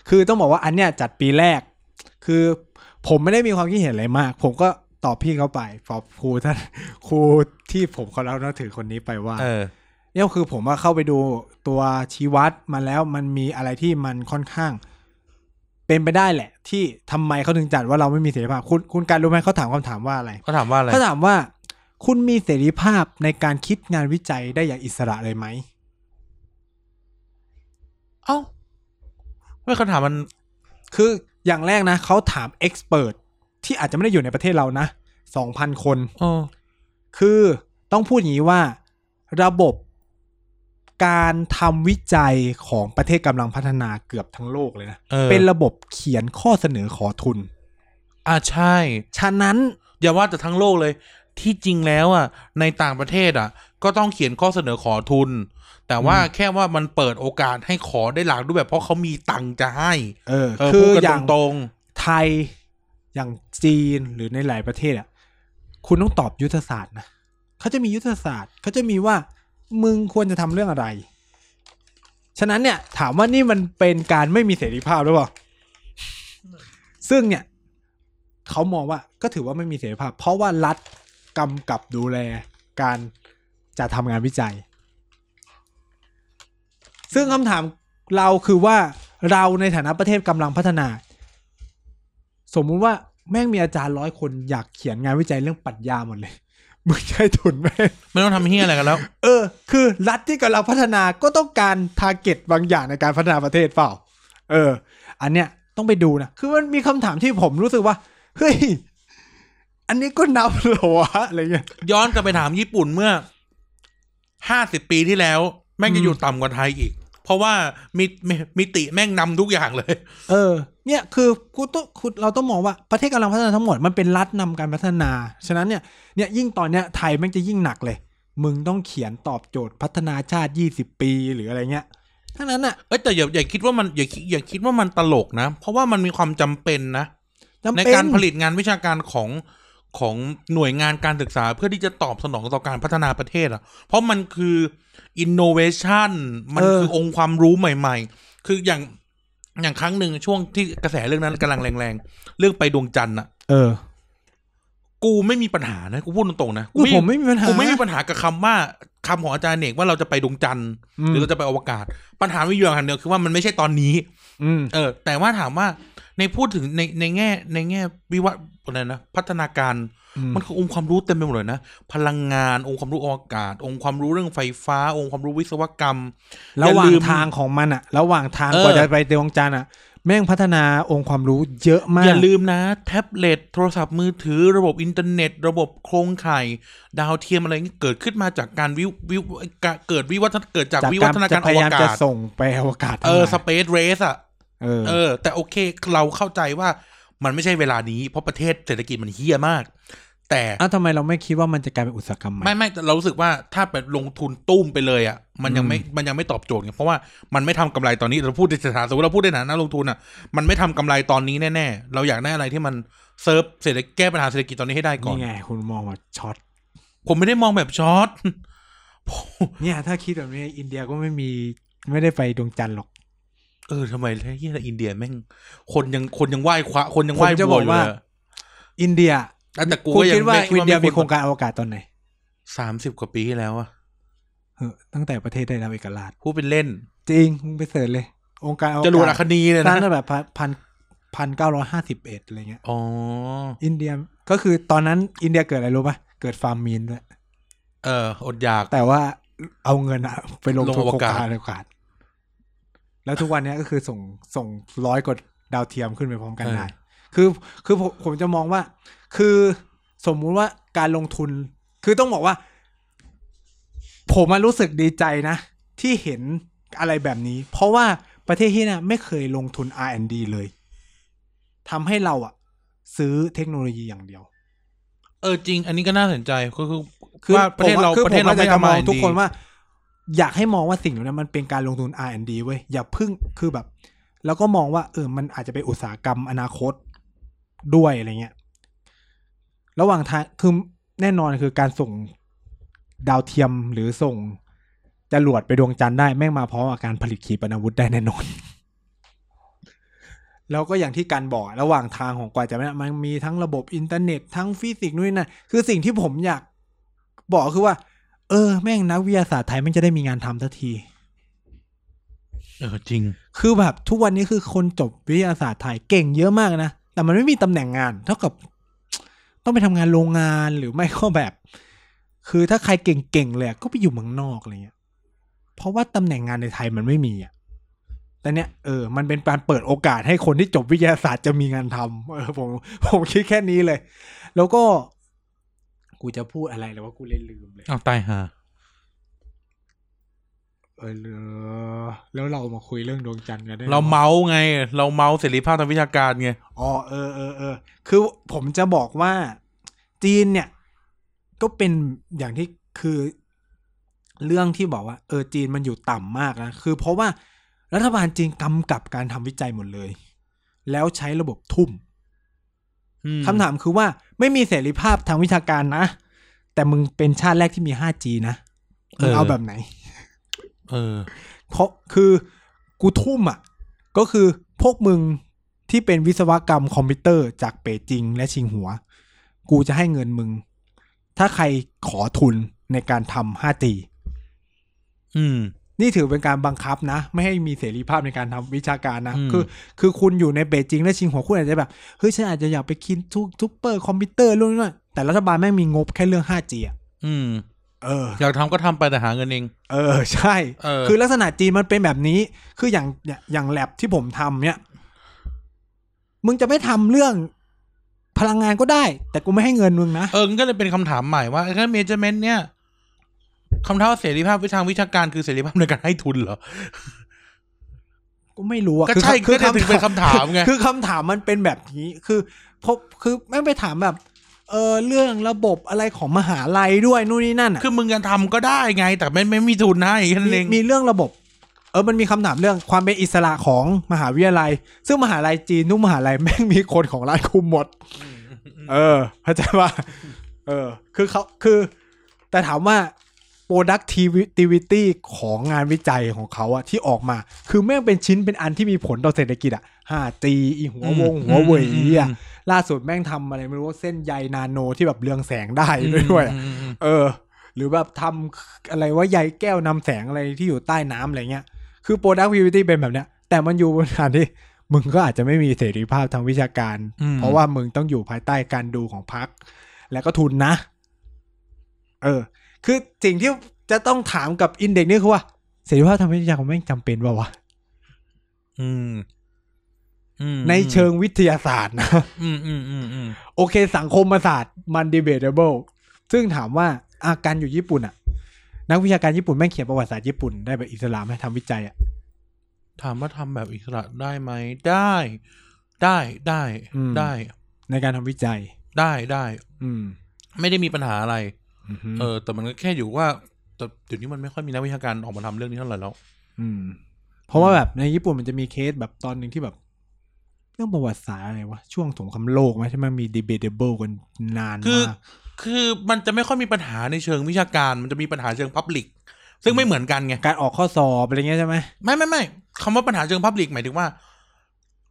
คือต้องบอกว่าอันเนี้ยจัดปีแรก คือผมไม่ได้มีความคิดเห็นอะไรมาก ผมก็ตอบพี่เขาไปตอบครูท่านครูที่ผมเขาเล่านับถือคนนี้ไปว่า เออ เนี่ยคือผมว่าเข้าไปดูตัวชี้วัดมาแล้วมันมีอะไรที่มันค่อนข้าง เป็นไปได้แหละ ที่ทำไมเขาถึงจัดว่าเราไม่มีเสรีภาพ คุณคุณการรู้ไหมเขาถามคำถามว่าอะไร เขาถามว่าอะไร เขาถามว่า คุณมีเสรีภาพในการคิดงานวิจัยได้อย่างอิสระเลยไหม เอ้าไม่คำถามมัน คืออย่างแรกนะเขาถามเอ็กซ์เพรสที่อาจจะไม่ได้อยู่ในประเทศเรานะสองพันคน เออ คือต้องพูดอย่างนี้ว่าระบบการทำวิจัยของประเทศกำลังพัฒนาเกือบทั้งโลกเลยนะ เออ เป็นระบบเขียนข้อเสนอขอทุน อ่าใช่ ฉะนั้น อย่าว่าแต่ทั้งโลกเลย ที่จริงแล้วอ่ะ ในต่างประเทศอ่ะ ก็ต้องเขียนข้อเสนอขอทุน แต่ว่าแค่ว่ามันเปิดโอกาสให้ขอได้หลากรูปแบบเพราะเขามีตังค์จะให้ เออ เออ คื พู อ ดกัน อย่าง ตรง ไทยอย่างจีนหรือในหลายประเทศอ่ะคุณต้องตอบยุทธศาสตร์นะเขาจะมียุทธศาสตร์เขาจะมีว่ามึงควรจะทำเรื่องอะไร ฉะนั้นเนี่ยถามว่านี่มันเป็นการไม่มีเสรีภาพหรือเปล่า ซึ่งเนี่ยเขามองว่าก็ถือว่าไม่มีเสรีภาพ เพราะว่ารัฐกำกับดูแลการจะทำงานวิจัย ซึ่งคำถามเราคือว่าเราในฐานะประเทศกำลังพัฒนา สมมุติว่าแม่งมีอาจารย์ร้อยคนอยากเขียนงานวิจัยเรื่องปรัชญาหมดเลย มึงจะใช้ทุนไหม ๆ ไม่ต้องทำเฮียอะไรกันแล้ว เออ คือรัฐที่กำลังพัฒนาก็ต้องการทาร์เก็ตบางอย่างในการพัฒนาประเทศเปล่า เออ อันเนี้ยต้องไปดูนะ คือมันมีคำถามที่ผมรู้สึกว่า เฮ้ย อันนี้ก็นับเหรอวะอะไรเงี้ย ย้อนกลับไปถามญี่ปุ่นเมื่อห้าสิบปีที่แล้ว แม่งจะอยู่ต่ำกว่าไทยอีก เพราะว่ามิมิมิติแม่งนำทุกอย่างเลย เออ เนี่ย คือกูต้องคุณเราต้องมองว่าประเทศกำลังพัฒนาทั้งหมดมันเป็นรัฐนำการพัฒนา ฉะนั้นเนี่ย เนี่ยยิ่งตอนเนี้ยไทยแม่งจะยิ่งหนักเลย มึงต้องเขียนตอบโจทย์พัฒนาชาติ 20 ปีหรืออะไรเงี้ยทั้งนั้นอ่ะ เอ้ยแต่อย่าอย่าคิดว่ามันอย่าคิดอย่าคิดว่ามันตลกนะ เพราะว่ามันมีความจำเป็นนะ จำ ใน เป็น การผลิตงานวิชาการของของหน่วยงานการศึกษาเพื่อที่จะตอบสนองต่อการพัฒนาประเทศอ่ะ เพราะมันคืออินโนเวชันมัน เออ คือองค์ความรู้ใหม่ ๆ คืออย่างอย่างครั้งหนึ่งช่วงที่กระแสเรื่องนั้นกำลังแรงๆ เรื่องไปดวงจันทร์อ่ะ เออ กูไม่มีปัญหานะกูพูดตรงๆนะ กูผมไม่มีปัญหา กูไม่มีปัญหากับคำว่าคำของอาจารย์เนกว่าเราจะไปดวงจันทร์ อืม หรือเราจะไปอวกาศ ปัญหามีอยู่อย่างเดียวคือว่ามันไม่ใช่ตอนนี้ อืม เออแต่ว่าถามว่าในพูดถึงในในแง่ในแง่วิวัฒน์อะไรนะพัฒนาการ อืม มันคือองค์ความรู้เต็มไปหมดเลยนะ พลังงานองค์ความรู้อวกาศ องค์ความรู้เรื่องไฟฟ้า องค์ความรู้วิศวกรรม ระหว่า อย่าลื ง ม ทางของมันอะระหว่างทาง เออ กว่าจะไปดวงจันทร์อะแม่งพัฒนาองค์ความรู้เยอะมาก อย่าลืมนะแท็บเล็ตโทรศัพท์มือถือ ระบบอินเทอร์เน็ต ระบบโครงข่าย ดาวเทียมอะไรเงี้ยเกิดขึ้นมาจากการวิววิวกะเกิดวิวัฒนเกิดจาก จาก วิวั การ ฒนา จะ การอวยพายามจะ กาศ ส่งไปอวกาศ เออ ทำไม สเปซเรสอ่ะ เออ เออแต่โอเคเราเข้าใจว่ามันไม่ใช่เวลานี้ เพราะประเทศเศรษฐกิจมันเฮี้ยมาก แต่ อ้าวทำไมเราไม่คิดว่ามันจะกลายเป็นอุตสาหกรรมใหม่ ไม่ไม่แต่เรารู้สึกว่าถ้าไปลงทุนตุ้มไปเลยอ่ะมันยังไม่มันยังไม่ตอบโจทย์ไงเพราะว่ามันไม่ทำกำไรตอนนี้เราพูดในสถานะสมมติเราพูดในฐานะนักลงทุนอ่ะมันไม่ทำกำไรตอนนี้แน่ๆ เราอยากได้อะไรที่มันเซิร์ฟเศรษฐกิจแก้ปัญหาเศรษฐกิจตอนนี้ให้ได้ก่อน นี่ไง คุณมองว่าช็อต ผมไม่ได้มองแบบช็อต เนี่ย ถ้าคิดแบบนี้อินเดียก็ไม่มีไม่ได้ไปดวงจันทร์หรอก เออทำไมเฮียอินเดียแม่งคนยังคนยังไหว้ควะคนยังไห ผ ว้ มจะ บบว อก อยู่เล ว่า ยอะ อินเดีย แต่กู คุ ก็ ณ ยัง คิดว่า ไม่คิด อิน ว่า เดียมี ไม่ โค ค ร วรง การอวกาศตอนไหน สามสิบกว่าปีที่แล้วอะ เออตั้งแต่ประเทศได้รับเอกราช พูดเป็นเล่น จริงมึงไปเสิร์ชเลย องค์การอวกาศ จรวดอัคนีเนี่ย ตั้งนะแต่แบบพันพันเก้าร้อยห้าสิบเอ็ดอะไรเงี้ย อ๋อ อินเดียก็คือตอนนั้นอินเดียเกิดอะไรรู้ป่ะเกิดฟาร์มมีนด้วย เอออดอยาก แต่ว่าเอาเงินอะไปลง ลง ทุน อ โคว รง กาส การอวกาศ แล้วทุกวันเนี้ยก็คือส่งส่งร้อยกว่าดาวเทียมขึ้นไปพร้อมกันได้คือคือผมผมจะมองว่า คือสมมุติว่าการลงทุน คือต้องบอกว่า ผมมารู้สึกดีใจนะ ที่เห็นอะไรแบบนี้ เพราะว่าประเทศที่น่ะไม่เคยลงทุน R&D เลยทำให้เราอะซื้อเทคโนโลยีอย่างเดียว เออจริง อันนี้ก็น่าสนใจก็คือ คือ ว่าประเทศเรา ผมอ ประเทศเรา คือผอจจไม่ทำ ม มา องทุกคนว่า อยากให้มองว่าสิ่งเหล่านี้มันเป็นการลงทุน R&D เว้ยอย่าเพึ่งคือแบบ แล้วก็มองว่า เออ มันอาจจะเป็นอุตสาหกรรมอนาคตด้วยอะไรเงี้ย ระหว่างทางคือแน่นอนคือการส่งดาวเทียมหรือส่งจรวดไปดวงจันทร์ได้แม่งมาพร้อมกับการผลิตขีปนาวุธได้แน่นอน แล้วก็อย่างที่การบอกระหว่างทางของกว่าจะมันมีทั้งระบบอินเทอร์เน็ตทั้งฟิสิกส์นู่นนนั่นคือสิ่งที่ผมอยากบอกคือว่า เออ แม่งนักวิทยาศาสตร์ไทยแม่งจะได้มีงานทำทันที เออจริง คือแบบทุกวันนี้คือคนจบวิทยาศาสตร์ไทยเก่งเยอะมากนะ แต่มันไม่มีตำแหน่งงาน เท่ากับ ต้องไปทำงานโรงงานหรือไม่ก็แบบ คือถ้าใครเก่งๆเลยอะก็ไปอยู่เมืองนอกอะไรเงี้ยเพราะว่าตำแหน่งงานในไทยมันไม่มีอ่ะแต่เนี้ยเออมันเป็นการเปิดโอกาสให้คนที่จบวิทยาศาสตร์จะมีงานทำเออผมผมคิดแค่นี้เลย แล้วก็ กูจะพูดอะไรแล้วว่ากูเลยลืมเลย เอาวตายฮะ เออเออแล้วเรามาคุยเรื่องดวงจันทร์กันได้ไห เราเมาส์ไง เราเมาส์เสรีภาพทางวิชาการไง อ๋อเออเออเออคือผมจะบอกว่าจีนเนี่ย ก็เป็นอย่างที่คือเรื่องที่บอกว่า เออจีนมันอยู่ต่ำมากนะ คือเพราะว่ารัฐบาลจีนกำกับการทำวิจัยหมดเลย แล้วใช้ระบบทุ่ม อืม คำถามคือว่าไม่มีเสรีภาพทางวิชาการนะ แต่มึงเป็นชาติแรกที่มี 5G นะมึงเอาแบบไหน เออ เพราะคือกูทุ่มอ่ะ ก็คือพวกมึงที่เป็นวิศวกรรมคอมพิวเตอร์จากเปจิงและชิงหัว กูจะให้เงินมึง ถ้าใครขอทุนในการทำ 5G อืม นี่ถือเป็นการบังคับนะ ไม่ให้มีเสรีภาพในการทำวิชาการนะ อืม คือ คือคุณอยู่ในเปจิงและชิงหัวคุณอาจจะแบบเฮ้ยฉันอาจจะอยากไปคิดทุกซุปเปอร์คอมพิวเตอร์รุ่นนั้นแต่รัฐบาลแม่งมีงบแค่เรื่อง 5G อ่ะ อืม เออ อยากทำก็ทำไปแต่หาเงินเอง เออ ใช่ เออ คือลักษณะจีนมันเป็นแบบนี้ คืออย่างอย่างอย่างแลบที่ผมทำเนี่ย มึงจะไม่ทำเรื่องพลังงานก็ได้ แต่กูไม่ให้เงินมึงนะ เอองั้นก็เลยเป็นคำถามใหม่ว่าถ้าเมเจอร์เมนต์เนี่ยคำถามว่าเสรีภาพวิทางวิชาการคือเสรีภาพในการให้ทุนเหรอ กูไม่รู้อะ ก็ใช่ คือ ก็ถึงเป็นคำถามไง คือคำถามมันเป็นแบบนี้ คือพบคือไม่งไปถามแบบ เออเรื่องระบบอะไรของมหาลัยด้วยนู่นนี่นั่นอะ คือมึงจะทำก็ได้ไง แต่ไม่ไม่มีทุนให้แค่นั้น มี เอง มีเรื่องระบบ เออ มันมีคำถามเรื่องความเป็นอิสระของมหาวิทยาลัย ซึ่งมหาลัยจีนทุกมหาลัยแม่งมีคนของรัฐคุมหมด เออเข้าใจว่า เออ คือเขาคือ แต่ถามว่า productivity ของงานวิจัยของเขาอะที่ออกมา คือแม่งเป็นชิ้นเป็นอันที่มีผลต่อเศรษฐกิจอะ 5G อีหัววง หัวเว่ยอีอะล่าสุดแม่งทำอะไรไม่รู้ว่าเส้นใยนาโนที่แบบเรืองแสงได้ด้วยอะ อืมอืม เออ หรือแบบทำอะไรว่าใยแก้วนำแสงอะไรที่อยู่ใต้น้ำอะไรเงี้ย คือ productivity เป็นแบบเนี้ย แต่มันอยู่บนฐานที่ มึงก็อาจจะไม่มีเสรีภาพทางวิชาการ อืม เพราะว่ามึงต้องอยู่ภายใต้การดูของพัก และก็ทุนนะ เออ คือสิ่งที่จะต้องถามกับอินเด็กนี่คือว่า เสรีภาพทางวิชาการแม่งจำเป็นเปล่าวะ อืมอืม ในเชิงวิทยาศาสตร์นะ อืมอืมอืมอืม โอเค สังคมศาสตร์มัน debatable ซึ่งถามว่าอาการอยู่ญี่ปุ่นอ่ะ นักวิชาการญี่ปุ่นแม่งเขียนประวัติศาสตร์ญี่ปุ่นได้แบบอิสลามให้ทำวิจัยอ่ะ ถามว่าทำแบบอิสระได้ไหมได้ ได้ได้ได้ ในการทำวิจัย ได้ได้ อืม ไม่ได้มีปัญหาอะไร หื เออ แต่มันก็แค่อยู่ว่าแต่เดี๋ยวนี้มันไม่ค่อยมีนักวิชาการออกมาทำเรื่องนี้เท่าไหร่แล้ว มเพราะว่าแบบในญี่ปุ่นมันจะมีเคสแบบตอนหนึ่งที่แบบ เรื่องประวัติศาสตร์อะไรวะ ช่วงสงครามโลกไหมที่มันมี debatable กันนาน คือ มาก คือมันจะไม่ค่อยมีปัญหาในเชิงวิชาการ มันจะมีปัญหาเชิงพับลิก ซึ่งไม่เหมือนกันไง การออกข้อสอบอะไรเงี้ยใช่ไหม ไม่ไม่ไม่คำว่าปัญหาเชิงพับลิกหมายถึงว่า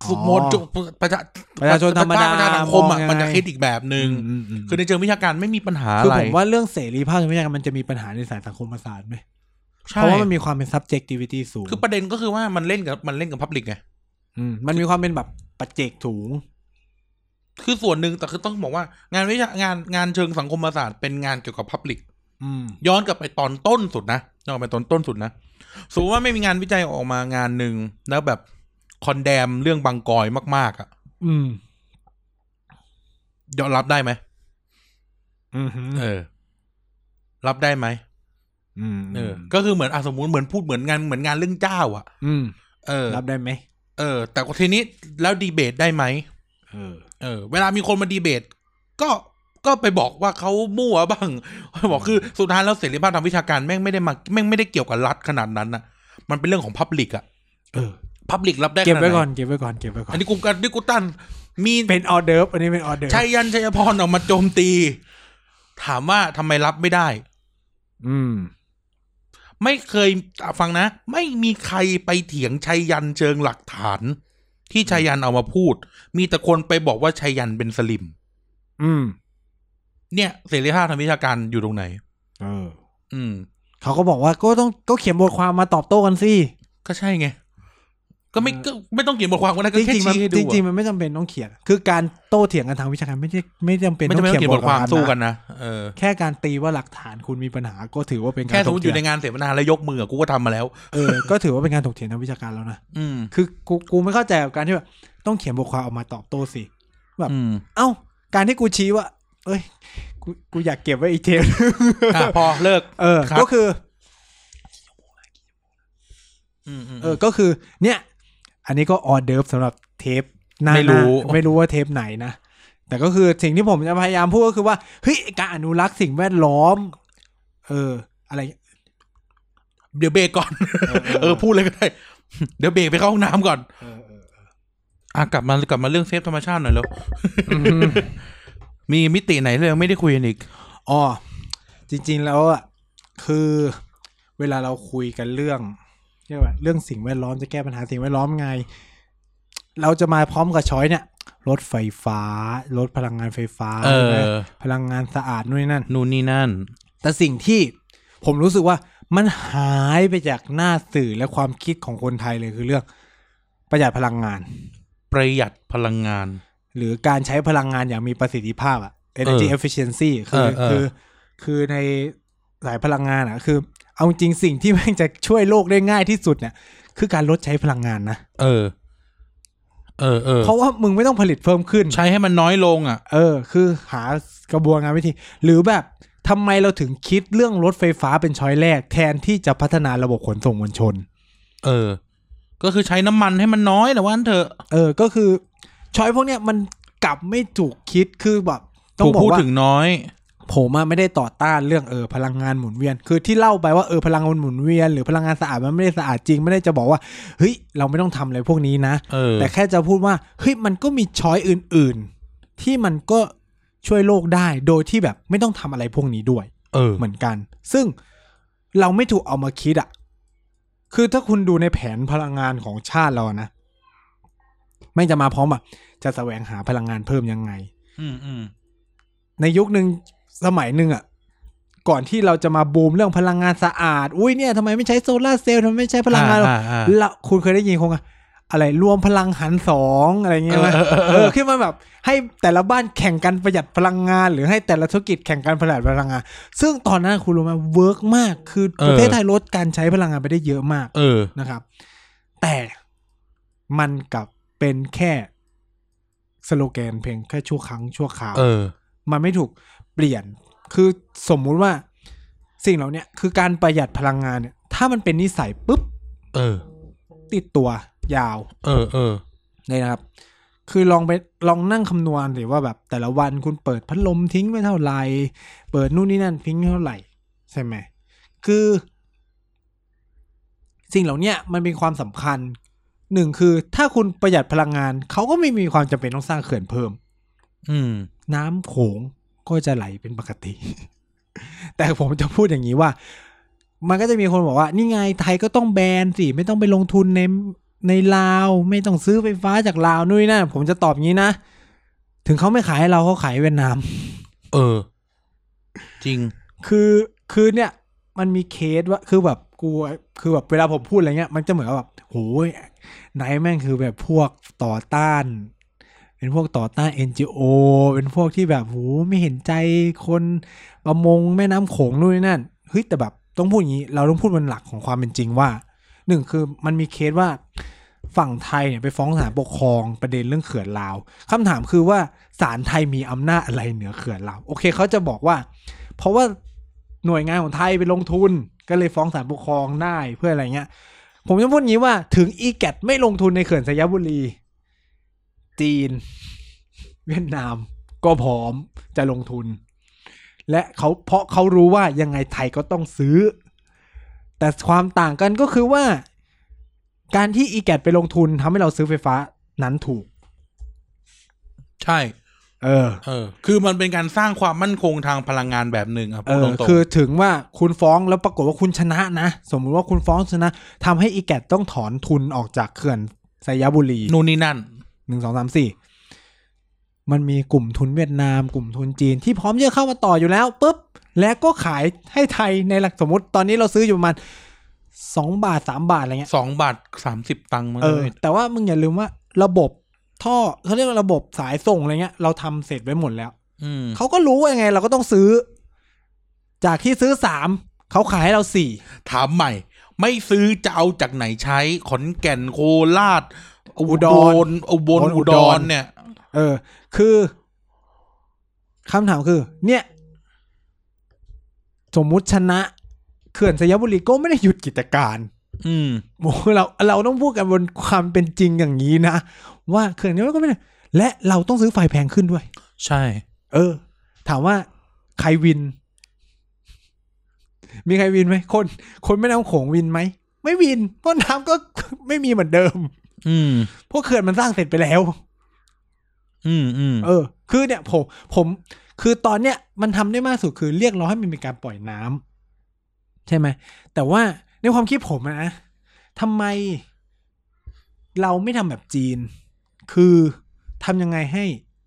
อ๋อ สุโมนจุประชา ประชาชนธรรมดา ประชาสังคมอ่ะ มองยังไง มันจะคิดอีกแบบหนึ่ง อืมอืม คือในเชิงวิชาการไม่มีปัญหา คือ อะไร ผมว่าเรื่องเสรีภาพทางวิชาการมันจะมีปัญหาในสายสังคมศาสตร์ไหมเพ ใช่ ราะว่ามันมีความเป็น subjectivity สูง คือประเด็นก็คือว่ามันเล่นกับมันเล่นกับพับลิกไง อืมมันมีความเป็นแบบปัจเจกถูง คือส่วนหนึ่งแต่คือต้องบอกว่างานวิชางานงานเชิงสังคมศาสตร์เป็นงานเกี่ยวกับพับลิก อืม ย้อนกลับไปตอนต้นสุดนะย้อนกลับไปตอนต้นสุดนะสมมติว่าไม่มีงานวิจัยออกมางานหนึ่งแล้วแบบคอนแดมเรื่องบางกอยมาก ๆอ่ะ อืม ยอมรับได้ไหม อืม เออ รับได้ไหม อืม เอออก็คือเหมือนอ่ะสมมติเหมือนพูดเหมือนงานเหมือนงานเรื่องเจ้าอ่ะ อืม เออ รับได้ไหม เออ แต่ก็ทีนี้แล้วดีเบตได้ไหม เออ เออเวลามีคนมาดีเบต ก็ก็ไปบอกว่าเขามั่วบ้าง บอกคือสุดท้ายแล้วเสรีภาพทางวิชาการแม่งไม่ได้มาแม่งไม่ได้เกี่ยวกับรัฐขนาดนั้นนะมันเป็นเรื่องของพับลิกอะ เออ พับลิกรับได้ เก็บไว้ ขาดห ก่อนเก็บไว้ก่อนเก็บไว้ก่อนอันนี้กูกันนี่กูตั้นมี เป็นออเดิร์ฟอันนี้เป็นออเดิร์ฟ ชัยยันชัยพรออกมาโจมตี ถามว่าทำไมรับไม่ได้ อืม ไม่เคยอ่ะฟังนะ ไม่มีใครไปเถียงชัยยันเชิงหลักฐาน ที่ชัยยันเอามาพูด มีแต่คนไปบอกว่าชัยยันเป็นสลิม อืม เนี่ยเสรีภาพทางวิชาการอยู่ตรงไหน เออ อืม เขาก็บอกว่าก็ต้องก็เขียนบทความมาตอบโต้กันสิ ก็ใช่ไง ก็ไม่ เออ ก็ไม่ต้องเขียนบทความก็ได้ก็ จริงจแค่ริงๆมัน ชี้ให้ดู จริงๆอะมันไม่จำเป็นต้องเขียน คือการโต้เถียงกันทางวิชาการไม่ได้ไม่จำเป็น ไม่ ต้อจำง เป็นต้อง เขี เขี ย ย นบนบ ท ทคคาววาม ม สู้ สู้ กั กัน นนะเออ แค่การตีว่าหลักฐานคุณมีปัญหาก็ถือว่าเป็นการ แค่สมม ถก ติอ เถี ยู่ ย ใน ง งานเสวนาแล้วยกมืออะกูก็ทำมาแล้ว เออก็ถือว่าเป็นการถกเถียงทางวิชาการแล้วนะ อืม คือกูกูไม่เข้าใจกับการที่แบบต้องเขียนบทความออกมาตอบโต้สิ แบบ อืม เอ้า การที่กูชี้ว่า เอ้ยกูกูอยากเก็บไว้อีกเทป นึง อ่ะพอเลิก เออ ครับ ก็คือ อืมอืม เออ ก็คือ เนี่ย อันนี้ก็ออเดิร์ฟสำหรับเทปหน้า ไม่รู้ หน้าไม่รู้ว่าเทปไหนนะ แต่ก็คือสิ่งที่ผมจะพยายามพูดก็คือว่า เฮ้ย การอนุรักษ์สิ่งแวดล้อม เออ อะไร เดี๋ยวเบรกก่อน เออ เออพูดเลยก็ได้ เดี๋ยวเบรกไปเข้าห้องน้ำก่อน เออเออ อ่ะกลับมากลับมาเรื่องเซฟธรรมชาติหน่อยแล้วมีมิติไหนที่เรายังไม่ได้คุยกันอีก อ๋อ จริง ๆ แล้วอ่ะ คือเวลาเราคุยกันเรื่องเรียกว่าเรื่องสิ่งแวดล้อมจะแก้ปัญหาสิ่งแวดล้อมไง เราจะมาพร้อมกับช้อยเนี่ย รถไฟฟ้า รถพลังงานไฟฟ้า เอ ใช่ไหม อ พลังงานสะอาดนู่นนนั่น นู่นนี่นั่น แต่สิ่งที่ผมรู้สึกว่ามันหายไปจากหน้าสื่อและความคิดของคนไทยเลยคือเรื่องประหยัดพลังงาน ประหยัดพลังงาน หรือการใช้พลังงานอย่างมีประสิทธิภาพอะ energy เออ efficiency คือ เออเออ คือ คือในสายพลังงานอะคือ เอาจริงสิ่งที่แม่งจะช่วยโลกได้ง่ายที่สุดเนี่ย คือการลดใช้พลังงานนะ เออ เออเออ เพราะว่ามึงไม่ต้องผลิตเพิ่มขึ้น ใช้ให้มันน้อยลงอ่ะ เออ คือหากระบวนการวิธี หรือแบบทำไมเราถึงคิดเรื่องรถไฟฟ้าเป็นช้อยแรก แทนที่จะพัฒนาระบบขนส่งมวลชน เออ ก็คือใช้น้ำมันให้มันน้อยแต่ว่าอันเถอะ เออ ก็คือช้อยพวกเนี้ยมันกลับไม่ถูกคิดคือแบบ ต้อง ถูก บอก พูด ว่า ถึงน้อย ผมอะไม่ได้ต่อต้านเรื่องเออพลังงานหมุนเวียน คือที่เล่าไปว่าเออพลังงานหมุนเวียนหรือพลังงานสะอาดมันไม่ได้สะอาดจริง ไม่ได้จะบอกว่าเฮ้ยเราไม่ต้องทำอะไรพวกนี้นะ เออ แต่แค่จะพูดว่าเฮ้ยมันก็มีช้อยอื่น ๆ ที่มันก็ช่วยโลกได้โดยที่แบบไม่ต้องทำอะไรพวกนี้ด้วย เออ เหมือนกัน ซึ่งเราไม่ถูกเอามาคิดอะคือถ้าคุณดูในแผนพลังงานของชาติเราอะนะไม่งจะมาพร้อมแบบจะแสวงหาพลังงานเพิ่มยังไง อืมอืม ในยุคหนึ่งสมัยหนึ่งอะก่อนที่เราจะมาบูมเรื่องพลังงานสะอาด อุ้ยเนี่ยทำไมไม่ใช้โซลาร์เซลล์ทำไมไม่ใช้พลังงาน อ่อ่า เราคุณเคยได้ยินคงอะอะไรรวมพลังหันสองอะไรเงี้ยไหม เออเออเออ เออขึ้นมาแบบ ให้แต่ละบ้านแข่งกันประหยัดพลังงาน หรือให้แต่ละธุรกิจแข่งกันประหยัดพลังงาน ซึ่งตอนนั้นคุณรู้ไหมเวิร์กมากคือประเทศไทยลดการใช้พลังงานไปได้เยอะมาก เออ นะครับ แต่มันกลับเป็นแค่สโลแกนเพียงแค่ชั่วครั้งชั่วคราว เออ มันไม่ถูกเปลี่ยน คือสมมุติว่าสิ่งเหล่าเนี้ยคือการประหยัดพลังงานเนี่ย ถ้ามันเป็นนิสัยปุ๊บ เออ ติดตัวยาว เออ เออ เลยนะครับ คือลองไปลองนั่งคำนวณหรือว่าแบบแต่ละวันคุณเปิดพัดลมทิ้งไว้เท่าไหร่ เปิดนู่นนี่นั่นทิ้งเท่าไหร่ ใช่ไหม คือ สิ่งเหล่าเนี้ยมันเป็นความสำคัญหนึ่งคือถ้าคุณประหยัดพลังงาน เขาก็ไม่มีความจำเป็นต้องสร้างเขื่อนเพิ่ม อืม น้ำโขงก็จะไหลเป็นปกติ แต่ผมจะพูดอย่างนี้ว่า มันก็จะมีคนบอกว่า นี่ไงไทยก็ต้องแบนสิ ไม่ต้องไปลงทุนในในลาว ไม่ต้องซื้อไฟฟ้าจากลาวนู่นนนั่นผมจะตอบงี้นะ ถึงเขาไม่ขายให้เราเขาขายเวียดนาม เออ จริง คือคือเนี่ย มันมีเคสว่าคือแบบกูคือแบบเวลาผมพูดอะไรเงี้ย มันจะเหมือนกับแบบโหยไหนแม่งคือแบบพวกต่อต้าน เป็นพวกต่อต้าน NGO เป็นพวกที่แบบโหไม่เห็นใจคนประมงแม่น้ำโขงนู่นนนั่นเฮ้ยแต่แบบต้องพูดอย่างนี้ เราต้องพูดบนหลักของความเป็นจริงว่าหนึ่งคือมันมีเคสว่าฝั่งไทยเนี่ยไปฟ้องศาลปกครองประเด็นเรื่องเขื่อนลาวคำถามคือว่าศาลไทยมีอำนาจอะไรเหนือเขื่อนลาวโอเคเขาจะบอกว่า เพราะว่า หน่วยงานของไทยไปลงทุน ก็เลยฟ้องศาลปกครองได้เพื่ออะไรเงี้ย ผมจะพูดอย่างนี้ว่าถึงอีแกตไม่ลงทุนในเขื่อนสยบุรี จีน เวียดนาม ก็พร้อมจะลงทุน และเขาเพราะเขารู้ว่ายังไงไทยก็ต้องซื้อ แต่ความต่างกันก็คือว่า การที่อีแกตไปลงทุนทำให้เราซื้อไฟฟ้านั้นถูก ใช่ เออ เออ คือมันเป็นการสร้างความมั่นคงทางพลังงานแบบหนึ่งอ่ะ เอ พูด อ ตรง คือถึงว่าคุณฟ้องแล้วปรากฏว่าคุณชนะนะ สมมุติว่าคุณฟ้องชนะทำให้อีแกตต้องถอนทุนออกจากเขื่อนไซยบุรี ๆนู่นนี่นั่น หนึ่งสองสามสี่มันมีกลุ่มทุนเวียดนาม กลุ่มทุนจีนที่พร้อมที่จะเข้ามาต่ออยู่แล้วปุ๊บ และก็ขายให้ไทยในหลักสมมติตอนนี้เราซื้ออยู่ประมาณสองบาทสามบาทอะไรเงี้ย สองบาทสามสิบตังค์มั้ง เออ เว้ย แต่ว่ามึงอย่าลืมว่าระบบท่อเขาเรียกว่าระบบสายส่งอะไรเงี้ยเราทำเสร็จไว้หมดแล้ว อืม เขาก็รู้ว่ายังไง เราก็ต้องซื้อ จากที่ซื้อสามเขาขายให้เราสี่ ถามใหม่ ไม่ซื้อจะเอาจากไหนใช้ ขอนแก่นโคราช อุดร อุบล อุ อุ ดร ดรเนี่ย เออ คือคำถามคือ เนี่ย สมมุติชนะ เขื่อนสยบุรีก็ไม่ได้หยุดกิจการ อืม โมเราเราต้องพูดกันบนความเป็นจริงอย่างนี้นะ ว่าเขื่อนสยบุรีก็ไม่ได้และเราต้องซื้อไฟแพงขึ้นด้วย ใช่ เออ ถามว่าใครวิน มีใครวินไหมคน คนไม่น้ำโขงวินไหม ไม่วินเพราะน้ำก็ ไม่มีเหมือนเดิม อืม เพราะเขื่อนมันสร้างเสร็จไปแล้ว อืมอืม เออ คือเนี่ยผม ผม คือตอนเนี้ยมันทำได้มากสุดคือเรียกร้องให้มันมีการปล่อยน้ำใช่ไหม แต่ว่าในความคิดผมอะนะทำไม เราไม่ทำแบบจีน คือทำยังไงให้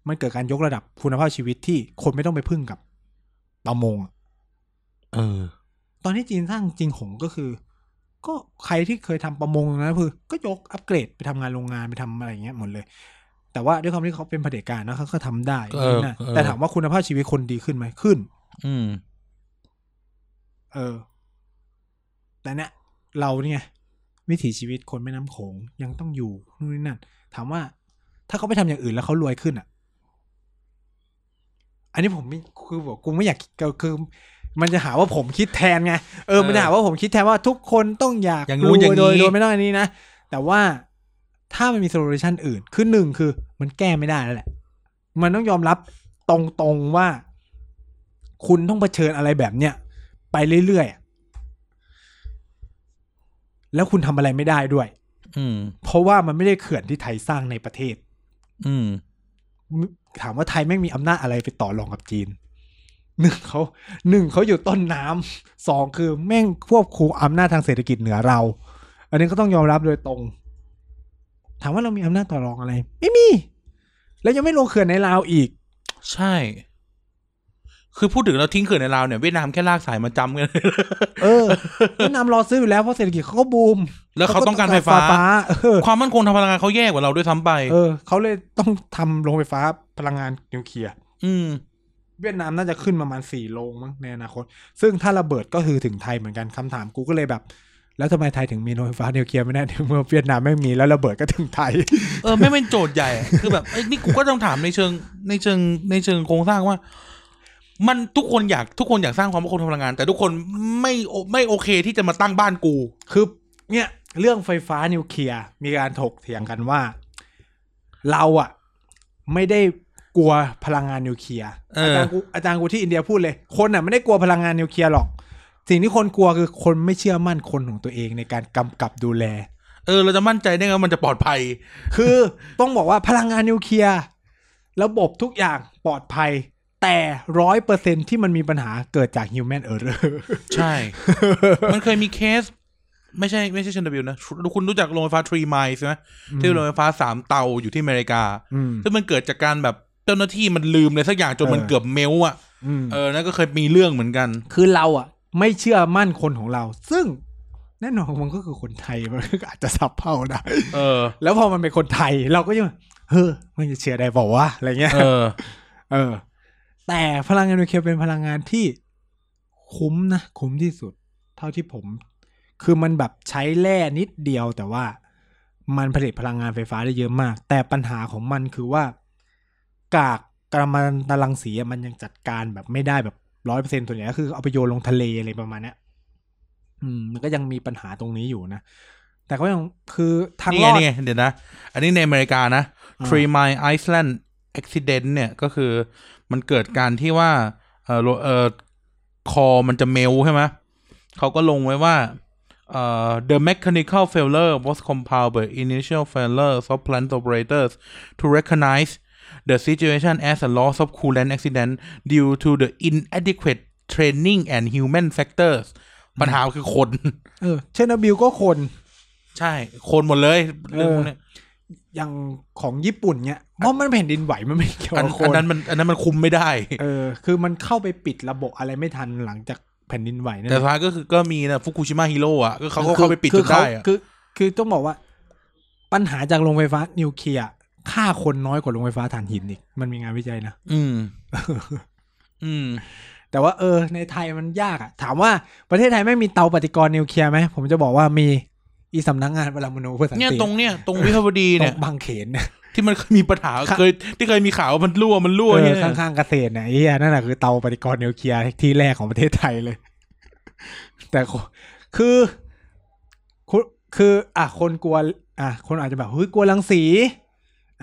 มันเกิดการยกระดับคุณภาพชีวิตที่คนไม่ต้องไปพึ่งกับประมงอะ เออ ตอนที่จีนสร้างจริงหงก็คือ ก็ใครที่เคยทำประมงนะคือ ก็ยกอัปเกรดไปทำงานโรงงานไปทำอะไรอย่างเงี้ยหมดเลย แต่ว่าด้วยความที่เขาเป็นเผด็จการนะเขาก็ทำได้ เออ นะ เออ แต่ถามว่าคุณภาพชีวิตคนดีขึ้นไหมขึ้น อืม เออ แต่เนี่ยเราเนี่ยวิถีชีวิตคนแม่น้ำโขงยังต้องอยู่นู่นนี่นั่น ถามว่า ถ้าเขาไปทำอย่างอื่นแล้วเขารวยขึ้นอ่ะ อันนี้ผมไม่คือบอกกูไม่อยากก็คือ มันจะหาว่าผมคิดแทนไงเออมันจะหาว่าผมคิดแทนว่าทุกคนต้องอยาก อย่างนู้นอย่างนี้ โดยโดยไม่ต้องอันนี้นะแต่ว่าถ้ามันมีโซลูชันอื่นคือหนึ่งคือมันแก้ไม่ได้แล้วแหละ มันต้องยอมรับตรงๆว่า คุณต้องเผชิญอะไรแบบเนี้ยไปเรื่อยๆอะแล้วคุณทำอะไรไม่ได้ด้วย อืม เพราะว่ามันไม่ได้เขื่อนที่ไทยสร้างในประเทศ อืม ถามว่าไทยไม่งมีอำนาจอะไรไปต่อรองกับจีนหนึ่งเขาหนึ่งเขาอยู่ต้นน้ำสองคือแม่งควบคุมอำนาจทางเศรษฐกิจเหนือเรา อันนี้ก็ต้องยอมรับโดยตรง ถามว่าเรามีอำนาจต่อรองอะไร ไม่มี แล้วยังไม่ลงเขื่อนในลาวอีก ใช่ คือพูดถึงเราทิ้งเขื่อนในลาวเนี่ยเวียดนามแค่ลากสายมา จำกัน เออเวียดนามรอซื้ออยู่แล้วเพราะเศรษฐกิจเขาก็บูม แล้วเขาต้องการไฟฟ้า เออ ความมั่นคงทางพลังงานเขาแย่กว่าเราด้วยซ้ำไป เออเขาเลยต้องทำโรงไฟฟ้าพลังงานนิวเคลียร์ อืม เวียดนามน่าจะขึ้นประมาณสี่โรงมั้งในอนาคต ซึ่งถ้าระเบิดก็คือถึงไทยเหมือนกันคำถามกูก็เลยแบบ แล้วทำไมไทยถึงมีโรงไฟฟ้านิวเคลียร์ไม่ได้ในเมื่อเวียดนามไม่มีแล้วระเบิดก็ถึงไทย เออไม่เป็นโจทย์ใหญ่อะคือแบบเอ้ยนี่กูก็ต้องถามในเชิง ในเชิงในเชิงโครงสร้างว่า มันทุกคนอยากทุกคนอยากสร้างความมั่นคงทางพลังงาน แต่ทุกคนไม่โอไม่โอเคที่จะมาตั้งบ้านกู คือเนี่ยเรื่องไฟฟ้านิวเคลียร์มีการถกเถียงกันว่า เราอะไม่ได้กลัวพลังงานนิวเคลียร์ เอออ อาจารย์กูอาจารย์กูที่อินเดียพูดเลย คนอะไม่ได้กลัวพลังงานนิวเคลียร์หรอก สิ่งที่คนกลัวคือคนไม่เชื่อมั่นคนของตัวเองในการกำกับดูแล เออเราจะมั่นใจได้ไงว่ามันจะปลอดภัย คือต้องบอกว่าพลังงานนิวเคลียร์ระบบทุกอย่างปลอดภัย แต่ร้อยเปอร์เซ็นที่มันมีปัญหาเกิดจาก human error ใช่ มันเคยมีเคส ไม่ใช่ไม่ใช่เชนเดอร์บิลนะ คุณรู้จักโรงไฟฟ้าทรีไมล์ใช่ไหมที่โรงไฟฟ้าสามเตาอยู่ที่อเมริกา อืม ซึ่งมันเกิดจากการแบบเจ้าหน้าที่มันลืมเลยสักอย่างจนมัน เออ เกือบเมลอ่ะ อืม เออ นั่นก็เคยมีเรื่องเหมือนกัน คือเราอ่ะ ไม่เชื่อมั่นคนของเรา ซึ่งแน่นอนมันก็คือคนไทย มันก็อาจจะสับเพ่าได้ เออ แล้วพอมันเป็นคนไทยเราก็ยังเฮ้อมันจะเชื่อได้บอกว่าวะอะไรเงี้ย เออ เออ แต่พลังงานนิวเคลียร์เป็นพลังงานที่คุ้มนะ คุ้มที่สุด เท่าที่ผม คือมันแบบใช้แร่นิดเดียว แต่ว่ามันผลิตพลังงานไฟฟ้าได้เยอะมาก แต่ปัญหาของมันคือว่า กากกำมันตรังสีอะมันยังจัดการแบบไม่ได้แบบ ร้อยเปอร์เซ็นต์ส่วนใหญ่ก็คือเอาไปโยนลงทะเลอะไรประมาณเนี้ยอืมมันก็ยังมีปัญหาตรงนี้อยู่นะ แต่ก็ยังคือทาง นี่ ร ไง อด นี่ไงเดี๋ยวนะ อันนี้ในอเมริกานะ อ่า Three Mile Island Accident เนี่ยก็คือมันเกิดการที่ว่าเออโลเออคอมันจะเมลใช่ไหมเขาก็ลงไว้ว่าเอ่อ the mechanical failure was compiled by initial failures of plant operators to recognize the situation as a loss of coolant accident due to the inadequate training and human factors ปัญหาคือคน เออเชนบิลก็คน ใช่ คนหมดเลยเรื่องพวกเนี้ย อย่างของญี่ปุ่นเนี่ยเพราะมันแผ่นดินไหวมันไม่เกี่ยว อัน กับค อัน น นั้นมันอันนั้นมันคุมไม่ได้ เออ คือมันเข้าไปปิดระบบอะไรไม่ทันหลังจากแผ่นดินไหวนั่น แต่ แห สุ ละ ดท้ายก็คือก็มีนะฟุกุชิมะฮีโร่อะก็เขาก็ คือ เข้าไปปิด คือจน เขา ได้อะ คือคือต้องบอกว่า ปัญหาจากโรงไฟฟ้านิวเคลียร์ฆ่าคนน้อยกว่าโรงไฟฟ้าถ่านหินอีก มันมีงานวิจัยนะ อืม อืม แต่ว่าเออในไทยมันยากอะถามว่าประเทศไทยไม่มีเตาปฏิกรณ์นิวเคลียร์ไหมผมจะบอกว่ามีอีสำนักงานปรมาณูเพื่อสันติ เนี่ยตรงเนี่ย ตรงวิภาวดี ตร เนี่ย งบางเขนเนี่ย ที่มันเคยมีปัญหา ค่ะ เคย ที่เคยมีข่าวว่ามันรั่วมันรั่ว เอ เนี่ อย ข้างๆเกษตรเนี่ยไอ้เหี้ยนั่นแหละคือเตาปฏิกรณ์นิวเคลียร์ที่แรกของประเทศไทยเลย แต่ขอคือคุณคือ อ่ะคนกลัวอ่ะคนอาจจะแบบเฮ้ยกลัวรังสี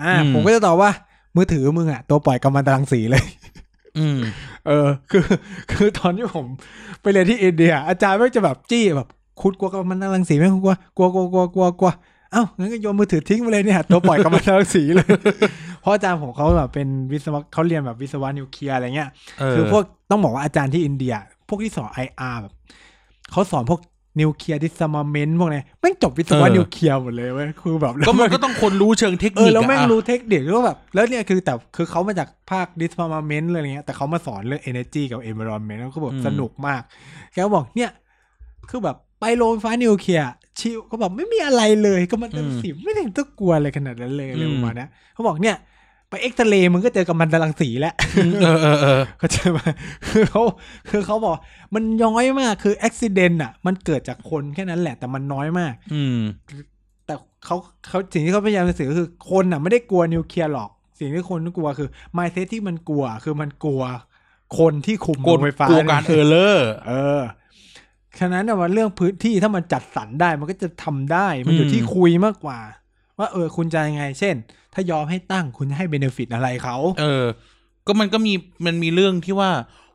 อ่ะผมก็จะตอบว่า มือถือมึงอ่ะตัวปล่อยกัมมันตรังสีเลย อืม เออคือ คือตอนที่ผมไปเรียนที่อินเดีย อาจารย์ไม่งจะแบบจี้แบบคุณกลัวกับมันตรังสีไหมคุณกลัวกลัวกลัวกลัวกลัวกลัวเอ้างั้นก็โยนมือถือทิ้งไปเลยเนี่ยตัวปล่อยกับมันตรังสีเลย เพราะอาจารย์ผมเขาแบบเป็นวิศวะเขาเรียนแบบวิศวะนิวเคลียร์อะไรเงี้ย เออ คือพวกต้องบอกว่าอาจารย์ที่อินเดีย พวกที่สอนไออาร์แบบเขาสอนพวกนิวเคลียร์ดิสมาเมนต์พวกเนี้ยแม่งจบวิศวะนิวเคลียร์หมดเลยเว้ยคือแบบ ก็มันก็ต้องคนรู้เชิงเทค เอ นิ อ ค แล้วแม่ง อะ รู้เทคนิคแล้วแบบแล้วเนี่ยคือแต่คือเขามาจากภาค disarmament เลยอะไรเงี้ยแต่เขามาสอนเรื่อง energy กับ environment แล้วก็แบบสนุกมากแกก็บอกเนี่ย คือแบบไปโรงไฟฟ้านิวเคลียร์ชิวเขาบอกไม่มีอะไรเลยก็มันเต็มสิบไม่เห็นต้องกลัวอะไรขนาดนั้นเลยอะไรประมาณเนี้ยเขาบอกเนี่ย ไปเอ็กซเรย์มึงก็เจอกับมันตรังสีแล้ว เออเออเออ เขาใจไหมคือเขาคือเขาบอกมันน้อยมากคืออุบิเหตุอ่ะ มันเกิดจากคนแค่นั้นแหละแต่มันน้อยมาก อืม แต่เขาเขาสิ่งที่เขาพยายามจะสื่อก็คือคนอ่ะไม่ได้กลัวนิวเคลียร์หรอก สิ่งที่คนกลัวคือ mindset ที่มันกลัว คือมันกลัว คนที่คุม ก โร ด งไฟฟ้า โกการเออร์เลอร์ เออฉะนั้นน่ะว่าเรื่องพื้นที่ถ้ามันจัดสรรได้มันก็จะทำได้มันอยู่ อืม ที่คุยมากกว่า ว่าเออคุณจะยังไง เช่น ถ้ายอมให้ตั้งคุณจะให้เบนฟิตอะไรเขา เออ ก็มันก็มีมันมีเรื่องที่ว่า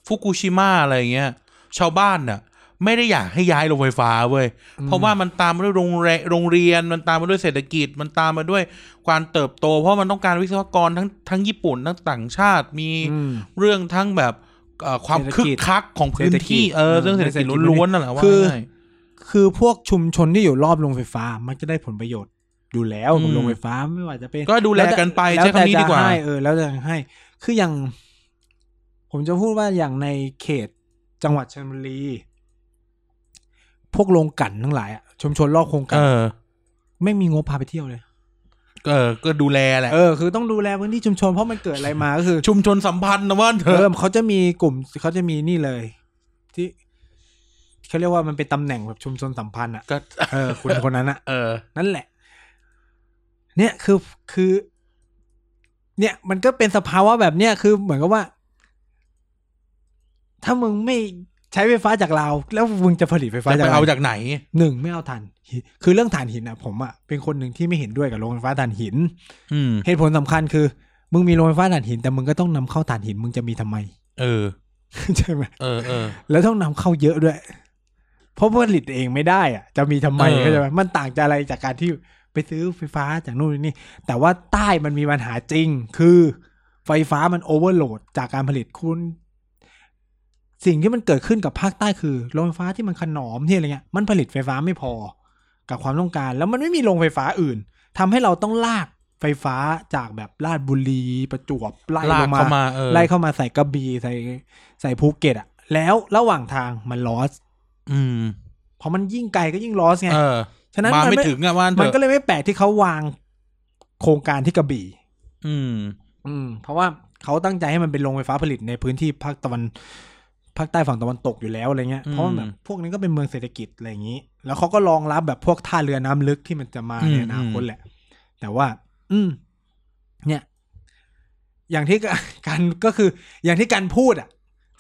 ฟุกุชิมะอะไรเงี้ย ชาวบ้านน่ะ ไม่ได้อยากให้ย้ายโรงไฟฟ้าเว้ย เพราะว่ามันตามมาด้วยโรงเรโรงเรียนมันตามมาด้วยเศรษฐกิจมันตามมาด้วยการเติบโต เพราะมันต้องการวิศวกรทั้งทั้งญี่ปุ่นทั้งต่างชาติมี อืม เรื่องทั้งแบบเอ่อความ เศรษฐ คึ กิ ก จ คักของพื้นที่เออ เศรษฐกิจ เรื่องเศรษฐกิจ เออ ล้วนๆนั่นแหละว่า คือ ง่าย คือพวกชุมชนที่อยู่รอบโรงไฟฟ้า มันจะได้ผลประโยชน์อยู่แล้วกับ อืม โรงไฟฟ้าไม่ว่าจะเป็น ก็ดูแลกันไป แล้ว ใช้ แต่ คำนี้ดีกว่า จะให้เออแล้วแต่จะให้ คืออย่าง ผมจะพูดว่าอย่างในเขตจังหวัดชลบุรี พวกโรงกลันทั้งหลายอะชุมชนรอบโครงกา เอ ร อ ไม่มีงบพาไปเที่ยวเลย เออก็ดูแลแหละ เออ คือต้องดูแลพื้นที่ชุมชนเพราะมันเกิดอะไรมาก็คือ ชุมชนสัมพันธ์นะว่าเถอะ เริ่มเขาจะมีกลุ่มเขาจะมีนี่เลย ที่เขาเรียกว่ามันเป็นตำแหน่งแบบชุมชนสัมพันธ์อะ ก็ เออคุณคนนั้นอะ เออ นั่นแหละ เนี่ยคือคือ เนี่ยมันก็เป็นสภาวะแบบเนี้ยคือเหมือนกับว่า ถ้ามึงไม่ใช้ไฟฟ้าจากเรา แล้วมึงจะผลิตไฟฟ้า จะ จาก ไป เรา เอาจากไหน หนึ่งไม่เอาถ่านหินคือเรื่องถ่านหินอ่ะผมอ่ะเป็นคนหนึ่งที่ไม่เห็นด้วยกับโรงไฟฟ้าถ่านหิน อืม เหตุผลสำคัญคือ มึงมีโรงไฟฟ้าถ่านหิน แต่มึงก็ต้องนำเข้าถ่านหินมึงจะมีทำไม เออ ใช่ไหม เออเออ แล้วต้องนำเข้าเยอะด้วย เพราะผลิตเองไม่ได้อ่ะ จะมีทำไม เออ เข้าใจไหมมันต่างจากอะไรจากการที่ไปซื้อไฟฟ้าจากนู่นนี่ แต่ว่าใต้มันมีปัญหาจริง คือไฟฟ้ามันโอเวอร์โหลดจากการผลิตคุณ สิ่งที่มันเกิดขึ้นกับภาคใต้คือโรงไฟฟ้าที่มันขนอมที่อะไรเงี้ยมันผลิตไฟฟ้าไม่พอ กับความต้องการ แล้วมันไม่มีโรงไฟฟ้าอื่นทำให้เราต้องลากไฟฟ้าจากแบบลาดบุรีประจวบไล่ ลา ล ก ง เข้า มา มาเออ ไล่เข้ามาใส่กระบี่ใส่ใส่ภูเก็ตอะแล้วระหว่างทางมันลอส อืม เพราะมันยิ่งไกลก็ยิ่งลอสไง เออ ฉะนั้น มา มัน ไม่ ไม่ ถึงอะว่าน มัน เถ ก็ อะ เลยไม่แปลกที่เขาวางโครงการที่กระบี่ อืม อืม เพราะว่าเขาตั้งใจให้มันเป็นโรงไฟฟ้าผลิตในพื้นที่ภาคตะวันภาคใต้ฝั่งตะวันตกอยู่แล้วอะไรเงี้ย อืม เพราะว่าแบบพวกนี้นก็เป็นเมืองเศรษฐกิจอะไรอย่างนี้ แล้วเขาก็รองรับแบบพวกท่าเรือน้ำลึกที่มันจะมา อืม ในอนาคตแหละ แต่ว่า อืม เนี่ย อย่างที่ก การก็คือ อย่างที่การพูดอ่ะ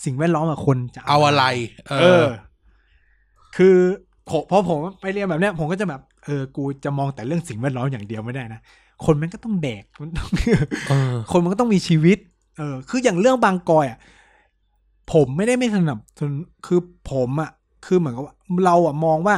สิ่งแวดล้อมอะคนจะ เอาอะไร เอ เอ อ อ คือผมพอผมไปเรียนแบบเนี้ยผมก็จะแบบเออกูจะมองแต่เรื่องสิ่งแวดล้อมอย่างเดียวไม่ได้นะคนมันก็ต้องแดกมันต้อง เออ คนมันก็ต้องมีชีวิต เออ คืออย่างเรื่องบางกอยอ่ะ ผมไม่ได้ไม่สนับสนุนคือผมอ่ะ คือเหมือนกับว่าเราอ่ะมองว่า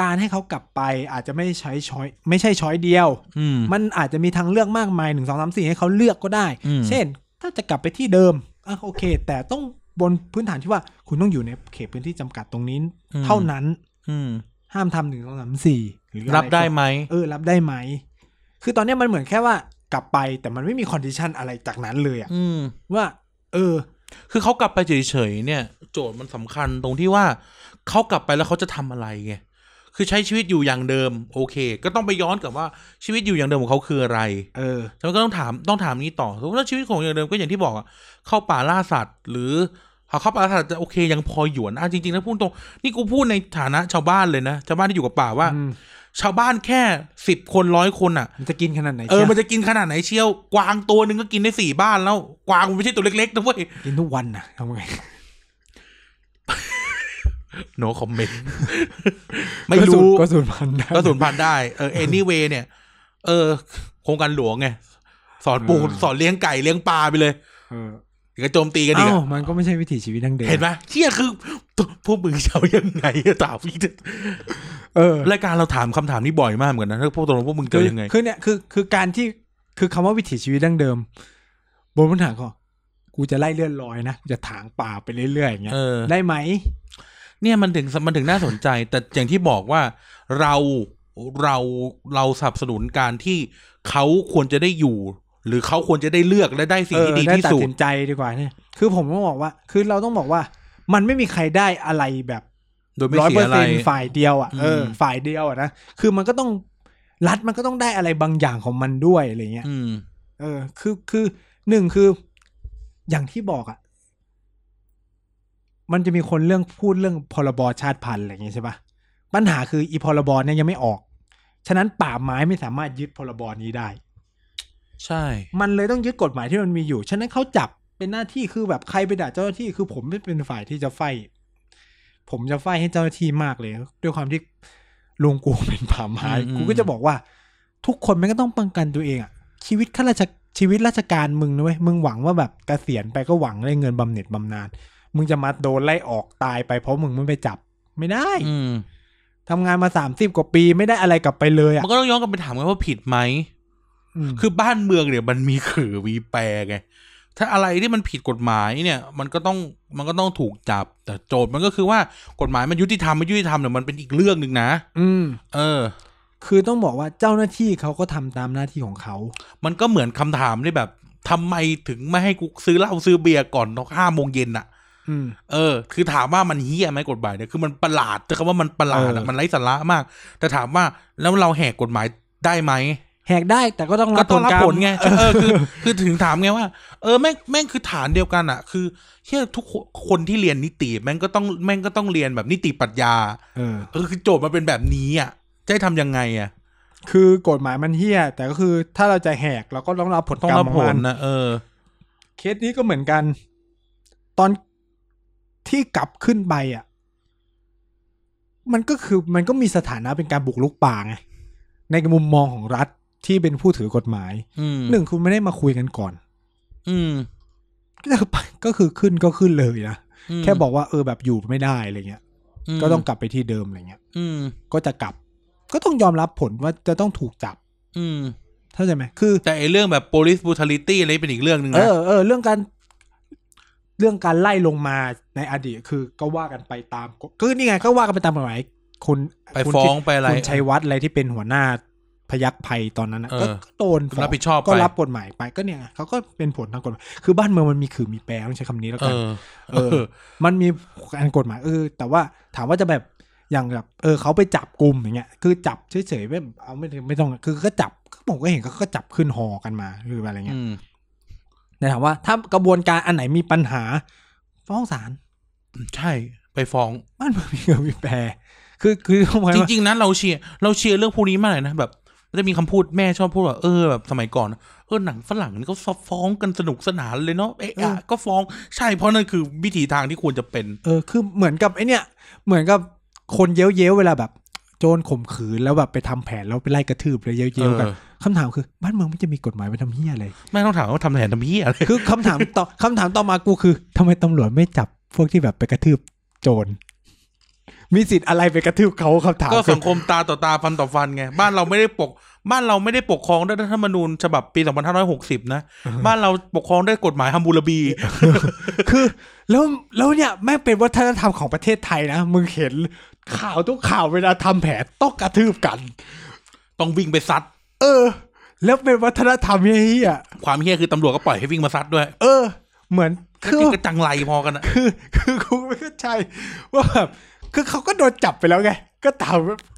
การให้เขากลับไปอาจจะไม่ใช้ช้อย ไม่ใช่ช้อยเดียว อืม มันอาจจะมีทางเลือกมากมายหนึ่งสองสามสี่ให้เขาเลือกก็ได้ อืม เช่น ถ้าจะกลับไปที่เดิมอ่ะโอเค แต่ต้องบนพื้นฐานที่ว่าคุณต้องอยู่ในเขตพื้นที่จำกัดตรงนี้ เท่านั้น อืม ห้ามทำหนึ่งสองสามสี่หรืออะ รับได้ ก็ ไหม เออ รับได้ไหม คือตอนเนี้ยมันเหมือนแค่ว่ากลับไปแต่มันไม่มีคอนดิชันอะไรจากนั้นเลยอะ อืม ว่า เออ คือเขากลับไปเฉยๆเนี่ย โจทย์มันสำคัญตรงที่ว่าเขากลับไปแล้วเขาจะทำอะไรไงคือใช้ชีวิตอยู่อย่างเดิม โอเค ก็ต้องไปย้อนกลับว่าชีวิตอยู่อย่างเดิมของเขาคืออะไร เออ แล้วก็ต้องถามต้องถามนี้ต่อสมมติว่าชีวิตของอย่างเดิมก็อย่างที่บอกอะเข้าป่าล่าสัตว์ หรือเอาเข้าป่าล่าสัตว์จะโอเคยังพอหยวนอ่ะจริงๆนะพูดตรงนี่กูพูดในฐานะชาวบ้านเลยนะชาวบ้านที่อยู่กับป่าว่า อืม ชาวบ้านแค่สิบคนร้อยคนอะ มันจะกินขนาดไหน เออ ชียว มันจะกินขนาดไหนเชียว กวางตัวหนึ่งก็กินได้สี่บ้านแล้ว กวางมันไม่ใช่ตัวเล็กๆนะเว้ย กินทุกวันนะทำไง no comment ไม่รู้ ก็สูญพันธุ์ได้ ก็สูญพันธุ์ได้ เออ anyway เนี่ย เออ โครงการหลวงไง สอนปลูก เออ สอนเลี้ยงไก่เลี้ยงปลาไปเลย เออ เดี๋ยวก็โจมตีกันอีก เอ้า อะ มันก็ไม่ใช่วิถีชีวิตดั้งเดิม เห็นไหมเชี่ยคือพวกมึงจะเอายังไงถามพี่ เออ รายการเราถามคำถามนี้บ่อยมากเหมือนกันนะถ้าพวกตรงพวกมึงเจอยังไง คือเนี่ยคือคือการที่คือคำว่าวิถีชีวิตดั้งเดิม บนพื้นฐานของกูจะไล่เลื่อนลอยนะกูจะถางป่าไปเรื่อยๆอย่างเงี้ย เออ ได้ไหม เนี่ยมันถึงมันถึงน่าสนใจ แต่อย่างที่บอกว่าเราเราเราสนับสนุนการที่เขาควรจะได้อยู่ หรือเขาควรจะได้เลือกและได้สิ่งที่ดี เออ ที่ ไตั สุด สินใจดีกว่าเนี่ย คือผมต้องบอกว่า คือเราต้องบอกว่า มันไม่มีใครได้อะไรแบบ โดยไม่ ร้อย เสี เปอย ร์ อะไร เซ็นฝ่ายเดียวอ่ะ อืม เออ ฝ่ายเดียวอ่ะนะ คือมันก็ต้อง รัฐมันก็ต้องได้อะไรบางอย่างของมันด้วยอะไรเงี้ย อืม เออ คือ คือหนึ่งคือ อย่างที่บอกอ่ะ มันจะมีคนเรื่องพูดเรื่องพรบชาติพันธุ์อะไรอย่างเงี้ยใช่ปะปัญหาคืออีพรบเนี่ยยังไม่ออก ฉะนั้นป่าไม้ไม่สามารถยึดพรบนี้ได้ ใช่ มันเลยต้องยึดกฎหมายที่มันมีอยู่ ฉะนั้นเขาจับเป็นหน้าที่คือแบบใครไปด่าเจ้าหน้าที่คือผมไม่เป็นฝ่ายที่จะไฟ ผมจะไฟให้เจ้าหน้าที่มากเลย ด้วยความที่ลุงกูเป็นป่าไม้ อืม กูก็จะบอกว่า ทุกคนมันก็ต้องป้องกันตัวเองอะชีวิตข้าราชชีวิตราชการมึงนะเว้ยมึงหวังว่าแบบเกษียณไปก็หวังได้เงินบำเหน็จบำนาญมึงจะมาโดนไล่ออกตายไปเพราะมึงไม่ไปจับ ไม่ได้ อืม ทำงานมาสามสิบกว่าปีไม่ได้อะไรกลับไปเลย มัน อะ่ะ ก็ต้องย้อนกลับไปถามกันว่าผิดไหม ม คือบ้านเมืองเนี่ยมันมีขื่อมีแปรไง ถ้าอะไรที่มันผิดกฎหมายเนี่ย มันก็ต้องมันก็ต้องถูกจับ แต่โจทย์มันก็คือว่ากฎหมายมันยุติธรรมไม่ยุติธรรมเนี่ยมันเป็นอีกเรื่องหนึ่งนะ อืม เออ คือต้องบอกว่าเจ้าหน้าที่เขาก็ทำตามหน้าที่ของเขา มันก็เหมือนคำถามที่แบบทำไมถึงไม่ให้กูซื้อเหล้าซื้อเบียร์ก่อนห้าโมงเย็นอะ อืม เออ คือถามว่ามันเฮี้ยไหมกฎหมายเนี่ยคือมันประหลาดแต่คำว่ามันประหลาดอะ เออ มันไร้สาระมาก แต่ถามว่าแล้วเราแหกกฎหมายได้ไหม แหกได้แต่ก็ต้องรั ก็ บ ต้องรับ กรรม ผลไงเออคือคือถึงถามไงว่าเออแม่งแม่งคือฐานเดียวกันอะคือเฮี้ยทุกคนคนที่เรียนนิติแม่งก็ต้องแม่งก็ต้องเรียนแบบนิติปรัชญา เออ เออคือโจทย์มันเป็นแบบนี้อะจะให้ทำยังไงอะ คือกฎหมายมันเฮี้ยแต่ก็คือถ้าเราจะแหกเราก็ต้องรับผล ต้อง กรร รับ มข ผ อง ล มัน นะเออ เคสนี้ก็เหมือนกัน ตอนที่กลับขึ้นไปอ่ะ มันก็คือมันก็มีสถานะเป็นการบุกลุกป่าไงในมุมมองของรัฐที่เป็นผู้ถือกฎหมาย อืม หนึ่งคุณไม่ได้มาคุยกันก่อน อืม ก็คือไปก็คือขึ้นก็ขึ้นเลยนะ ม แค่บอกว่าเออแบบอยู่ไม่ได้อะไรเงี้ย ม ก็ต้องกลับไปที่เดิมอะไรเงี้ย อืม ก็จะกลับ ก็ต้องยอมรับผลว่าจะต้องถูกจับ อืม เข้าใจไหมคือ แต่ไอ้เรื่องแบบ police brutality อะไรเป็นอีกเรื่องหนึ่ง เอ นะ อเออเรื่องการเรื่องการไล่ลงมาในอดีตคือก็ว่ากันไปตามกฎคือนี่ไงก็ว่ากันไปตามกฎหมายคุณ ไป คุณ ฟ้อง ที่ ไปอะไร คุณชัยวัฒน์อะไรที่เป็นหัวหน้าพยักภัยตอนนั้นนะ เออ ก็ก็โดนฟ้อง รับผิดชอบไป ก็รับกฎหมายไปก็เนี่ยไงเขาก็เป็นผลทางกฎหมายคือบ้านเมืองมันมีขื่อมีแปรต้องใช้คำนี้แล้ว เอ กัน อ เออ มันมีการกฎหมายเออแต่ว่าถามว่าจะแบบอย่างแบบเออเขาไปจับกลุ่มอย่างเงี้ยคือจับเฉยๆไม่เอาไม่ถึงไม่ต้องคือก็จับผมก็เห็นเขาก็จับขึ้นหอกันมาหรืออะไรเงี้ย อืม แต่ถามว่าถ้ากระบวนการอันไหนมีปัญหา ฟ้องศาล ใช่ ไปฟ้อง มันมีเงื่อนมีแปรคือคือทำไม จ ว่า ริง ๆ นะเราเชียร์เราเชียร์เรื่องพวกนี้มากเลยนะ แบบ ก็จะมีคำพูดแม่ชอบพูดว่าเออแบบสมัยก่อน เออหนังฝรั่งนี่เขาฟ้องกันสนุกสนานเลยเนาะเอะอะก็ฟ้องใช่เพราะนั่นคือวิธีทางที่ควรจะเป็น เออคือเหมือนกับไอเนี่ย เหมือนกับคนเย้ยวเย้เวลาแบบ โจรข่มขืนแล้วแบบไปทำแผนแล้วไปไล่กระทืบเลยเย้ยวเย้กัน เออ คำถามคือ บ้านเมืองไม่จะมีกฎหมายไว้ทำเฮียอะไร ไม่ต้องถามว่าทำแผนทำเพี้ย อะไร คือคำถามต่อคำถามต่อมากูคือทำไมตำรวจไม่จับพวกที่แบบไปกระทืบโจรมีสิทธิ์อะไรไปกระทืบเขาคำถาม ก็ คือ สังคมตาต่อตาฟันต่อฟันไง บ้านเราไม่ได้ปก บ้านเราไม่ได้ปกครองด้วยรัฐธรรมนูญฉบับปี 2560 นะ บ้านเราปกครองด้วยกฎหมายฮัมบูรบี คือ แล้วแล้วเนี่ยแม่งเป็นวัฒนธรรมของประเทศไทยนะมึงเห็นข่าวทุกข่าวเวลาทำแผนต้องกระทืบกัน ต้องวิ่งไปซัด เออ แล้วเป็นวัฒนธรรมเฮีย ความเฮี้ยคือตำรวจก็ปล่อยให้วิ่งมาซัดด้วย ๆเออ เหมือนคือ นี่ก็จังไรพอกันอะ คือคือกูไม่เข้าใจว่าแบบคือเขาก็โดนจับไปแล้วไง ก็ตาม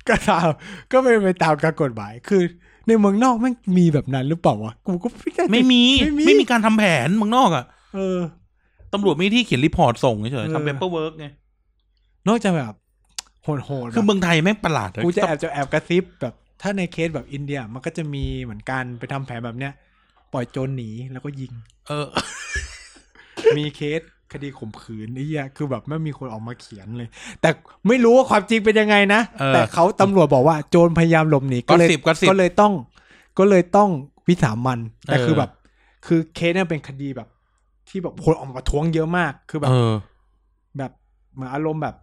ก็ตามก็เป็นไปตามการกฎหมายคือ ในเมืองนอกมันมีแบบนั้นหรือเปล่าวะกูก็ไม่ได้ ไม่มี ไม่มี ไม่มีการทำแผนเมืองนอกอะ เออ ตำรวจมีที่เขียนรีพอร์ตส่งเฉยๆ เออ ทำเปเปอร์เวิร์กไง นอกจากแบบโหดโหดๆ คือ แบบ เมืองไทยแม่งประหลาดเลย กูจะแอบจะแอบกระซิบแบบ ถ้าในเคสแบบอินเดียมันก็จะมีเหมือนกันไปทำแผนแบบเนี้ย ปล่อยโจรหนีแล้วก็ ยิง เออ มีเคสคดีข่มขืนไอ้เหี้ยคือแบบไม่มีคนออกมาเขียนเลย แต่ไม่รู้ว่าความจริงเป็นยังไงนะ เออ แต่เขาตำรวจบอกว่าโจรพยายามหลบหนีก็เลย ก็สิบก็สิบ ก็เลยต้อง ก็เลยต้องวิสามันแต่ เออ คือแบบ คือเคสเนี่ยเป็นคดีแบบ ที่แบบคนออกมาประท้วงเยอะมาก คือแบบ เออ แบบเหมือนอารมณ์แบบ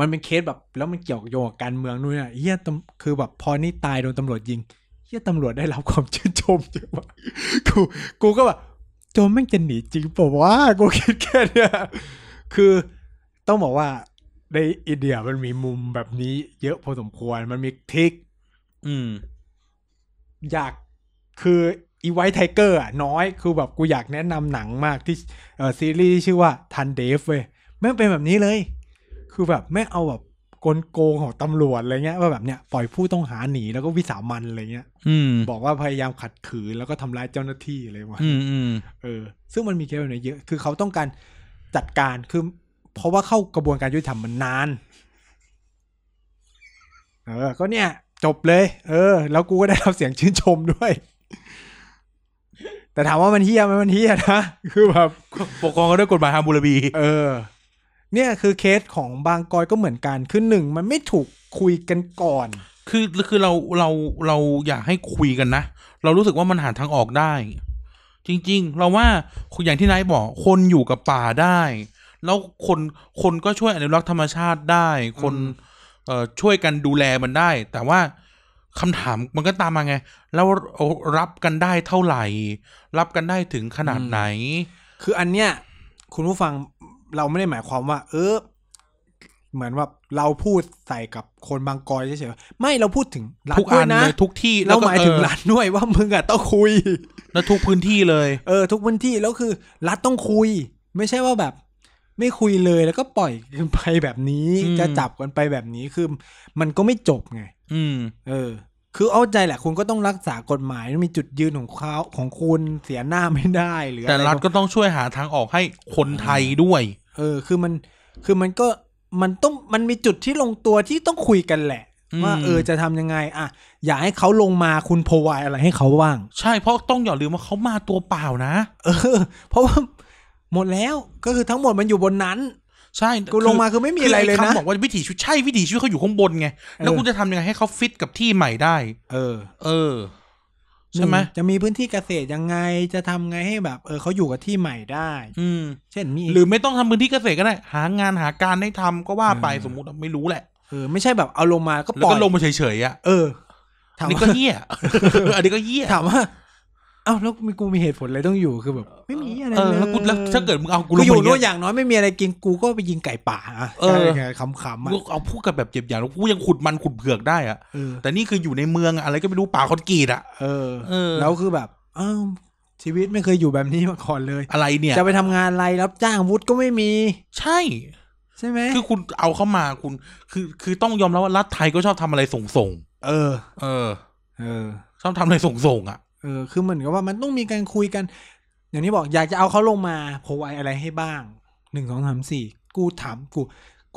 มันเป็นเคสแบบ แล้วมันเกี่ยวโยงกับการเมืองนู่นน่ะเฮียตำคือแบบพอนี่ตายโดนตำรวจยิงเฮียตำรวจได้รับความชื่นชมเยอะมาก กูกูก็แบบโจมแม่งจะหนีจริงเปล่าวะกูคิดแค่เนี้ย คือต้องบอกว่าในอินเดียมันมีมุมแบบนี้เยอะพอสมควรมันมีทริก อืม อยากคืออีไวท์ไทเกอร์อ่ะน้อยคือแบบกูอยากแนะนำหนังมากที่เออซีรีส์ชื่อว่าทันเดฟเว้ยแม่งเป็นแบบนี้เลย คือแบบแม่งเอาแบบกลโกงของตำรวจอะไรเงี้ยว่าแบบเนี้ยปล่อยผู้ต้องหาหนีแล้วก็วิสามันอะไรเงี้ย อืม บอกว่าพยายามขัดขืนแล้วก็ทำร้ายเจ้าหน้าที่อะไรวะ อืมอืม เออซึ่งมันมีเคสแบบนี้เยอะคือเขาต้องการจัดการคือเพราะว่าเข้ากระบวนการยุติธรรมมันนานเออก็เนี่ยจบเลย เออ แล้วกูก็ได้รับเสียงชื่นชมด้วย แต่ถามว่ามันเฮี้ยไหมมันเฮี้ยนะคือแบบ ปกครองกันด้วยกฎหมายฮัมบูรบี เออ เนี่ยคือเคสของบางกอยก็เหมือนกันคือหนึ่งมันไม่ถูกคุยกันก่อน คือคือเราเราเราอยากให้คุยกันนะ เรารู้สึกว่ามันหาทางออกได้ จริง ๆ เราว่าอย่างที่นายบอก คนอยู่กับป่าได้ แล้วคนคนก็ช่วยอนุรักษ์ธรรมชาติได้ คน อืม เอ่อช่วยกันดูแลมันได้ แต่ว่าคำถามมันก็ตามมาไง แล้วเอารับกันได้เท่าไหร่ รับกันได้ถึงขนาดไหน คืออันเนี้ยคุณผู้ฟังเราไม่ได้หมายความว่า เออ เหมือนว่าเราพูดใส่กับคนบางกอยเฉยๆไม่เราพูดถึงรัฐ ทุก ด้ อั วย น นะ เลยทุกที่ เราหมายถึง เออ รัฐด้วยว่ามึงอะต้องคุย แล้วทุกพื้นที่เลย เออ ทุกพื้นที่แล้วคือ รัฐต้องคุย ไม่ใช่ว่าแบบ ไม่คุยเลยแล้วก็ปล่อยกันไปแบบนี้ อืม จะจับกันไปแบบนี้คือ มันก็ไม่จบไง อืม เออ คือเอาใจแหละ คุณก็ต้องรักษากฎหมาย มีจุดยืนของเขาของคุณเสียหน้าไม่ได้หรือ แต่ อะไร รัฐก็ต้องช่วยหาทางออกให้คนไทยด้วย เออ คือมัน คือมันก็ มันต้อง มันมีจุดที่ลงตัวที่ต้องคุยกันแหละ อืม ว่า เออ จะทำยังไง อ่ะ อยากให้เขาลงมาคุณพวายอะไรให้เขาบ้าง ใช่เพราะต้องอย่าลืมว่าเขามาตัวเปล่านะ เออ เพราะว่าหมดแล้ว ก็คือทั้งหมดมันอยู่บนนั้น ใช่ กูลงมาคือไม่มีอะไรเลยนะ คำบอกว่าวิถีชีวิตใช่วิถีชีวิตเขาอยู่ข้างบนไง แล้ว เออ กูจะทำยังไงให้เขาฟิตกับที่ใหม่ได้ เออ เออ ใช่ไหม นึ่งจะมีพื้นที่เกษตรยังไง จะทำไงให้แบบ เออเขาอยู่กับที่ใหม่ได้ อืม เช่นมี หรือไม่ต้องทำพื้นที่เกษตรก็ได้ หางานหาการให้ทำก็ว่าไป เออ สมมุติไม่รู้แหละ เออ ไม่ใช่แบบเอาลงมาก็ แล้ ปล่วอ ก็ ย ลงมาเฉยๆอ่ะ เออ ถามอันนี้ก็ ว่า เหี้ย อันนี้ก็เหี้ย ถามว่า เอ้าแล้วมีกูมีเหตุผลอะไรต้องอยู่คือแบบ ไม่มีอะไร เอ เล อย แล้วกูแล้วถ้าเกิดมึงเอากู กู ลง อยู่ มา นู่นอ เงี้ย ย่างน้อยไม่มีอะไรกินกูก็ไปยิงไก่ป่าอะ เออ ไงขำๆ กู อ่ะ เอาพูดกับแบบเจ็บอย่างแล้วกูยังขุดมันขุดเผือกได้อะ เออ แต่นี่คืออยู่ในเมืองอะไรก็ไม่รู้ป่าคอนกรีตอะ เออ เออ แล้วคือแบบอ้าวชีวิตไม่เคยอยู่แบบนี้มาก่อนเลย อะไรเนี่ย จะไปทำงานอะไรรับจ้างวุฒิก็ไม่มี ใช่ ใช่ไหม คือคุณเอาเข้ามาคุณ คือคือต้องยอมรับว่ารัฐไทยก็ชอบทำอะไรส่งส่ง เออ ๆเออ เออ ชอบทำอะไรส่งส่งๆอ่ะ เออ คือเหมือนกับว่ามันต้องมีการคุยกัน อย่างนี้บอกอยากจะเอาเขาลงมาโพไวอะไรให้บ้าง หนึ่งสองสามสี่กูถามกู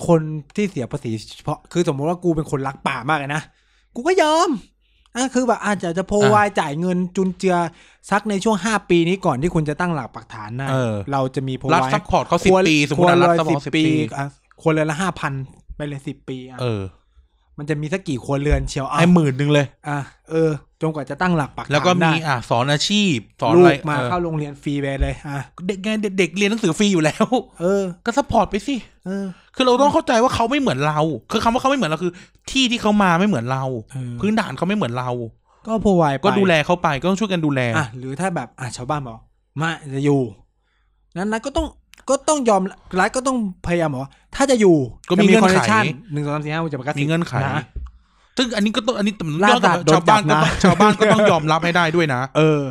คนที่เสียภาษีเฉพาะ คือสมมติว่ากูเป็นคนรักป่ามากเลยนะ กูก็ยอม อ่ะคือแบบอาจจะจะโพวายจ่ายเงินจุนเจือสักในช่วงห้าปีนี้ก่อนที่คุณจะตั้งหลักปักฐานได้ เออ เราจะมีโพ รัฐ วาย ซัพพอร์ตเขาสิบปี สมมติ ค อะ ว รัฐ ละ ซัพพอร์ตสิ สิ บบ ปี ปี อ่ะควรเลยละห้าพันไปเลยสิบปีอ่ะ เออ มันจะมีสักกี่ครัวเรือนเชียวอ่ะ ให้หมื่นหนึ่งเลย อ่ะเออ จนกว่าจะตั้งหลักปักฐาน แล้วก็มี ได้ อ่ะสอนอาชีพ สอน ลู อะไร กมา เออ เข้าโรงเรียนฟรีไปเลยอ่ะ เด็กไงเด็กเด็กเรียนหนังสือฟรีอยู่แล้ว เออ ก็ซัพพอร์ตไปสิ เออ คือเราต้องเข้าใจว่าเขาไม่เหมือนเรา คือคำว่าเขาไม่เหมือนเราคือ ที่ที่เขามาไม่เหมือนเรา เออ พื้นฐานเขาไม่เหมือนเรา ก็โพวายไป ก็ดูแลเขาไปก็ต้องช่วยกันดูแล อ่ะหรือถ้าแบบอ่ะชาวบ้านบอกมาจะอยู่ นั้นรัฐก็ต้องก็ต้องยอมรัฐก็ต้องพยายามบอกว่าถ้าจะอยู่ ก็มีเงื่อนไข จะ condition หนึ่งสองสามสี่ห้าหกเจ็ดแปดเก้าสิบ มีเงื่อนไข นะ ซึ่งอันนี้ก็ต้องอันนี้ต้อง ล่า ย้อนกสัลับตว์โดน ชาวบ้าน จั ก็ บนะ ต้องชาวบ้านก็ ต้องยอมรับให้ได้ด้วยนะ เออ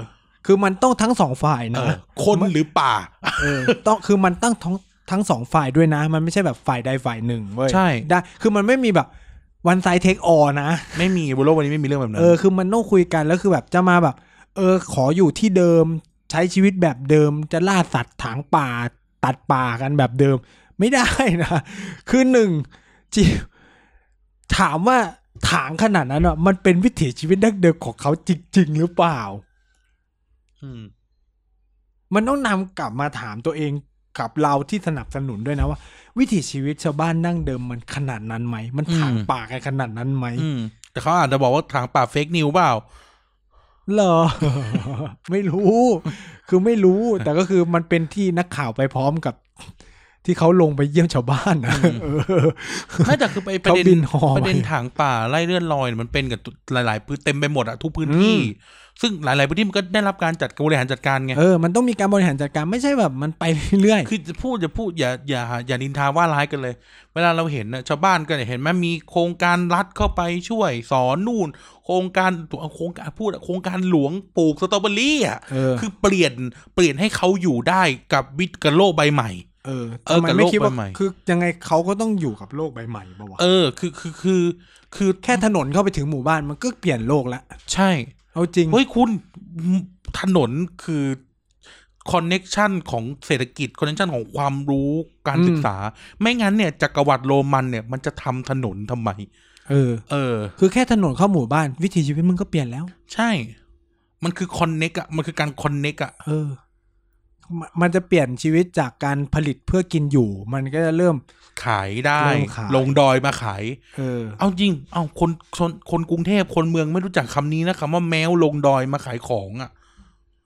คือมันต้องทั้งสองฝ่าย เอ นะ อคนหรือป่า เออต้องคือมันตั้งทั้งทั้งสองฝ่ายด้วยนะ มันไม่ใช่แบบฝ่ายใดฝ่ายหนึ่งเว้ย ใช่ ได้คือมันไม่มีแบบวันไซเทคออนะ ไม่มีบนโลกวันนี้ไม่มีเรื่องแบบนั้ เอน อคือมันต้องคุยกันแล้วคือแบบจะมาแบบ เออ ขออยู่ที่เดิมใช้ชีวิตแบบเดิมจะล่าสัตว์ถางป่า ตัดป่ากันแบบเดิม ไม่ได้นะ คือหนึ่งจีถามว่าถางขนาดนั้นอ่ะ มันเป็นวิถีชีวิตดั้งเดิมของเขาจริง ๆ หรือเปล่า ม มันต้องนำกลับมาถามตัวเองกับเราที่สนับสนุนด้วยนะว่า วิถีชีวิตชาวบ้านดั้งเดิมมันขนาดนั้นไหม มันถางป่ากันขนาดนั้นไหม อืมแต่เขาอาจจะบอกว่าทางป่าเฟกนิวเปล่า เหร อ ไม่รู้ คือไม่รู้ แต่ก็คือมันเป็นที่นักข่าวไปพร้อมกับ ที่เขาลงไปเยี่ยมชาวบ้านนะเออ ไม่แต่คือไปประเด็น เขาบินฮอ ประเด็น ไป ถางป่าไล่เลื่อนลอยเนี่ยมันเป็นกับหลาย ๆ พื้นเต็มไปหมดอะทุกพื้นที่ อื ซึ่งหลาย ๆ พื้นที่มันก็ได้รับการจัดการบริหารจัดการไง เออ มันต้องมีการบริหารจัดการไม่ใช่แบบมันไปเรื่อย คือจะพูดจะพูดอย่าอย่าอย่านินทาว่าร้ายกันเลย เวลาเราเห็นนะชาวบ้านก็เนี่ยเห็นไหมมีโครงการรัฐเข้าไปช่วย สอนนู่น โครงการโครงการพูดอะโครงการหลวงปลูกสตรอเบอรี่อ่ะ เออ คือเปลี่ยนเปลี่ยนให้เขาอยู่ได้กับวิตกับโลกใบใหม่ ๆ เออ เออ ทำไมไม่คิดว่า กับโลกใบใหม่ คือยังไงเขาก็ต้องอยู่กับโลกใบใหม่ปะวะ เออคือคือคือคือ แค่ถนนเข้าไปถึงหมู่บ้านมันก็เปลี่ยนโลกละ ใช่ เอาจริง เฮ้ยคุณถนนคือคอนเน็ชันของเศรษฐกิจคอนเน็ชันของความรู้การ อืม ศึกษา ไม่งั้นเนี่ยจักรวรรดิโรมันเนี่ยมันจะทำถนนทำไม เออ เออ คือแค่ถนนเข้าหมู่บ้านวิถีชีวิตมึงก็เปลี่ยนแล้ว ใช่ มันคือคอนเน็กอะมันคือการคอนเน็กอะ เออมมันจะเปลี่ยนชีวิตจากการผลิตเพื่อกินอยู่ มันก็จะเริ่ม ขายได้ ลงขาย ลงดอยมาขาย เออ เอาจริง เอาคนคนคนกรุงเทพคนเมืองไม่รู้จักคำนี้นะคำว่าแมวลงดอยมาขายของอะ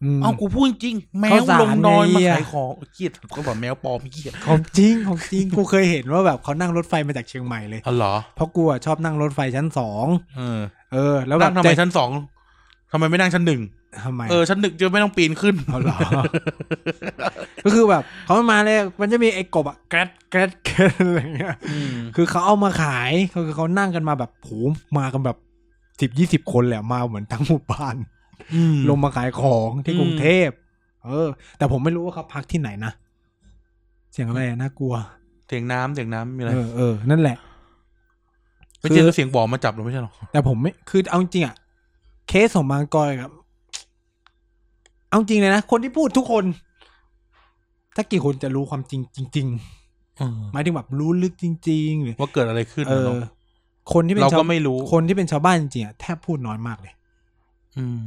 อืม เอากูพูดจริง แมว ข้าวสาร ลงดอย ไง มา เหี้ย ขายของเกลียดก็แบบแมวปลอมเกลียด ของจริงของจริง กูเคยเห็นว่าแบบเขานั่งรถไฟมาจากเชียงใหม่เลย อ๋อเหรอ เพราะกูอะชอบนั่งรถไฟชั้นสอง เออ เออ แล้วแบ นั่ บ งทำไมชั้นสองทำไมไม่นั่งชั้นหนึ่ง ทำไม เออชั้นหนึ่งจะไม่ต้องปีนขึ้น เอาเห รอ ก็คือแบบเขามาเลยมันจะมีไอ้กบอะแกรดแกรดแกรดอะไรเงี้ย อืม คือเขาเอามาขายเขาคือเขานั่งกันมาแบบโหมากันแบบสิบยี่สิบคนแหละมาเหมือนทั้งหมู่บ้าน อืม ลงมาขายของที่ อืม กรุงเทพ เออ แต่ผมไม่รู้ว่าเขาพักที่ไหนนะ เสียงอะไรอะน่ากลัว เสียงน้ำเสียงน้ำมีอะไร เออเออ นั่นแหละ ไม่ใช่ คือ เสียงบอมมาจับเราไม่ใช่หรอ แต่ผมไม่ คือเอาจริงอะเคสของบางกอยครับ เอาจริงเลยนะ คนที่พูดทุกคน ถ้ากี่คนจะรู้ความจริงจริง เออ ๆหมายถึงแบบรู้ลึกจริง ๆ หรือ ว่าเกิดอะไรขึ้น เอ นะ อ เนาะ คนที่เป็น เรา ชาว ก็ไม่รู้ คนที่เป็นชาวบ้านจริงๆอะแทบพูดน้อยมากเลย อืม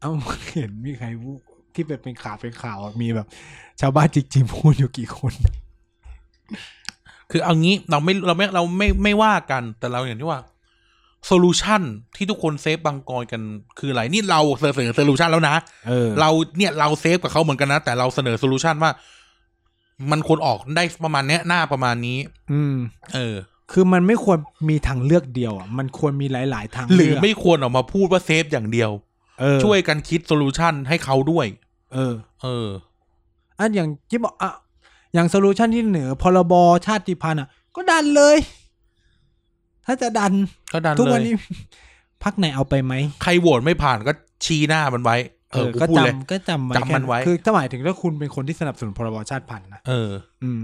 เอ้า เห็นมีใครพูดที่เป็นเป็นข่าวเป็นข่าวอะมีแบบ ชาวบ้านจริงๆพูดอยู่กี่คน คือเอางี้เราไม่เราไม่เราไม่ไม่ว่ากันแต่เราอย่างที่ว่าโซลูชันที่ทุกคนเซฟบางกอยกันคืออะไรนี่เราเสนอโซลูชันแล้วนะ เออ เราเนี่ยเราเซฟกับเขาเหมือนกันนะ แต่เราเสนอโซลูชันว่า มันควรออกได้ประมาณเนี้ยหน้าประมาณนี้ อืม เออ คือมันไม่ควรมีทางเลือกเดียวอ่ะ มันควรมีหลาย ๆ ทาง หรือ เลืก ไม่ควรออกมาพูดว่าเซฟอย่างเดียว เออ ช่วยกันคิดโซลูชันให้เขาด้วย เออ เออ อ่ะอย่างที่บอกอ่ะอย่างโซลูชันที่เหนือพรบชาติพันธุ์อ่ะ ก็ดันเลย ถ้าจะดัน ก็ดัน ทุก เล วัน ย นี้ พักไหนเอาไปไหม ใครโหวตไม่ผ่านก็ชี้หน้ามันไว้ เออกู ก็ พูดเลย จำก็จำไว้ จำมันไว้ แค่คือถ้าหมายถึงถ้าคุณเป็นคนที่สนับสนุนพรบชาติพันธุ์นะ เออ อืม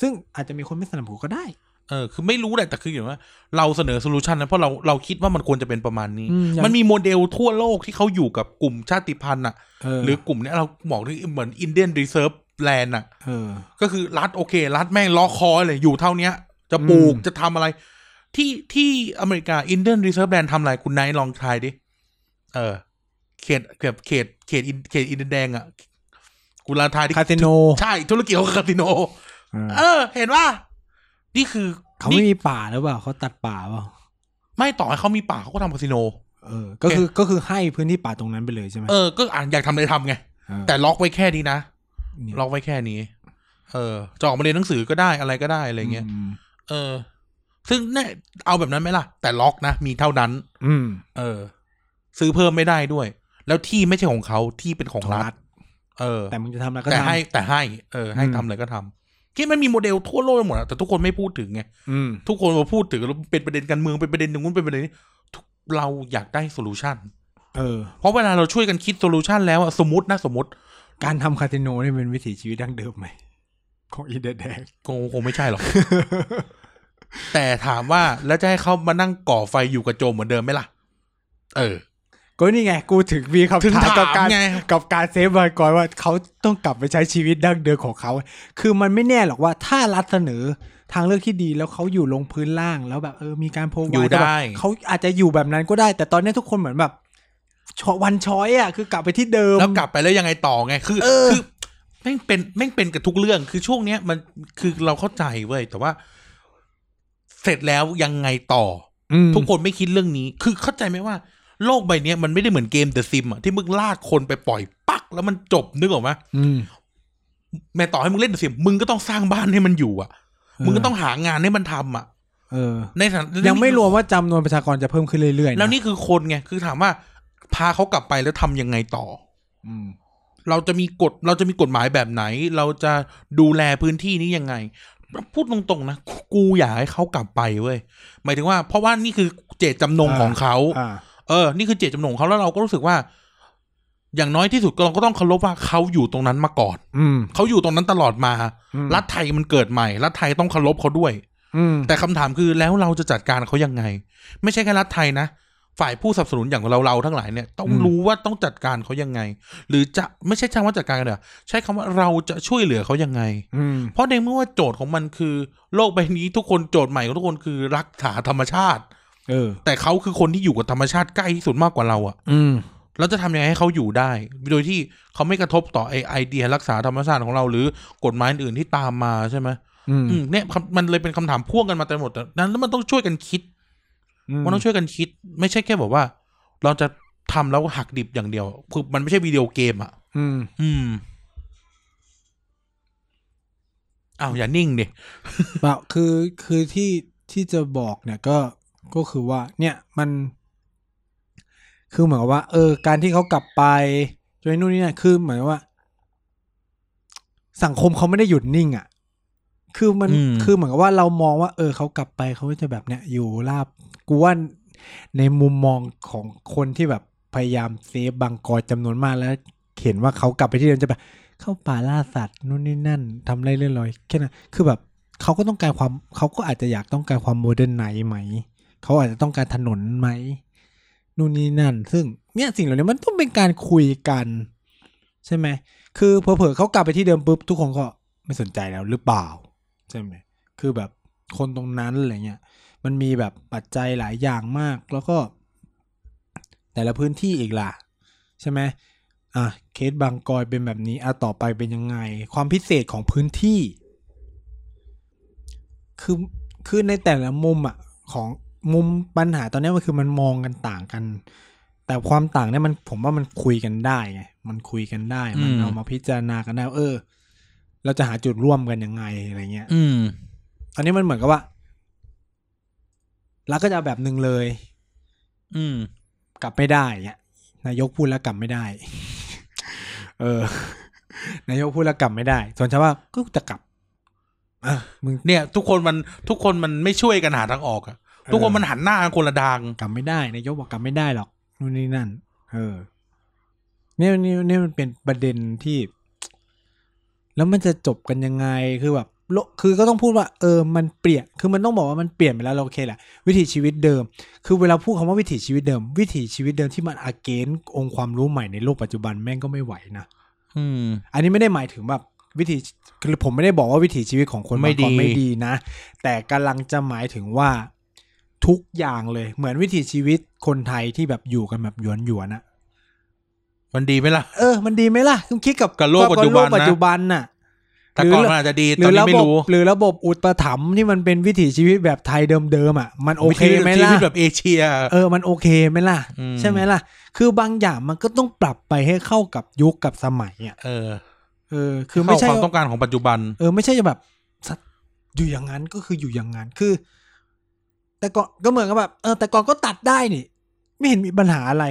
ซึ่งอาจจะมีคนไม่สนับสนุนก็ได้ เออคือไม่รู้แหละแต่คืออย่างว่าเราเสนอโซลูชันนะเพราะเราเราคิดว่ามันควรจะเป็นประมาณนี้ อืมอย่าง มันมีโมเดลทั่วโลกที่เขาอยู่กับกลุ่มชาติพันธุ์อ่ะ เออ หรือกลุ่มเนี้ยเราบอกที่เหมือนอินเดียนรีเซิร์ฟแลนด์อ่ะ เออ ก็คือรัฐโอเค รัฐแม่งล็อกคอเลยอยู่เท่าเนี้ย จะปลูก อืม จะทำอะไร ที่ที่อเมริกา Indian Reserve Land ทำอะไรคุณไนท์ลองทายดิ เออ เขตเกือบเขตเขตอินเขตอินเดียแดงอะคุณลองทายดิ คาสิโน ใช่ธุรกิจของคาสิโน อ่า เออ เห็นว่า นี่คือ เขาไม่ นี่ มีป่าหรือเปล่าเขาตัดป่าเปล่า ไม่ต่อให้เขามีป่าเขาก็ทำคาสิโน เออ ก็คือก็คือให้พื้นที่ป่าตรงนั้นไปเลยใช่ไหม เออ ก็อ่านอยากทำอะไรทำไง เออ แต่ล็อกไว้แค่นี้นะ เนี่ย ล็อกไว้แค่นี้ เออจะออกมาเรียนหนังสือก็ได้อะไรก็ได้อะไรเงี้ย ม เออ ซึ่งเนี่ยเอาแบบนั้นไหมล่ะ แต่ล็อกนะ มีเท่านั้น อืม เออ ซื้อเพิ่มไม่ได้ด้วย แล้วที่ไม่ใช่ของเขาที่เป็นของ ของ รั รั ฐ ฐ เออ แต่มึงจะทำอะไรก็ แต่ ทำ ให้แต่ให้ เออ ให้ อืม ทำอะไรก็ทำที่มันมีโมเดลทั่วโลกไปหมดอะแต่ทุกคนไม่พูดถึงไง อืม ทุกคนมาพูดถึงแล้วเป็นประเด็นการเมืองเป็นประเด็นอย่างนู้นเป็นประเด็นนี้ทุกเราอยากได้โซลูชัน เออ เพราะเวลาเราช่วยกันคิดโซลูชันแล้วอะสมมตินะสมมติ การทำคาสิโนนี่เป็นวิถีชีวิตดั้งเดิมไหมของอินเดียแดง คงคงไม่ใช่ห รอก แต่ถามว่าแล้วจะให้เขามานั่งก่อไฟอยู่กับโจมเหมือนเดิมไหมล่ะ เออ ก็นี่ไง กูถึงมีคำถาม ถึงถาม กับการ ไง กับการเซฟไว้ก่อนว่าเขาต้องกลับไปใช้ชีวิตดั้งเดิมของเขา คือมันไม่แน่หรอกว่าถ้ารัฐเสนอทางเลือกที่ดีแล้วเขาอยู่ลงพื้นล่างแล้วแบบเออมีการโพล อยู่ได้ เขาอาจจะอยู่แบบนั้นก็ได้ แต่ตอนนี้ทุกคนเหมือนแบบชอวันช้อยอ่ะคือกลับไปที่เดิม แล้วกลับไปแล้วยังไงต่อไง คือ เออ คือแม่งเป็นแม่งเป็นกับทุกเรื่อง คือช่วงเนี้ยมันคือเราเข้าใจเว้ยแต่ว่า เสร็จแล้วยังไงต่อ อืม ทุกคนไม่คิดเรื่องนี้ คือเข้าใจไหมว่า โลกใบเนี้ยมันไม่ได้เหมือนเกมเดอะซิมอะที่มึงลากคนไปปล่อยปัก แล้วมันจบนึกออกไหม อืม แม้ต่อให้มึงเล่นเดอะซิมมึงก็ต้องสร้างบ้านให้มันอยู่อะ ออ มึงก็ต้องหางานให้มันทำอะ เออ ในฐานะ ยังไม่รวมว่าจำนวนประชากรจะเพิ่มขึ้นเรื่อยๆะ แล้วนี่คือคนไงคือถามว่า พาเขากลับไปแล้วทำยังไงต่อ อืม เราจะมีกฎเราจะมีกฎหมายแบบไหน เราจะดูแลพื้นที่นี้ยังไง พูดตรงๆนะกูอยากให้เขากลับไปเว้ยหมายถึงว่า เพราะว่านี่คือเจตจำนง อ่า ของเขา อ่า เออ นี่คือเจตจำนงของเขาแล้วเราก็รู้สึกว่า อย่างน้อยที่สุดก็เราก็ต้องเคารพว่าเขาอยู่ตรงนั้นมาก่อน อืม เขาอยู่ตรงนั้นตลอดมา อืม รัฐไทยมันเกิดใหม่ รัฐไทยต้องเคารพเขาด้วย อืม แต่คำถามคือแล้วเราจะจัดการเขายังไง ไม่ใช่แค่รัฐไทยนะ ฝ่ายผู้สนับสนุนอย่างเราเราๆทั้งหลายเนี่ย ต้องรู้ว่าต้องจัดการเขายังไง หรือจะไม่ใช่ใช้คำว่าจัดการกันเถอะใช้คำว่าเราจะช่วยเหลือเขายังไง อืม เพราะในเมื่อว่าโจทย์ของมันคือ โลกใบนี้ทุกคนโจทย์ใหม่ของทุกคนคือรักษาธรรมชาติ เออ แต่เขาคือคนที่อยู่กับธรรมชาติใกล้ที่สุดมากกว่าเราอะ อืม แล้วจะทำยังไงให้เขาอยู่ได้ โดยที่เขาไม่กระทบต่อไอไอเดียรักษาธรรมชาติของเราหรือกฎหมายอื่นที่ตามมาใช่ไหม อืม อืมเนี่ยคำมันเลยเป็นคำถามพ่วงกันมาเต็มหมดแต่นั้นแล้วมันต้องช่วยกันคิด 嗯มันต้องช่วยกันคิด ไม่ใช่แค่แบบว่า เราจะทำแล้วหักดิบอย่างเดียว คือมันไม่ใช่วิดีโอเกมอ่ะ อืม อืมอ้าวอย่านิ่งดิ เปล่าคือคือที่ที่จะบอกเนี่ยก็ก็คือว่า เนี่ยมัน คือเหมือนกับว่า เออ การที่เขากลับไปช่วยนู่นนี่นั่นคือเหมือนว่า สังคมเขาไม่ได้หยุดนิ่งอะ่ะ คือมันคือเหมือนกับว่าเรามองว่า เออเขากลับไปเขาจะแบบเนี่ย อยู่ราบกูว่าในมุมมองของคนที่แบบพยายามเซฟบางกอจำนวนมากแล้ว เห็นว่าเขากลับไปที่เดิมจะแบบ เข้าป่าล่าสัตว์นู่นนี่นั่นทำไรเรื่อยลอยแค่นั้นคือแบบเขาก็ต้องการความเขาก็อาจจะอยากต้องการความโมเดิร์นไนท์ไหม เขาอาจจะต้องการถนนไหมนู่นนี่นั่น ซึ่งเนี่ยสิ่งเหล่านี้มันต้องเป็นการคุยกัน ใช่ไหม คือเผลอๆเขากลับไปที่เดิมปุ๊บทุกคนก็ไม่สนใจแล้วหรือเปล่า ใช่ไหมคือแบบคนตรงนั้นอะไรเงี้ยมันมีแบบปัจจัยหลายอย่างมาก แล้วก็ แต่ละพื้นที่อีกล่ะ ใช่ไหมอ่ะเคสบางกอยเป็นแบบนี้อ่ะต่อไปเป็นยังไง ความพิเศษของพื้นที่ คือคือในแต่ละมุมอ่ะของมุมปัญหาตอนเนี้ยมันคือมันมองกันต่างกัน แต่ความต่างเนี่ยมันผมว่ามันคุยกันได้ไงมันคุยกันได้ มันเอามาพิจารณากันได้ว่าเออ เราจะหาจุดร่วมกันยังไงอะไรเงี้ย อืม อันนี้มันเหมือนกับว่ารัฐก็จะเอาแบบหนึ่งเลย อืม กลับไม่ได้เนี่ยนายกพูดแล้วกลับไม่ได้ เออ นายกพูดแล้วกลับไม่ได้ ส่วนชาวบ้านก็จะกลับอ่ะมึง เนี่ย ทุกคนมันทุกคนมันไม่ช่วยกันหาทางออกอะทุกคนมันหันหน้ากันคนละดาง กลับไม่ได้นายกบอกกลับไม่ได้หรอกนู่นนี่นั่น เออเนี่ยนี่นี่มันเป็นประเด็นที่ แล้วมันจะจบกันยังไงคือแบบโลกคือก็ต้องพูดว่า เออ มันเปลี่ยน คือมันต้องบอกว่ามันเปลี่ยนไปแล้วเราโอเคแหละวิถีชีวิตเดิม คือเวลาพูดคำว่าวิถีชีวิตเดิม วิถีชีวิตเดิมที่มันอาเกนองค์ความรู้ใหม่ในโลกปัจจุบันแม่งก็ไม่ไหวนะ อืม อันนี้ไม่ได้หมายถึงแบบวิถีคือผมไม่ได้บอกว่าวิถีชีวิตของคน ไม่ดี บางคนไม่ดีนะ แต่กำลังจะหมายถึงว่า ทุกอย่างเลย เหมือนวิถีชีวิตคนไทยที่แบบอยู่กันแบบหยวนหยวนๆอะ มันดีไหมล่ะ เออมันดีไหมล่ะคุณคิดกับ กับโลกปัจจุบันนะ โลกปัจจุบันน่ะ แต่ก่อนมันอาจจะดี ห ต รืออน นี้ ระ ไม่ บบ รู้ หรือระบบอุปถัมภ์ที่มันเป็นวิถีชีวิตแบบไทยเดิมๆอ่ะมันโอเคไหม ชี ล่ะ วิตแบบเอเชีย เออมันโอเคไหมล่ะ อืม ใช่ไหมล่ะ คือบางอย่างมันก็ต้องปรับไปให้เข้ากับยุคกับสมัยอ่ะ เออ เออคือไม่ใช่ เข้าความต้องการของปัจจุบัน เออไม่ใช่จะแบบสัตว์อยู่อย่างนั้นก็คืออยู่อย่างนั้นคือ แต่ก่อนก็เหมือนกับแบบเออ แต่ก่อนก็ตัดได้นี่ ไม่เห็นมีปัญหาอะไร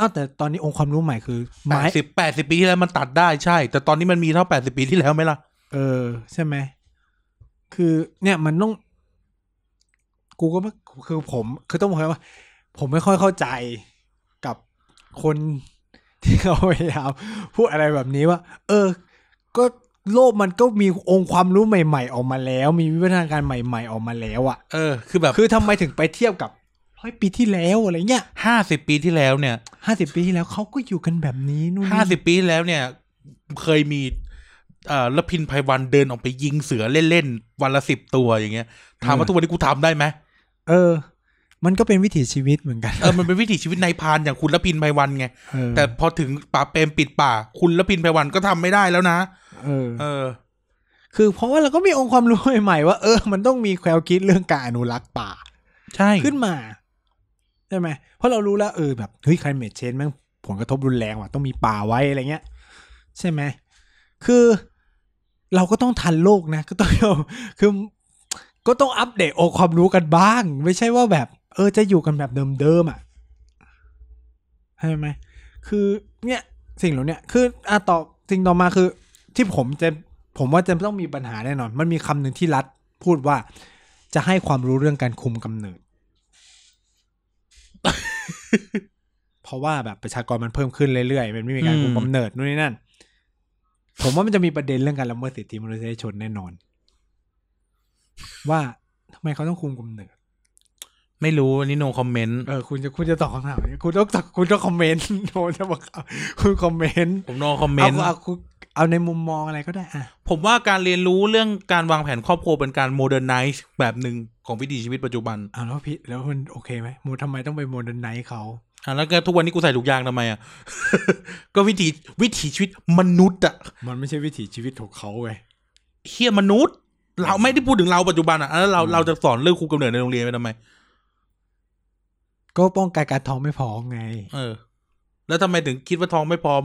อ้าวแต่ตอนนี้องค์ความรู้ใหม่คือ แป ไม้ ดสิบแปดสิบปีที่แล้วมันตัดได้ใช่ แต่ตอนนี้มันมีเท่าแปดสิบปีที่แล้วไหมล่ะ เออ ใช่ไหม คือเนี่ยมันต้อง กูก็ไม่คือผมคือต้องบอกเลยว่า ผมไม่ค่อยเข้าใจกับคนที่เขาพยายามพูดอะไรแบบนี้ว่า เออ ก็โลกมันก็มีองค์ความรู้ใหม่ ๆ ออกมาแล้ว มีวิวัฒนาการใหม่ ๆ ออกมาแล้วอะ่ะ เออ คือแบบ คือทำไมถึงไปเทียบกับร้อยปีที่แล้วอะไรเงี้ย ห้าสิบปีที่แล้วเนี่ย ห้าสิบปีที่แล้วเขาก็อยู่กันแบบนี้นู่นนี่ ห้าสิบปีที่แล้วเนี่ย เคยมีเอ่อละพินไพวันเดินออกไปยิงเสือเล่นๆวันละสิบตัวอย่างเงี้ยถามว่าทุกวันนี้กูทำได้ ไหม เออ มันก็เป็นวิถีชีวิตเหมือนกัน เออมันเป็นวิถีชีวิตนายพรานอย่างคุณละพินไพวันไง เออ แต่พอถึงป่าเปรมปิดป่า คุณละพินไพวันก็ทำไม่ได้แล้วนะ เออ เออ คือเพราะว่าเราก็มีองค์ความรู้ใหม่ๆว่าเออมันต้องมีแควคิดเรื่องการอนุรักษ์ป่า ใช่ ขึ้นมาใช่ไหมเพราะเรารู้แล้วเออแบบเฮ้ย climate change แม่งผลกระทบรุนแรงว่ะต้องมีป่าไว้อะไรเงี้ย ใช่ไหมคือ เราก็ต้องทันโลกนะ ก็ต้อง คือ ก็ต้องอัปเดตองค์ความรู้กันบ้าง ไม่ใช่ว่าแบบ เออจะอยู่กันแบบเดิมๆอ่ะใช่ไหมคือเนี่ยสิ่งเหล่าเนี้ยคืออ่ะต่อสิ่งต่อมาคือ ที่ผมจะผมว่าจะต้องมีปัญหาแน่นอน มันมีคำหนึ่งที่รัฐพูดว่า จะให้ความรู้เรื่องการคุมกำเนิด เพราะว่าแบบประชากรมันเพิ่มขึ้นเรื่อยๆ มันไม่มีการคุมกำเนิดนู่นนี่นั่น ผมว่ามันจะมีประเด็นเรื่องการละเมิดสิทธิมนุษยชนแน่นอน ว่าทำไมเขาต้องคุมกำเนิด ไม่รู้อันนี่โนคอมเมนต์ เออคุณจะคุณจะตอบคำถามนี้คุณต้องตอบคุณต้องคอมเมนต์โนจะบอกเอาคุณคอมเมนต์ ผมโนคอมเม เอา นต์ เอาคุณเอาในมุมมองอะไรก็ได้อ่ะ ผมว่าการเรียนรู้เรื่องการวางแผนครอบครัวเป็นการโมเดิร์นไนซ์แบบหนึ่งของวิถีชีวิตปัจจุบัน อ้าวแล้วพี่แล้วมันโอเคไหมมูทำไมต้องไปโมเดิร์นไนท์เขา อ่ะแล้วก็ทุกวันนี้กูใส่ถุงยางทำไมอ่ะ ก็วิถีวิถีชีวิตมนุษย์อะ มันไม่ใช่วิถีชีวิตของเขาเว้ย เฮียมนุษย์ เราไม่ได้พูดถึงเราปัจจุบันอ่ะแล้วเรา อืม เราจะสอนเรื่องครูกำเนิดในโรงเรียนไปทำไม ก็ป้องกันการท้องไม่พร้องไง เออ แล้วทำไมถึงคิดว่าท้องไม่พร้อม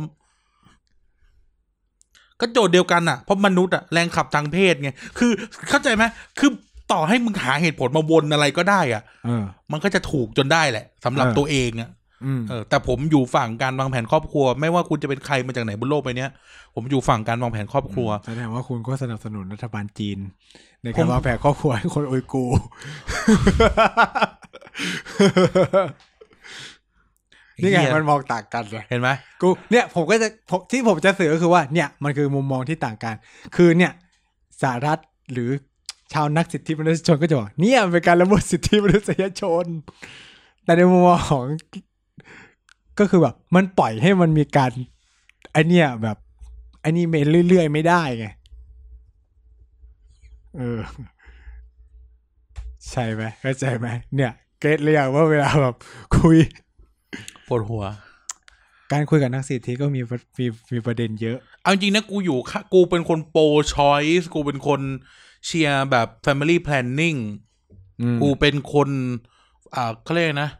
ก็โจทย์เดียวกันอ่ะเพราะมนุษย์อ่ะแรงขับทางเพศไงคือ เข้าใจไหมคือต่อให้มึงหาเหตุผลมาวนอะไรก็ได้อ่ะ เออ มันก็จะถูกจนได้แหละสำหรับ เออ ตัวเองอ่ะ อืม เออแต่ผมอยู่ฝั่งการวางแผนครอบครัว ไม่ว่าคุณจะเป็นใครมาจากไหนบนโลกไปเนี้ย ผมอยู่ฝั่งการวางแผนครอบครัว แสดงว่าคุณก็สนับสนุนรัฐบาลจีน ใน ผ การ ม วางแผนครอบครัวให้คนอุยกูร์ นี่ไง เหี้ย มันมองต่างกันเลย เห็นไหม กูเนี่ยผมก็จะผมที่ผมจะสื่อก็คือว่าเนี่ยมันคือมุมมองที่ต่างกัน คือเนี่ยสหรัฐหรือชาวนักสิทธิมนุษยชนก็จะบอกเนี่ยมันเป็นการละเมิดสิทธิมนุษยชน แต่ในมุมมองของ ก็คือแบบมันปล่อยให้มันมีการไอเนี่ยแบบไอนี่เมนเรื่อยๆ ไม่ได้ไง เออ ใช่ไหมเข้าใจไหมเนี่ยเกตเลยอย่างว่าเวลาแบบคุย ปวดหัว การคุยกับนักสิทธิก็มีมีมีประเด็นเยอะ เอาจริงนะกูอยู่ข้ากูเป็นคนโปรชอยส์กูเป็นคนเชียร์แบบ Family Planning กูเป็นคนอ่าเขาเรียกนะ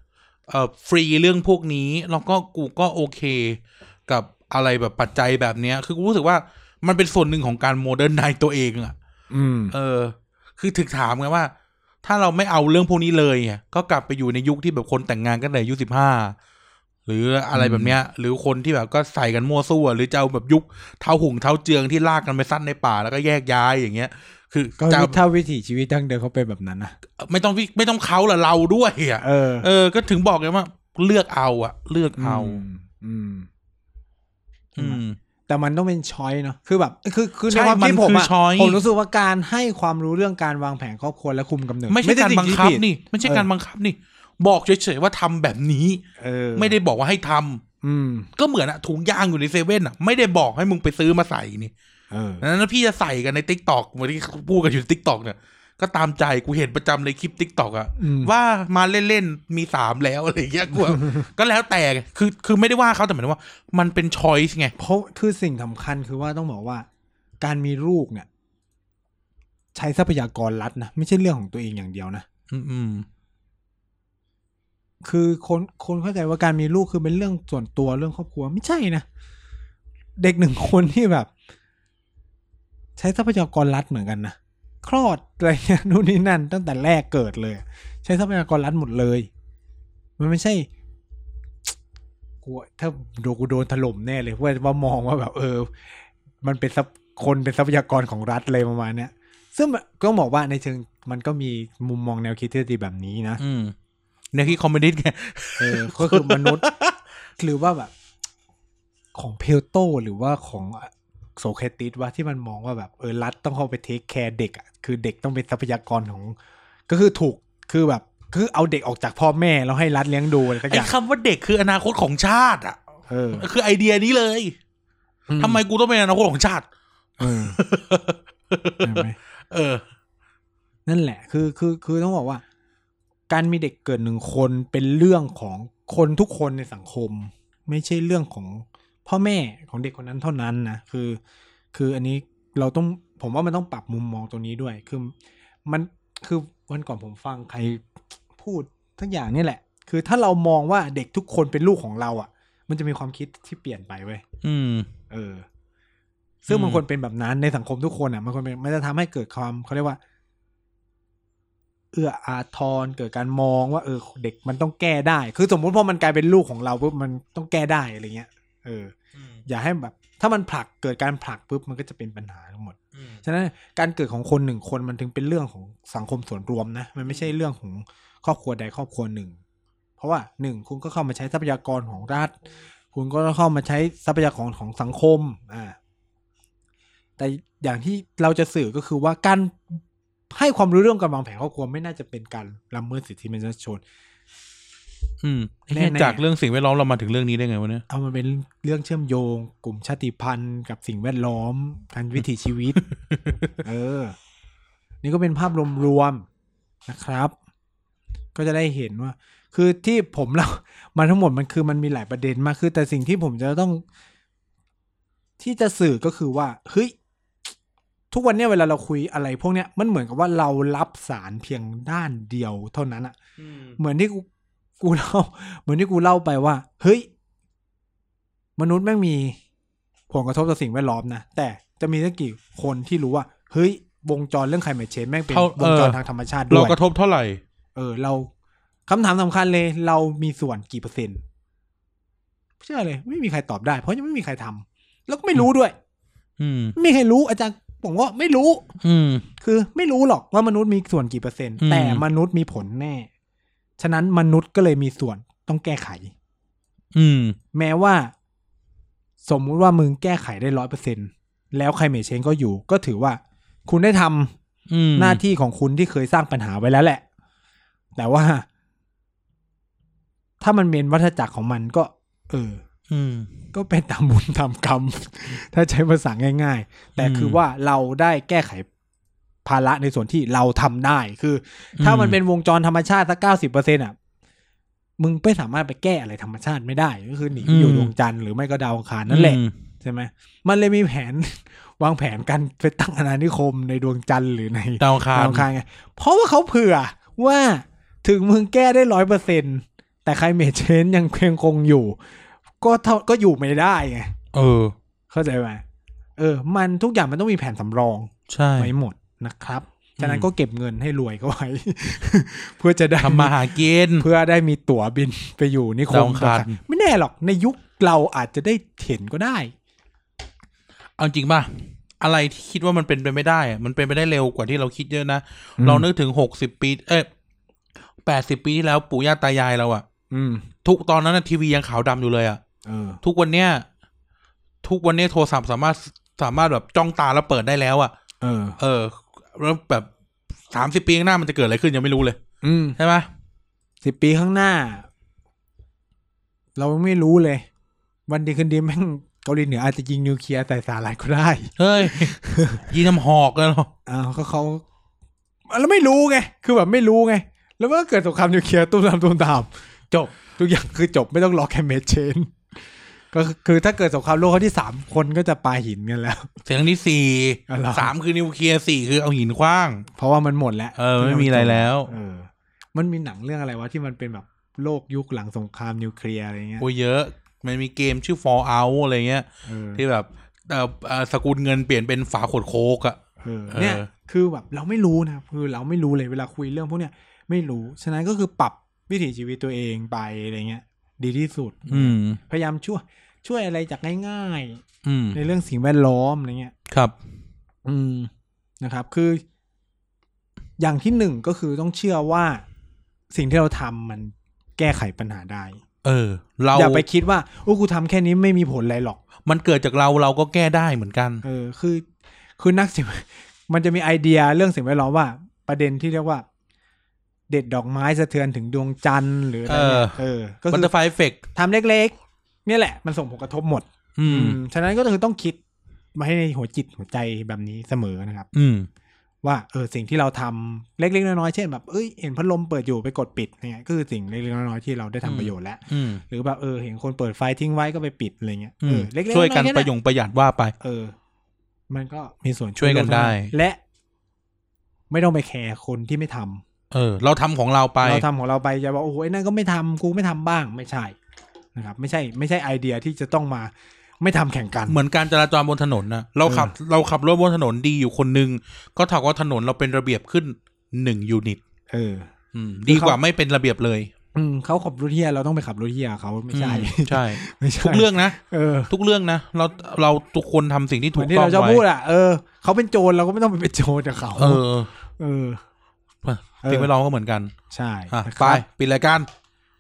เอ่อฟรีเรื่องพวกนี้ แล้วก็กูก็โอเค กับอะไรแบบปัจจัยแบบเนี้ย คือกูรู้สึกว่ามันเป็นส่วนหนึ่งของการโมเดิร์นไนตัวเองอะ อืม เออ คือถึงถามไงว่า ถ้าเราไม่เอาเรื่องพวกนี้เลยเนี่ยก็กลับไปอยู่ในยุคที่แบบคนแต่งงานกันแต่อายุสิบห้าหรืออะไรแบบเนี้ย หรือคนที่แบบก็ใส่กันมั่วซั่วหรือจะเอาแบบยุคเท้าหุ่งเท้าเจืองที่ลากกันไปสั้นในป่าแล้วก็แยกย้ายอย่างเงี้ย คือ ก็ จะ ถ้าวิถีชีวิตดั้งเดิมเขาเป็นแบบนั้นนะ ไม่ต้องวิไม่ต้องเขาละเราด้วยอะ เออ เออ ก็ถึงบอกไงว่า เลือกเอาอะเลือกเอา มอืม อืม แต่มันต้องเป็นช้อยเนาะ คือแบบ คือ คือ ใช่ ในความ มัน คิดผม คือ อะ choice ผมรู้สึกว่าการให้ความรู้เรื่องการวางแผนครอบครัวและคุมกำเนิด ไม่ใช่การ สิ่ บังคับ ที่ผิด นี่ไม่ใช่การบังคับนี่ บอกเฉยๆว่าทำแบบนี้ เออ ไม่ได้บอกว่าให้ทำ อืม ก็เหมือนอะถุงยางอยู่ในเซเว่นอะไม่ได้บอกให้มึงไปซื้อมาใส่นี่ เออ นั้นพี่จะใส่กันในติ๊กตอกเหมือนที่พูดกันอยู่ติ๊กตอกเนี่ย ก็ตามใจกูเห็นประจำในคลิปทิกตอกอะ อืม ว่ามาเล่นๆมีสามแล้วอะไรอย่างเงี้ยกูแบบ ก็แล้วแต่ไงคือคือไม่ได้ว่าเขาแต่หมายถึงว่า มันเป็นชอยส์ไง เพราะคือสิ่งสำคัญคือว่าต้องบอกว่า การมีลูกเนี่ย ใช้ทรัพยากรรัฐนะไม่ใช่เรื่องของตัวเองอย่างเดียวนะ อืม คือคนคนเข้าใจว่าการมีลูกคือเป็นเรื่องส่วนตัวเรื่องครอบครัวไม่ใช่นะ เด็กหนึ่งคนที่แบบ ใช้ทรัพยากรรัฐเหมือนกันนะคลอดอะไรเนี่ยนู่นนี่นั่น ตั้งแต่แรกเกิดเลย ใช้ทรัพยากรรัฐหมดเลย มันไม่ใช่กูถ้าโดนกูโดนถล่มแน่เลยว่าว่ามองว่าแบบ เออ มันเป็นทรัพย์คนเป็นทรัพยากรของรัฐเลยประมาณเนี้ย ซึ่งก็บอกว่าในเชิงมันก็มีมุมมองแนวคิดที่ดีแบบนี้นะ อืมเนี่ยที่คอมเมดี้ไง เออก็คือมนุษย์ หรือว่าแบบ ของเพลโตหรือว่าของโซเครติสว่าที่มันมองว่าแบบเออรัฐต้องเข้าไปเทคแคร์เด็กอ่ะคือเด็กต้องเป็นทรัพยากรของ ก็คือถูกคือแบบ คือเอาเด็กออกจากพ่อแม่แล้วให้รัฐเลี้ยงดูอะไรสักอ ไอ้ ย่าง คำว่าเด็กคืออนาคตของชาติอ่ะ เออ คือไอเดียนี้เลยทำไมกูต้องเป็นอนาคตของชาติ เออเห็นไหม เออ นั่นแหละ คือ คือ คือต้องบอกว่า การมีเด็กเกิดหนึ่งคนเป็นเรื่องของคนทุกคนในสังคม ไม่ใช่เรื่องของพ่อแม่ของเด็กคนนั้นเท่านั้นนะ คือ คืออันนี้เราต้อง ผมว่ามันต้องปรับมุมมองตรงนี้ด้วย คือมัน คือวันก่อนผมฟังใครพูดทั้งอย่างนี่แหละ คือถ้าเรามองว่าเด็กทุกคนเป็นลูกของเราอะ่ะ มันจะมีความคิดที่เปลี่ยนไปเว้ย อืม เออ ซึ่ง อืม มันควรเป็นแบบนั้นในสังคมทุกคนอ่ะ มันควรเป็นมันจะทำให้เกิดความเขาเรียกว่า เอื้ออาทรเกิดการมองว่า เออ เด็กมันต้องแก้ได้ คือสมมุติพอมันกลายเป็นลูกของเราปุ๊บมันต้องแก้ได้อะไรเงี้ยเออ อย่าให้แบบ ถ้ามันผลักเกิดการผลักปุ๊บมันก็จะเป็นปัญหาทั้งหมด ฉะนั้นการเกิดของคนหนึ่งคนมันถึงเป็นเรื่องของสังคมส่วนรวมนะ มันไม่ใช่เรื่องของครอบครัวใดครอบครัวหนึ่ง เพราะว่าหนึ่งคุณก็เข้ามาใช้ทรัพยากรของรัฐ คุณก็ต้องเข้ามาใช้ทรัพยากรของสังคมอ่าแต่อย่างที่เราจะสื่อก็คือว่าการให้ความรู้เรื่องการวางแผนครอบครัวไม่น่าจะเป็นการละเมิดสิทธิมนุษยชน อืม แน่ๆ เนี่ยจากเรื่องสิ่งแวดล้อมเรามาถึงเรื่องนี้ได้ไงวะเนี่ย เอามันเป็นเรื่องเชื่อมโยง กลุ่มชาติพันธุ์กับสิ่งแวดล้อมการวิถีชีวิต เออ นี่ก็เป็นภาพรวมๆนะครับ ก็จะได้เห็นว่า คือที่ผมเล่า มาทั้งหมดมันคือมันมีหลายประเด็นมากคือแต่สิ่งที่ผมจะต้อง ที่จะสื่อก็คือว่าเฮ้ยทุกวันเนี้ยเวลาเราคุยอะไร พวกเนี้ยมันเหมือนกับว่าเรารับสารเพียงด้านเดียวเท่านั้นอะ เหมือนที่กูกูเล่า เหมือนที่กูเล่าไปว่า เฮ้ย มนุษย์แม่งมีผลกระทบต่อสิ่งแวดล้อมนะ แต่จะมีสักกี่คนที่รู้ว่า เฮ้ย วงจรเรื่องไคลเมทเชนแม่งเป็น เท่า วงจรทางธรรมชาติด้ เรา วย กระทบเท่าไหร่ เออ เราคำถามสำคัญเลย เรามีส่วนกี่เปอร์เซ็นต์เชื่อเลย ไม่มีใครตอบได้ เพราะยังไม่มีใครทำแล้วก็ไม่รู้ด้วย อืม ไม่มีใครรู้อาจารย์ผมว่าไม่รู้ อืม คือไม่รู้หรอกว่ามนุษย์มีส่วนกี่เปอร์เซ็นต์ อืม แต่มนุษย์มีผลแน่ ฉะนั้นมนุษย์ก็เลยมีส่วนต้องแก้ไข อืม แม้ว่า สมมุติว่ามึงแก้ไขได้ร้อยเปอร์เซ็นแล้วใครเมเชงก็อยู่ ก็ถือว่า คุณได้ทำ อืม หน้าที่ของคุณที่เคยสร้างปัญหาไว้แล้วแหละ แต่ว่า ถ้ามันเป็นวัฏจักรของมันก็ เออ อืม ก็เป็นตามบุญตามกรรม ถ้าใช้ภาษาง่าย ๆ แต่ อืม คือว่าเราได้แก้ไขภาระในส่วนที่เราทำได้ คือ ถ้า อืม มันเป็นวงจรธรรมชาติสักเก้าสิบเปอร์เซ็นอ่ะ มึงไม่สามารถไปแก้อะไรธรรมชาติไม่ได้ ก็คือหนีไปอยู่ดวงจันทร์หรือไม่ก็ดาวอังคารนั่นแหละ อืม ใช่ไหม มันเลยมีแผน วางแผนการไปตั้งอาณานิคมในดวงจันทร์หรือใน ดาวอังคาร ดาวอังคารไง เพราะว่าเขาเผื่อว่าถึงมึงแก้ได้ร้อยเปอร์เซ็นแต่ใครเมเชนยังเพียงคงอยู่ ก็เท่าก็อยู่ไม่ได้ไง เออ เข้าใจไหมเออ มันทุกอย่างมันต้องมีแผนสำรอง ใช่ ไว้หมดนะครับ ฉะนั้นก็เก็บเงินให้รวยก็ไว้ เพื่อจะได้ ทำมาหากิน เพื่อได้มีตั๋วบินไปอยู่นิค ดามวอังคาร ไม่แน่หรอกในยุคเราอาจจะได้เห็นก็ได้ เอาจริงป่ะ อะไรที่คิดว่ามันเป็นไปไม่ได้อะมันเป็นไปได้เร็วกว่าที่เราคิดเยอะนะ อืม เรานึกถึงหกสิบปี เอ้ยแปดสิบปีที่แล้วปู่ย่าตายายเราอะ อืม ทุกตอนนั้นนะทีวียังขาวดำอยู่เลยอะ เออ ทุกวันเนี้ยทุกวันเนี้ยโทรศัพท์สามารถสามารถแบบจ้องตาแล้วเปิดได้แล้วอะ่ะ เออ เออ แล้วแบบสามสิบปีข้างหน้ามันจะเกิดอะไรขึ้นยังไม่รู้เลย อืม ใช่ไหม สิบปีข้างหน้า เราไม่รู้เลย วันดีคืนดีแม่งเกาหลีเหนืออาจจะยิงนิวเค ลียร์ใส่สหรัฐก็ได้ เฮ้ย ยีน้ำหอกเลยเหรอ อ่าวก็เขา แล้วไม่รู้ไง คือแบบไม่รู้ไง แล้วก็เกิดสงครามนิวเคลียร์ตุ้มตามตุ้มตามจบ ทุกอย่างคือจบไม่ต้องรอแคมเมเชนก็คือคือถ้าเกิดสงครามโลกครั้งที่สามคนก็จะปาหินกันแล้ว เสียงที่สี่ อ๋อเหรอ สามคือนิวเคลียร์สี่คือเอาหินคว้าง เพราะว่ามันหมดแล้ว เออไม่มีอะไรแล้ว เออ มันมีหนังเรื่องอะไรวะที่มันเป็นแบบโลกยุคหลังสงครามนิวเคลียร์อะไรเงี้ย โอ้ยเยอะ มันมีเกมชื่อ Fallout อะไรเงี้ย เออ ที่แบบเอ่อเอ่อสกุลเงินเปลี่ยนเป็นฝาขวดโค้กอะ เออเนี่ย เออ คือแบบเราไม่รู้นะครับคือเราไม่รู้เลยเวลาคุยเรื่องพวกเนี้ยไม่รู้ ฉะนั้นก็คือปรับวิถีชีวิตตัวเองไปอะไรเงี้ย ดีที่สุด อืม พยายามช่วยช่วยอะไรจากง่าย อืม ๆ ในเรื่องสิ่งแวดล้อมอะไรเงี้ย ครับ อืมนะครับ คือ อย่างที่หนึ่งก็คือต้องเชื่อว่าสิ่งที่เราทำมันแก้ไขปัญหาได้ เออ เรา อย่าไปคิดว่าโอ้กูทำแค่นี้ไม่มีผลอะไรหรอก มันเกิดจากเราเราก็แก้ได้เหมือนกัน เออ คือ คือนักสิ่ง มันจะมีไอเดียเรื่องสิ่งแวดล้อมว่า ประเด็นที่เรียกว่า เด็ดดอกไม้สะเทือนถึงดวงจันทร์หรืออะไรเนี่ย เออ เออ ก็ บัต คื เตอ อ ร์ไฟเฟก ทำเล็กๆ เนี่ยแหละ มันส่งผลกระทบหมด อืม อืมฉะนั้นก็คือต้องคิดมาให้ในหัวจิตหัวใจแบบนี้เสมอนะครับ อืม ว่าเออสิ่งที่เราทำเล็กๆน้อยๆเช่นแบบเอ้ยเห็นพัดลมเปิดอยู่ไปกดปิดเนี่ยก็คือสิ่งเล็กๆน้อยๆที่เราได้ทำประโยชน์แล้ว อืม หรือแบบเออเห็นคนเปิดไฟทิ้งไว้ก็ไปปิดอะไรเงี้ย อื เอ ม อเล็กๆ ช่วยกัน อๆแค่ ประหยงประหยัดว่าไป เออ มันก็มีส่วน ช่วยกัน โลทั้ง ได้ และ ไม่ต้องไปแคร์คนที่ไม่ทำ เออ เราทำของเราไป เราทำของเราไปจะบอกโอ้โหไอ้นั่นก็ไม่ทำกูไม่ทำบ้างไม่ใช่นะครับ ไม่ใช่ ไม่ใช่ไอเดียที่จะต้องมาไม่ทำแข่งกัน เหมือนการจราจรบนถนนนะเราขับเราขับรถบนถนนดีอยู่คนหนึ่งก็เท่ากับว่าถนนเราเป็นระเบียบขึ้นหนึ่งยูนิต เออ อืมดีกว่าไม่เป็นระเบียบเลย อืมเขาขับรถเฮียเราต้องไปขับรถเฮียเขาไม่ใช่ อืมใช่ ไม่ใช่ ทุกเรื่องนะ เออ ทุกเรื่องนะ เราเราทุกคนทำสิ่งที่ เห ถู มือก นที่ ต้อง เราชอบ ไว้ พูดอ่ะเออเขาเป็นโจรเราก็ไม่ต้องไปเป็นโจรกับเขา เออ เออ สิ่งแวดล้อมก็เหมือนกัน ใช่ อ่ะ นะค ไป รับ ปิดรายการ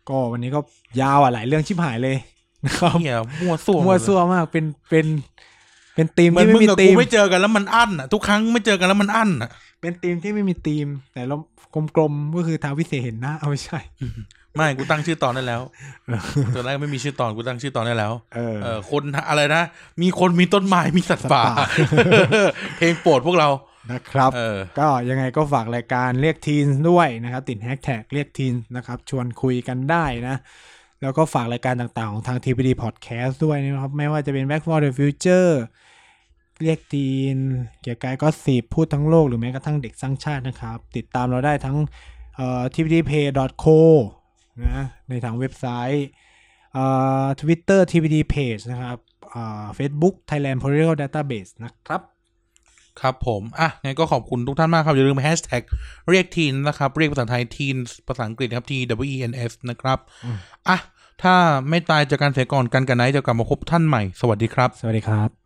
ก็วันนี้ก็ยาวอ่ะหลายเรื่องชิบหายเลยนะครับ เหียมั่วสั่ว มั่วซั่วมากเป็นเป็น เป็นทีม เหมือน ที่ มึ ไม่ ง มี กับ ที กู ม ไม่เจอกันแล้วมันอั้นอ่ะทุกครั้งไม่เจอกันแล้วมันอั้นอ่ะ เป็นทีมที่ไม่มีทีม แต่เรากลมๆก็คือทาวิเศษเห็นหน้าเอาไม่ใช่ ไม่กูตั้งชื่อตอนได้แล้ว เออ ตอนแรกไม่มีชื่อตอนกูตั้งชื่อตอนได้แล้ว เออ เออคนอะไรนะ มีคนมีต้นไม้มีสัตว์ป่า สัตว์ป่า เพลงโปรดพวกเรา นะครับ เออ ก็ยังไงก็ฝากรายการเรียกทีนด้วยนะครับ ติดแฮชแท็กเรียกทีนนะครับ ชวนคุยกันได้นะ แล้วก็ฝากรายการต่างๆ ของทาง TPD Podcast ด้วยนะครับ ไม่ว่าจะเป็น Back for the Future เรียกทีน เกียร์กายก็สีพูดทั้งโลกหรือแม้กระทั่งเด็กสร้างชาตินะครับ ติดตามเราได้ทั้งเอ่อ tpdpay.co นะในทางเว็บไซต์เอ่อ Twitter TPD Page นะครับเอ่อ Facebook Thailand Political Database นะครับ ครับผม อ่ะ งั้นก็ขอบคุณทุกท่านมากครับ อย่าลืมแฮชแท็กเรียกทีนนะครับ เรียกภาษาไทยทีนภาษาอังกฤษนะครับ T W E N S นะครับ อ่ะ ถ้าไม่ตายจากการเสียก่อนกันกันไหนจะกลับมาพบท่านใหม่ สวัสดีครับ สวัสดีครับ